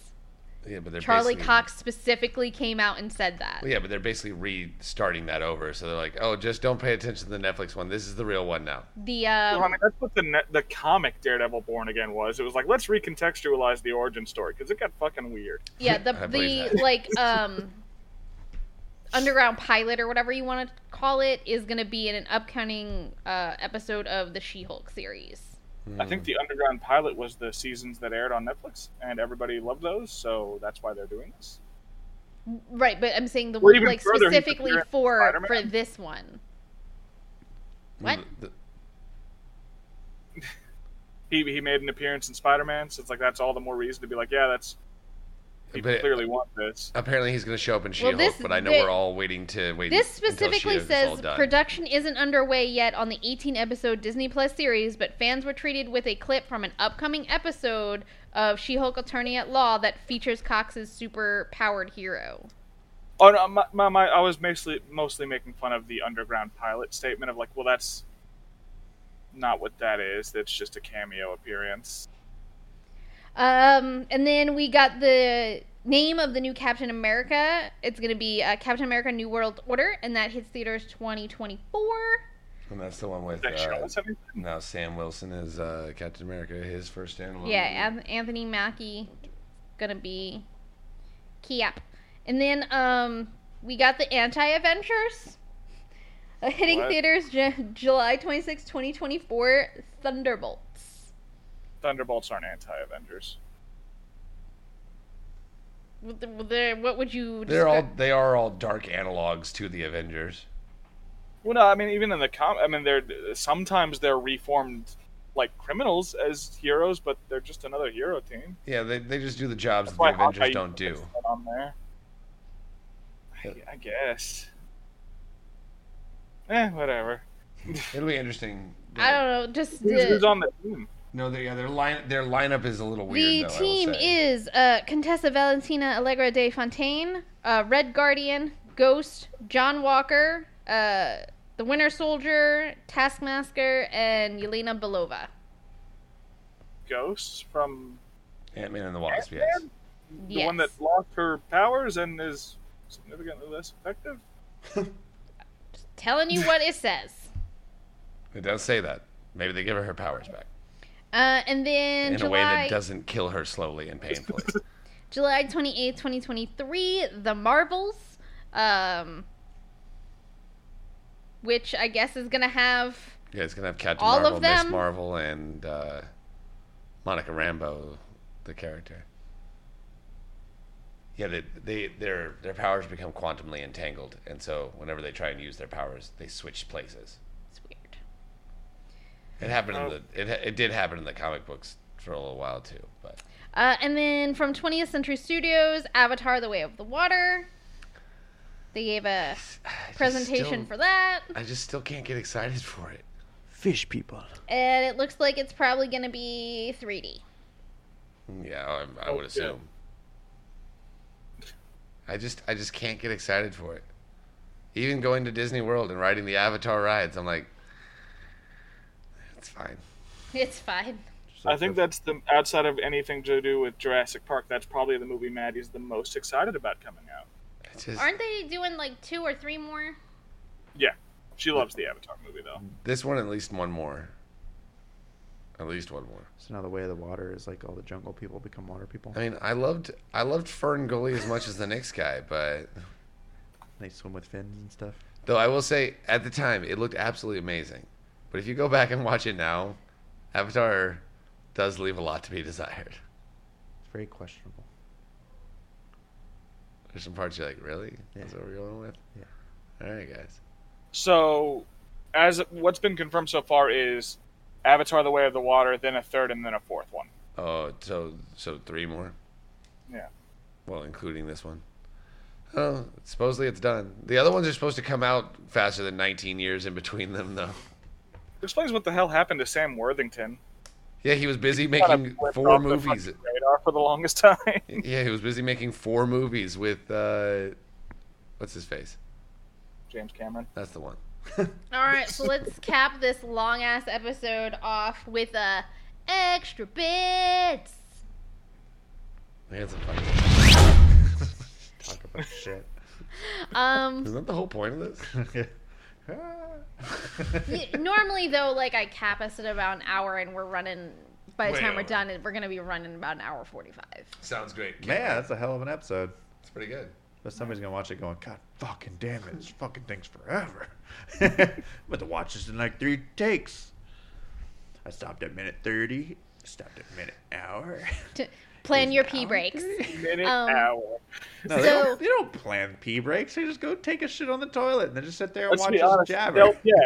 S3: Yeah, but they're
S1: Charlie
S3: basically-
S1: Cox specifically came out and said that.
S3: Well, yeah, but they're basically restarting that over. So they're like, oh, just don't pay attention to the Netflix one. This is the real one now.
S1: The um,
S4: Well, I mean, that's what the ne- the comic Daredevil Born Again was. It was like let's recontextualize the origin story because it got fucking weird.
S1: Yeah, the
S3: I
S1: the
S3: believe that. *laughs*
S1: like um underground pilot or whatever you want to call it is going to be in an upcoming uh, episode of the She-Hulk series.
S4: I think
S3: Mm.
S4: the Underground Pilot was the seasons that aired on Netflix, and everybody loved those, so that's why they're doing this.
S1: Right, but I'm saying the
S4: Well,
S1: one
S4: even
S1: like
S4: further, he's
S1: specifically
S4: appearing in
S1: for for
S4: Spider-Man.
S1: this one. What?
S3: The-
S4: He, he made an appearance in Spider-Man, so it's like that's all the more reason to be like, yeah, that's
S3: the-
S4: people
S3: but
S4: clearly want this.
S3: apparently he's going to show up in
S1: Well,
S3: She-Hulk,
S1: this-
S3: but I know
S1: they-
S3: we're all waiting to wait.
S1: This
S3: until
S1: specifically
S3: She-Hulk is all
S1: says
S3: done.
S1: production isn't underway yet on the 18 episode Disney Plus series, but fans were treated with a clip from an upcoming episode of She-Hulk Attorney at Law that features Cox's super powered hero.
S4: Oh no, my, my, my, I was mostly mostly making fun of the Underground Pilot statement of like, well, that's not what that is. That's just a cameo appearance.
S1: Um, and then we got the name of the new Captain America. It's going to be uh, Captain America: New World Order, and that hits theaters 2024.
S3: And that's the one with
S4: That show
S3: uh,
S4: us everything.
S3: now Sam Wilson is uh, Captain America, his first animal.
S1: Yeah, An- Anthony Mackie gonna be Kiap. And then um we got the Anti Adventures uh, *laughs* hitting
S4: What?
S1: theaters Ju- July 26, 2024 Thunderbolts.
S4: Thunderbolts aren't anti-Avengers.
S1: With the- with the- What would you
S3: They're all
S1: describe-
S3: they are all dark analogs to the Avengers.
S4: Well, no, I mean even in the com, I mean they're sometimes they're reformed like criminals as heroes, but they're just another hero team.
S3: Yeah, they, they just do the jobs that
S4: That's
S3: the
S4: why
S3: Avengers
S4: Hawkeye
S3: don't do.
S4: puts that on there. I, I guess. Eh, whatever. *laughs*
S3: It'll be interesting.
S1: I don't know, just
S4: Who's, who's
S1: the,
S4: on the team?
S3: No, they, yeah, their line their lineup is a little
S1: the
S3: weird. though, I will
S1: team
S3: say.
S1: is uh, Contessa Valentina Allegra de Fontaine, uh, Red Guardian, Ghost, John Walker, uh, the Winter Soldier, Taskmaster, and Yelena Belova.
S4: Ghosts from
S3: Ant Man and the Wasp. Yes.
S4: Ant-Man? the one that lost her powers and is significantly less effective.
S1: telling you what it says.
S3: It does say that. Maybe they give her her powers back
S1: Uh, and then
S3: in a way
S1: July,
S3: that doesn't kill her slowly and painfully.
S1: July 28th, 2023, The Marvels, um, which I guess is going to have.
S3: yeah, it's gonna have Captain
S1: All of
S3: Marvel, Miss
S1: them?
S3: Marvel, and uh, Monica Rambo, the character. Yeah, they, they their their powers become quantumly entangled, and so whenever they try and use their powers, they switch places.
S1: It's weird.
S3: It happened in the it, it did happen in the comic books for a little while too, but
S1: Uh, and then from 20th Century Studios, Avatar The Way of the Water. They gave a
S3: I just
S1: presentation
S3: still-
S1: for that.
S3: I just still can't get excited for it.
S7: Fish people.
S1: And it looks like it's probably going to be 3D.
S3: Yeah, I, I would assume. I just I just can't get excited for it. Even going to Disney World and riding the Avatar rides, I'm like, it's fine.
S1: It's fine.
S4: I think that's the outside of anything to do with Jurassic Park. That's probably the movie Maddie's the most excited about coming out.
S3: It's just
S1: Aren't they doing like two or three more?
S4: Yeah, Mm-hmm. she loves the Avatar movie though.
S3: this one at least one more. At least one more.
S7: So now the way of the water is like all the jungle people become water people.
S3: I mean, I loved I loved Fern Gully as much as the next guy, but
S7: They swim with fins and stuff.
S3: Though I will say, at the time, it looked absolutely amazing. But if you go back and watch it now, Avatar does leave a lot to be desired.
S7: It's very questionable.
S3: There's some parts you're like, really?
S7: Yeah.
S3: That's what we're going with?
S7: Yeah.
S3: All right, guys.
S4: So, as what's been confirmed so far is Avatar: The Way of the Water, then a third, and then a fourth one.
S3: Oh, so so three more?
S4: Yeah.
S3: Well, including this one. Oh, supposedly it's done. The other ones are supposed to come out faster than 19 years in between them, though.
S4: Explains what the hell happened to Sam Worthington.
S3: Yeah, he was busy
S4: Kinda
S3: making
S4: flipped
S3: four
S4: off the
S3: movies.
S4: fucking radar for the longest *laughs* time.
S3: Yeah, he was busy making four movies with uh, what's his face?
S4: James Cameron.
S3: That's the one.
S1: All right, so let's cap this long ass episode off with a extra bits.
S3: Yeah, it's a fucking-
S7: Talk about shit.
S1: Um,
S3: *laughs* Isn't that the whole point of
S7: *laughs*
S3: this? Ah.
S1: y- normally though, like I cap us at about an hour, and we're running. By the
S3: Way
S1: time we're
S3: over.
S1: done, we're gonna be running about an hour forty-five.
S3: Sounds great.
S7: Man, that's a hell of an episode.
S3: It's pretty good.
S7: But somebody's gonna watch it going, God fucking damn it, this fucking thing's forever. *laughs* but to watch this in like three takes. I stopped at minute thirty, stopped at minute hour. *laughs*
S1: To plan your
S7: an
S1: pee
S7: hour
S1: breaks. *laughs*
S4: Minute
S1: Um,
S4: hour.
S7: No,
S1: So-
S7: they, don't, they don't plan pee breaks. They just go take a shit on the toilet and they just sit there and
S4: Let's
S7: watch
S4: be
S7: us
S4: honest.
S7: jabber.
S4: they'll-
S7: *laughs*
S4: *laughs* Yeah,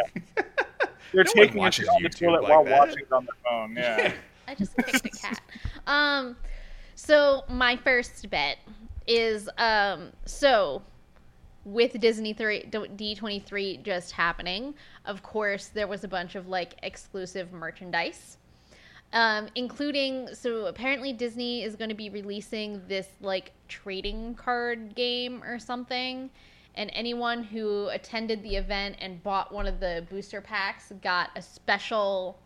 S4: they're
S7: No one
S4: taking a
S7: watches
S4: shit on the
S7: YouTube
S4: toilet
S7: like
S4: while
S7: that.
S4: watching it on the phone. Yeah.
S1: I just kicked a cat. Um, so my first bet is um, so with Disney three D twenty three just happening. Of course, there was a bunch of like exclusive merchandise, um, including so apparently Disney is going to be releasing this like trading card game or something. And anyone who attended the event and bought one of the booster packs got a special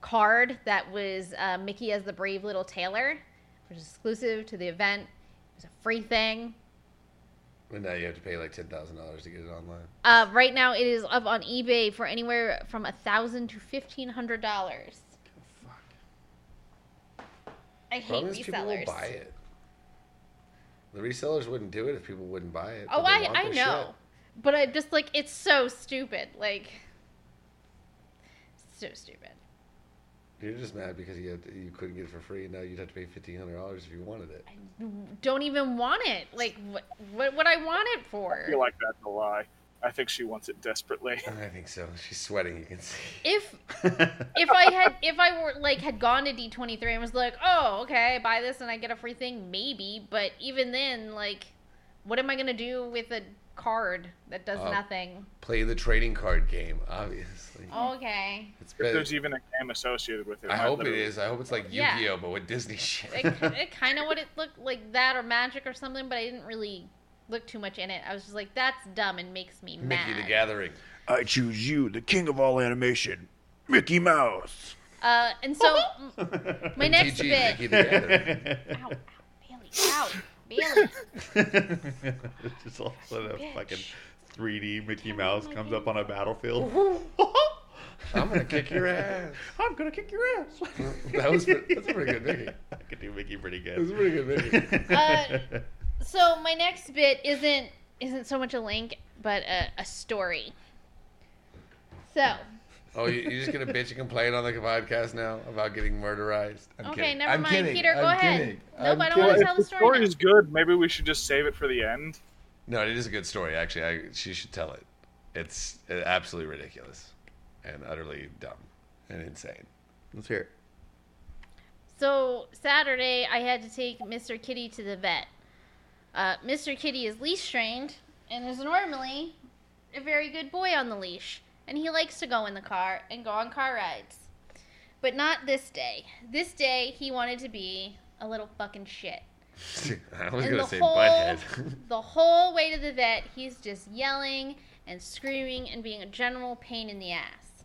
S1: card that was uh, Mickey as the brave little tailor, which is exclusive to the event. It's a free thing.
S3: But now you have to pay like ten thousand dollars to get it online.
S1: Uh, right now, it is up on eBay for anywhere from a thousand to fifteen hundred dollars. I hate
S3: Problem is people will
S1: resellers.
S3: buy it. The resellers wouldn't do it if people wouldn't buy it.
S1: Oh,
S3: but they
S1: I
S3: want
S1: I
S3: their
S1: know, but I just like it's so stupid. Like, so stupid.
S3: shit. You're just mad because you had you couldn't get it for free, and now you'd have to pay fifteen hundred dollars if you wanted it.
S1: Don't even want it. Like, what what would I want it
S4: *laughs* I feel
S1: for?
S4: like that's a lie. I think she wants it desperately.
S3: I think so. She's sweating. You
S1: *laughs*
S3: can see. *laughs*
S1: If if I had if I were like had gone to D twenty three and was like, oh okay, I buy this and I get a free thing, maybe. But even then, like, what am I gonna do with a card that does
S3: Oh.
S1: nothing?
S3: Play the trading card game. Obviously,
S1: Oh. Okay,
S3: it's
S4: If
S3: better.
S4: there's even a game associated with it.
S3: I
S4: might
S3: hope it
S4: literally-
S3: is. I hope it's like
S1: Yeah.
S3: Yu-Gi-Oh, but with Disney *laughs* shit.
S1: it, it kind of what it looked like that or magic or something, but I didn't really look too much in it. I was just like, that's dumb and makes me mad.
S3: Mickey the Gathering.
S7: I choose you, the king of all animation, Mickey Mouse.
S1: Uh, and so
S3: *laughs*
S1: m- my next
S3: MTG,
S1: bit.
S3: Mickey the
S1: *laughs*
S3: Gathering.
S1: Ow, ow, Bailey, ow, Bailey.
S2: *laughs* it's just all of a sudden a fucking 3D Mickey
S1: Oh
S2: Mouse comes up on a battlefield.
S3: I'm gonna kick your ass.
S2: *laughs*
S1: *laughs*
S2: I'm gonna kick your ass. *laughs*
S3: That was pre- that's a pretty good Mickey.
S2: I could do Mickey pretty
S3: That's a
S2: good.
S3: pretty good Mickey.
S2: *laughs*
S1: Uh, so my next bit isn't isn't so much a link, but a, a story. So
S3: Oh, you- you're just gonna bitch and complain on the podcast now about getting murderized? I'm
S1: okay,
S3: kidding.
S1: never
S3: I'm
S1: mind.
S3: kidding.
S1: Peter, go
S3: I'm
S1: ahead.
S3: kidding.
S1: No,
S3: I'm
S1: but I
S3: kidding.
S1: want
S4: Well,
S1: to tell
S4: if
S1: the
S4: the
S1: story.
S4: story is good, maybe we should just save it for the end.
S3: No, it is a good story actually. I, she should tell it. It's uh, absolutely ridiculous and utterly dumb and insane. *laughs*
S2: Let's hear it.
S1: So Saturday, I had to take Mr. Kitty to the vet. Uh, Mr. Kitty is leash trained and is normally a very good boy on the leash, and he likes to go in the car and go on car rides. But not this day. This day, he wanted to be a little fucking shit.
S3: I was
S1: And
S3: gonna
S1: the
S3: say
S1: whole
S3: butthead. *laughs*
S1: the whole way to the vet, he's just yelling and screaming and being a general pain in the ass.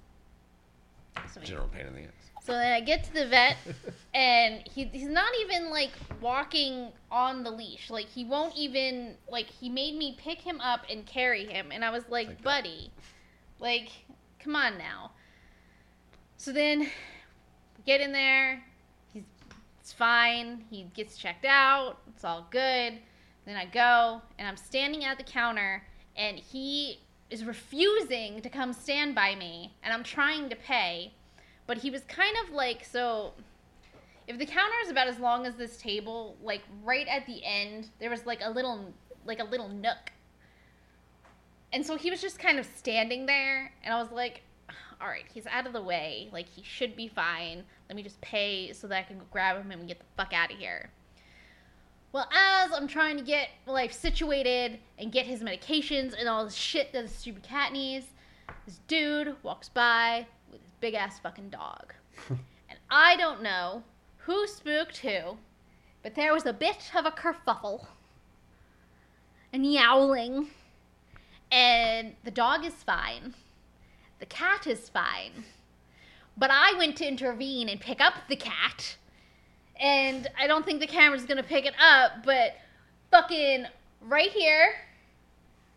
S1: So he
S3: General pain in the ass.
S1: so then I get to the vet, and he, he's not even like walking on the leash. Like he won't even like he made me pick him up and carry him, and I was like, buddy, like come on now. So then we get in there, he's it's fine. He gets checked out. It's all good. Then I go and I'm standing at the counter and he is refusing to come stand by me and I'm trying to pay, but he was kind of like so if the counter is about as long as this table, like right at the end, there was like a little like a little nook. And so he was just kind of standing there and I was like, all right, he's out of the way. Like he should be fine. Let me just pay so that I can go grab him and we get the fuck out of here. Well, as I'm trying to get life situated and get his medications and all the shit that the stupid cat needs, this dude walks by with his big ass fucking dog. and I don't know who spooked who, but there was a bit of a kerfuffle and yowling. And the dog is fine, the cat is fine. But I went to intervene and pick up the cat and I don't think the camera's gonna pick it up, but fucking right here,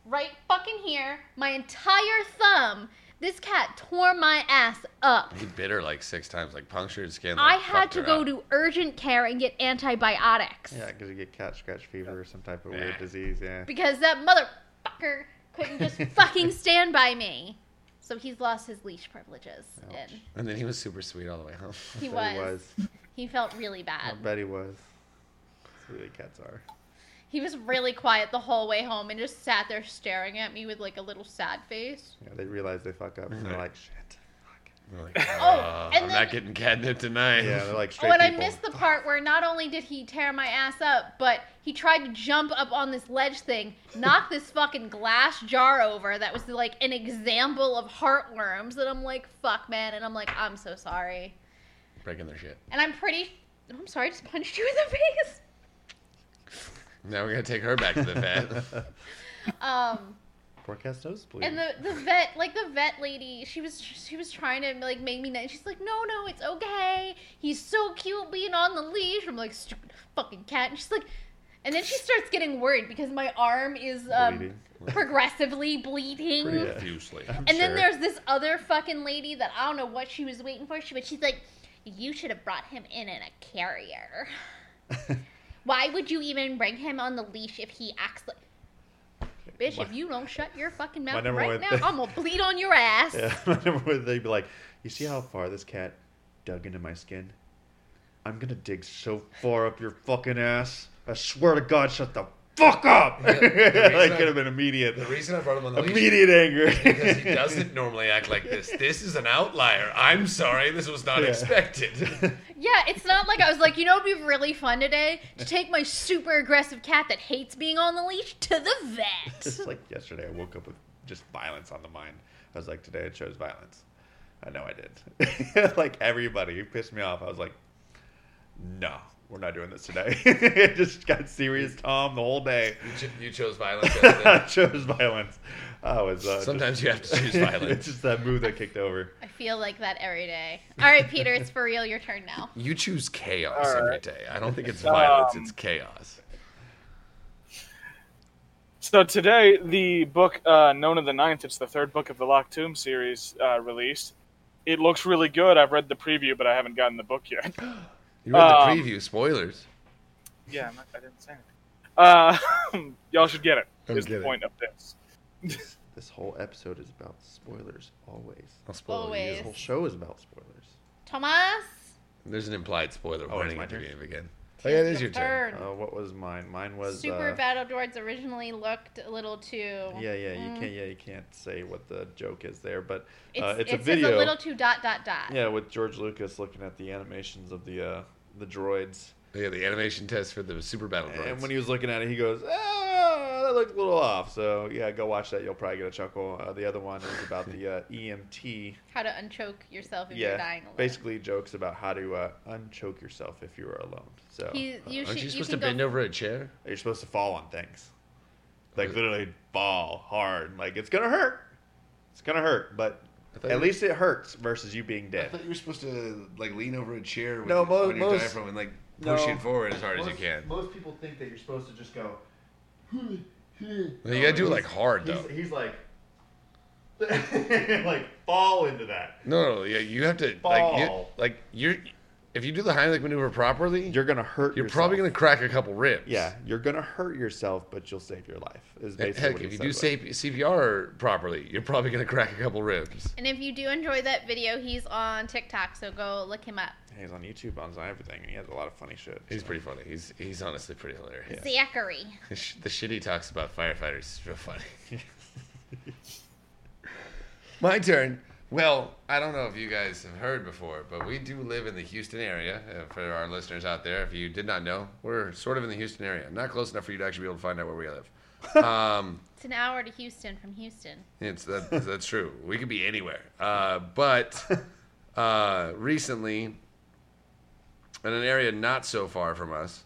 S1: right fucking here, my entire thumb, this cat tore my ass up.
S3: He bit her like six times, like punctured skin.
S1: I
S3: Like,
S1: had
S3: fucked
S1: to
S3: her
S1: go
S3: up.
S1: to urgent care and get antibiotics
S2: Yeah, because you get cat scratch fever or some type of weird disease. Yeah.
S1: because that motherfucker couldn't just fucking stand by me. So he's lost his leash privileges, and
S3: And then he was super sweet all the way home. *laughs*
S1: he
S2: Betty
S1: was,
S2: was.
S1: he felt really bad.
S2: Betty was. That's who the cats are.
S1: He was really quiet the whole way home and just sat there staring at me with like a little sad face.
S2: Yeah, they realize they fuck up and they're like, shit.
S3: We're like, "Uh,
S1: Oh, and
S3: I'm
S1: then-
S3: not getting catnip tonight.
S2: Yeah, they're like straight
S1: When Oh, I
S2: people.
S1: missed the part where not only did he tear my ass up, but he tried to jump up on this ledge thing,
S2: *laughs*
S1: knock this fucking glass jar over that was like an example of heartworms, and I'm like, fuck, man, and I'm like, I'm so sorry,
S3: *laughs* breaking their shit.
S1: and I'm pretty. I'm sorry, I just punched you in the *laughs* face.
S3: Now we're gonna take her back to the
S1: *laughs*
S3: vet.
S1: Um,
S2: *laughs* Poor cat's nosebleed.
S1: Oh. and the the vet, like the vet lady, she was she was trying to like make me nice. She's like, no, no, it's okay. He's so cute being on the leash. I'm like, stupid fucking cat. And she's like, And then she starts getting worried because my arm is um,
S2: Bleeding.
S1: progressively bleeding.
S2: Pretty Yeah.
S3: Profusely.
S1: And then there's this other fucking lady that I don't know what she was waiting for. She, but she's like, "You should have brought him in in a
S3: *laughs*
S1: carrier. Why would you even bring him on the leash if he acts like?" Bitch, if you don't shut your fucking mouth
S2: number
S1: right
S2: one
S1: now,
S2: thing-
S1: I'm
S3: *laughs*
S1: gonna bleed on your ass.
S2: *laughs* Yeah, I remember they'd be like, "You see how far this cat dug into my skin? I'm gonna dig so far up your fucking ass. I swear to God, shut the fuck up!" *laughs* like it could have been immediate,
S3: The reason I brought him on the leash
S2: immediate
S3: *laughs* because
S2: *laughs*
S3: he
S2: anger.
S3: doesn't normally act like this. This is an outlier. I'm sorry, this was not
S2: Yeah. *laughs*
S3: expected.
S1: Yeah, it's not like I was like, you know, it'd be really fun today to take my super aggressive cat that hates being on the leash to the
S3: *laughs*
S1: vet.
S2: Just like yesterday, I woke up with just violence on the mind. I was like, "Today I chose violence." I know I did. *laughs* like everybody who pissed me off, I was like, "No." We're not doing this today. *laughs* It just got serious, Tom, the whole day.
S3: You, cho- you chose violence.
S2: I *laughs*
S3: yesterday.
S2: chose violence. I was uh,
S3: Sometimes you have to
S2: *laughs*
S3: choose
S2: it's
S3: violence.
S2: just that move that kicked over.
S1: I feel like that every day. All right, Peter, it's for real. Your turn now.
S3: You choose chaos
S4: All
S3: every
S4: right.
S3: day. I don't think it's violence,
S4: Um,
S3: it's chaos.
S4: So today, the book uh, Nona the Ninth, it's the third book of the Locked Tomb series, uh, released. It looks really good. I've read the preview, but I haven't gotten the book yet.
S3: You read
S4: um,
S3: the preview, spoilers.
S4: *laughs* yeah, I'm not, I didn't say anything. Uh, *laughs* y'all should get it.
S3: I'm
S4: Is the
S3: kidding.
S4: point of this?
S2: This, this whole episode is about spoilers always.
S3: I'll spoil
S1: Always.
S2: This
S3: you.
S2: whole show is about spoilers.
S1: Thomas.
S3: There's an implied spoiler
S2: Oh,
S3: warning
S2: it's my
S3: at the
S2: turn?
S3: beginning again. Oh, yeah, it is your turn.
S2: Uh, what was mine? Mine was
S1: Super
S2: uh,
S1: Battledroids originally looked a little too.
S2: Yeah, uh, yeah, you
S1: Mm.
S2: can't. Yeah, you can't say what the joke is there, but
S1: It's,
S2: uh, it's,
S1: it
S2: a
S1: says
S2: video.
S1: a little too dot dot dot.
S2: Yeah, with George Lucas looking at the animations of the uh, the droids,
S3: Oh, Yeah, the animation test for the Super Battle
S2: and
S3: Droids.
S2: when he was looking at it, he goes, "Ah, that looked a little off." So yeah, go watch that. You'll probably get a chuckle. Uh, the other one is about
S1: *laughs*
S2: the uh, EMT.
S1: How to unchoke yourself if you're dying alone.
S2: basically jokes about how to uh, unchoke yourself if you are alone. So
S1: He, you should,
S3: Aren't you supposed
S1: can
S3: to bend
S1: go,
S3: over a chair?
S2: you're supposed to fall on things, like literally fall hard. Like it's gonna hurt. It's gonna hurt, but
S3: I thought
S2: at
S3: you-
S2: least it hurts versus you being
S3: I
S2: dead.
S3: thought you were supposed to like lean over a chair with,
S2: No,
S3: your-
S2: mo-
S3: on your
S2: most-
S3: diaphragm and like
S2: no.
S3: push it forward as hard as you can.
S2: Most people think that you're supposed to just
S3: *laughs*
S2: go. *laughs*
S3: No, you gotta do it like hard though.
S2: He's, he's like, *laughs* like fall into that.
S3: No, no, yeah, you have to like you,
S2: Ball.
S3: like you're if you do the Heimlich maneuver properly, you're,
S2: You're gonna hurt. yourself.
S3: probably gonna crack a couple ribs.
S2: Yeah, you're gonna hurt yourself, but you'll save your life. Is
S3: Heck,
S2: basically what he
S3: if you
S2: said
S3: do
S2: was-
S3: save- CPR properly, you're probably gonna crack a couple ribs.
S1: And if you do enjoy that video, he's on TikTok, so go look him up.
S2: He's on YouTube, on everything, and he has a lot of funny shit.
S3: He's pretty funny. He's he's honestly pretty hilarious.
S1: Zachary.
S3: The sh- The shit he talks about firefighters is real funny. *laughs* My turn. Well, I don't know if you guys have heard before, but we do live in the Houston area. Uh, for our listeners out there, if you did not know, we're sort of in the Houston area. Not close enough for you to actually be able to find out where we live. Um,
S1: It's an hour to Houston from Houston.
S3: It's that, that's true. We could be anywhere. Uh, but uh, recently, in an area not so far from us,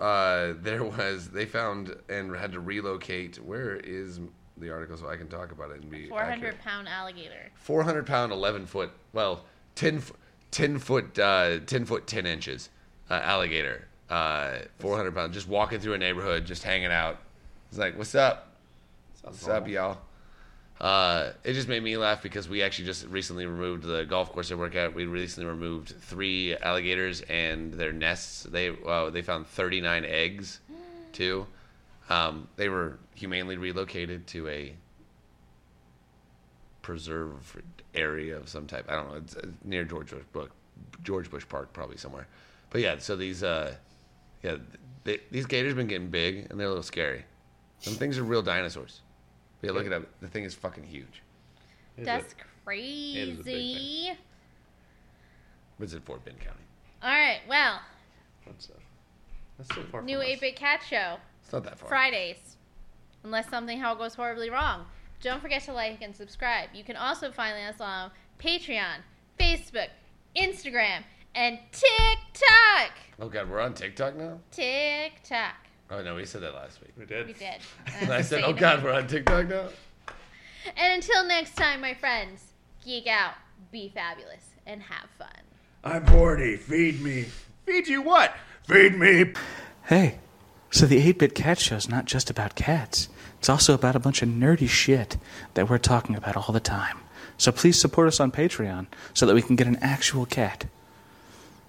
S3: uh, there was they found and had to relocate. Where is the article so I can talk about it and be
S1: 400 pound alligator.
S3: Four hundred pound, eleven foot, well, 10, f- 10 foot, uh, ten foot, ten inches uh, alligator. Uh, Four hundred pound, just walking through a neighborhood, just hanging out. It's like, what's up? What's up, y'all? Uh, it just made me laugh because we actually just recently removed the golf course I work at. We recently removed three alligators and their nests. They uh, they found 39 eggs, too. Um, they were humanely relocated to a preserve area of some type. I don't know. It's uh, near George Bush Brook, George Bush Park, probably somewhere. But yeah, so these uh, yeah, they, these gators been getting big and they're a little scary. Some things are real dinosaurs. But yeah, look it up. The thing is fucking huge.
S2: Is
S1: That's
S2: it? is a big
S1: crazy.
S3: It's in Fort Bend County.
S1: All right, well,
S2: Fun stuff. uh, That's so far.
S1: new
S2: from us.
S1: 8 Bit Cat Show.
S3: It's not that far.
S1: Fridays, unless something how goes horribly wrong. Don't forget to like and subscribe. You can also find us on Patreon, Facebook, Instagram, and TikTok.
S3: Oh god, we're on TikTok now.
S1: TikTok.
S3: Oh no, we said that last week.
S2: We did.
S1: We did.
S3: And I
S1: *laughs*
S3: said,
S1: Say
S3: oh
S1: no.
S3: god, we're on TikTok now.
S1: And until next time, my friends, geek out, be fabulous, and have fun.
S2: I'm horny. Feed me. Feed you what? Feed me.
S8: Hey, So the 8-Bit Cat Show is not just about cats. It's also about a bunch of nerdy shit that we're talking about all the time. So please support us on Patreon so that we can get an actual cat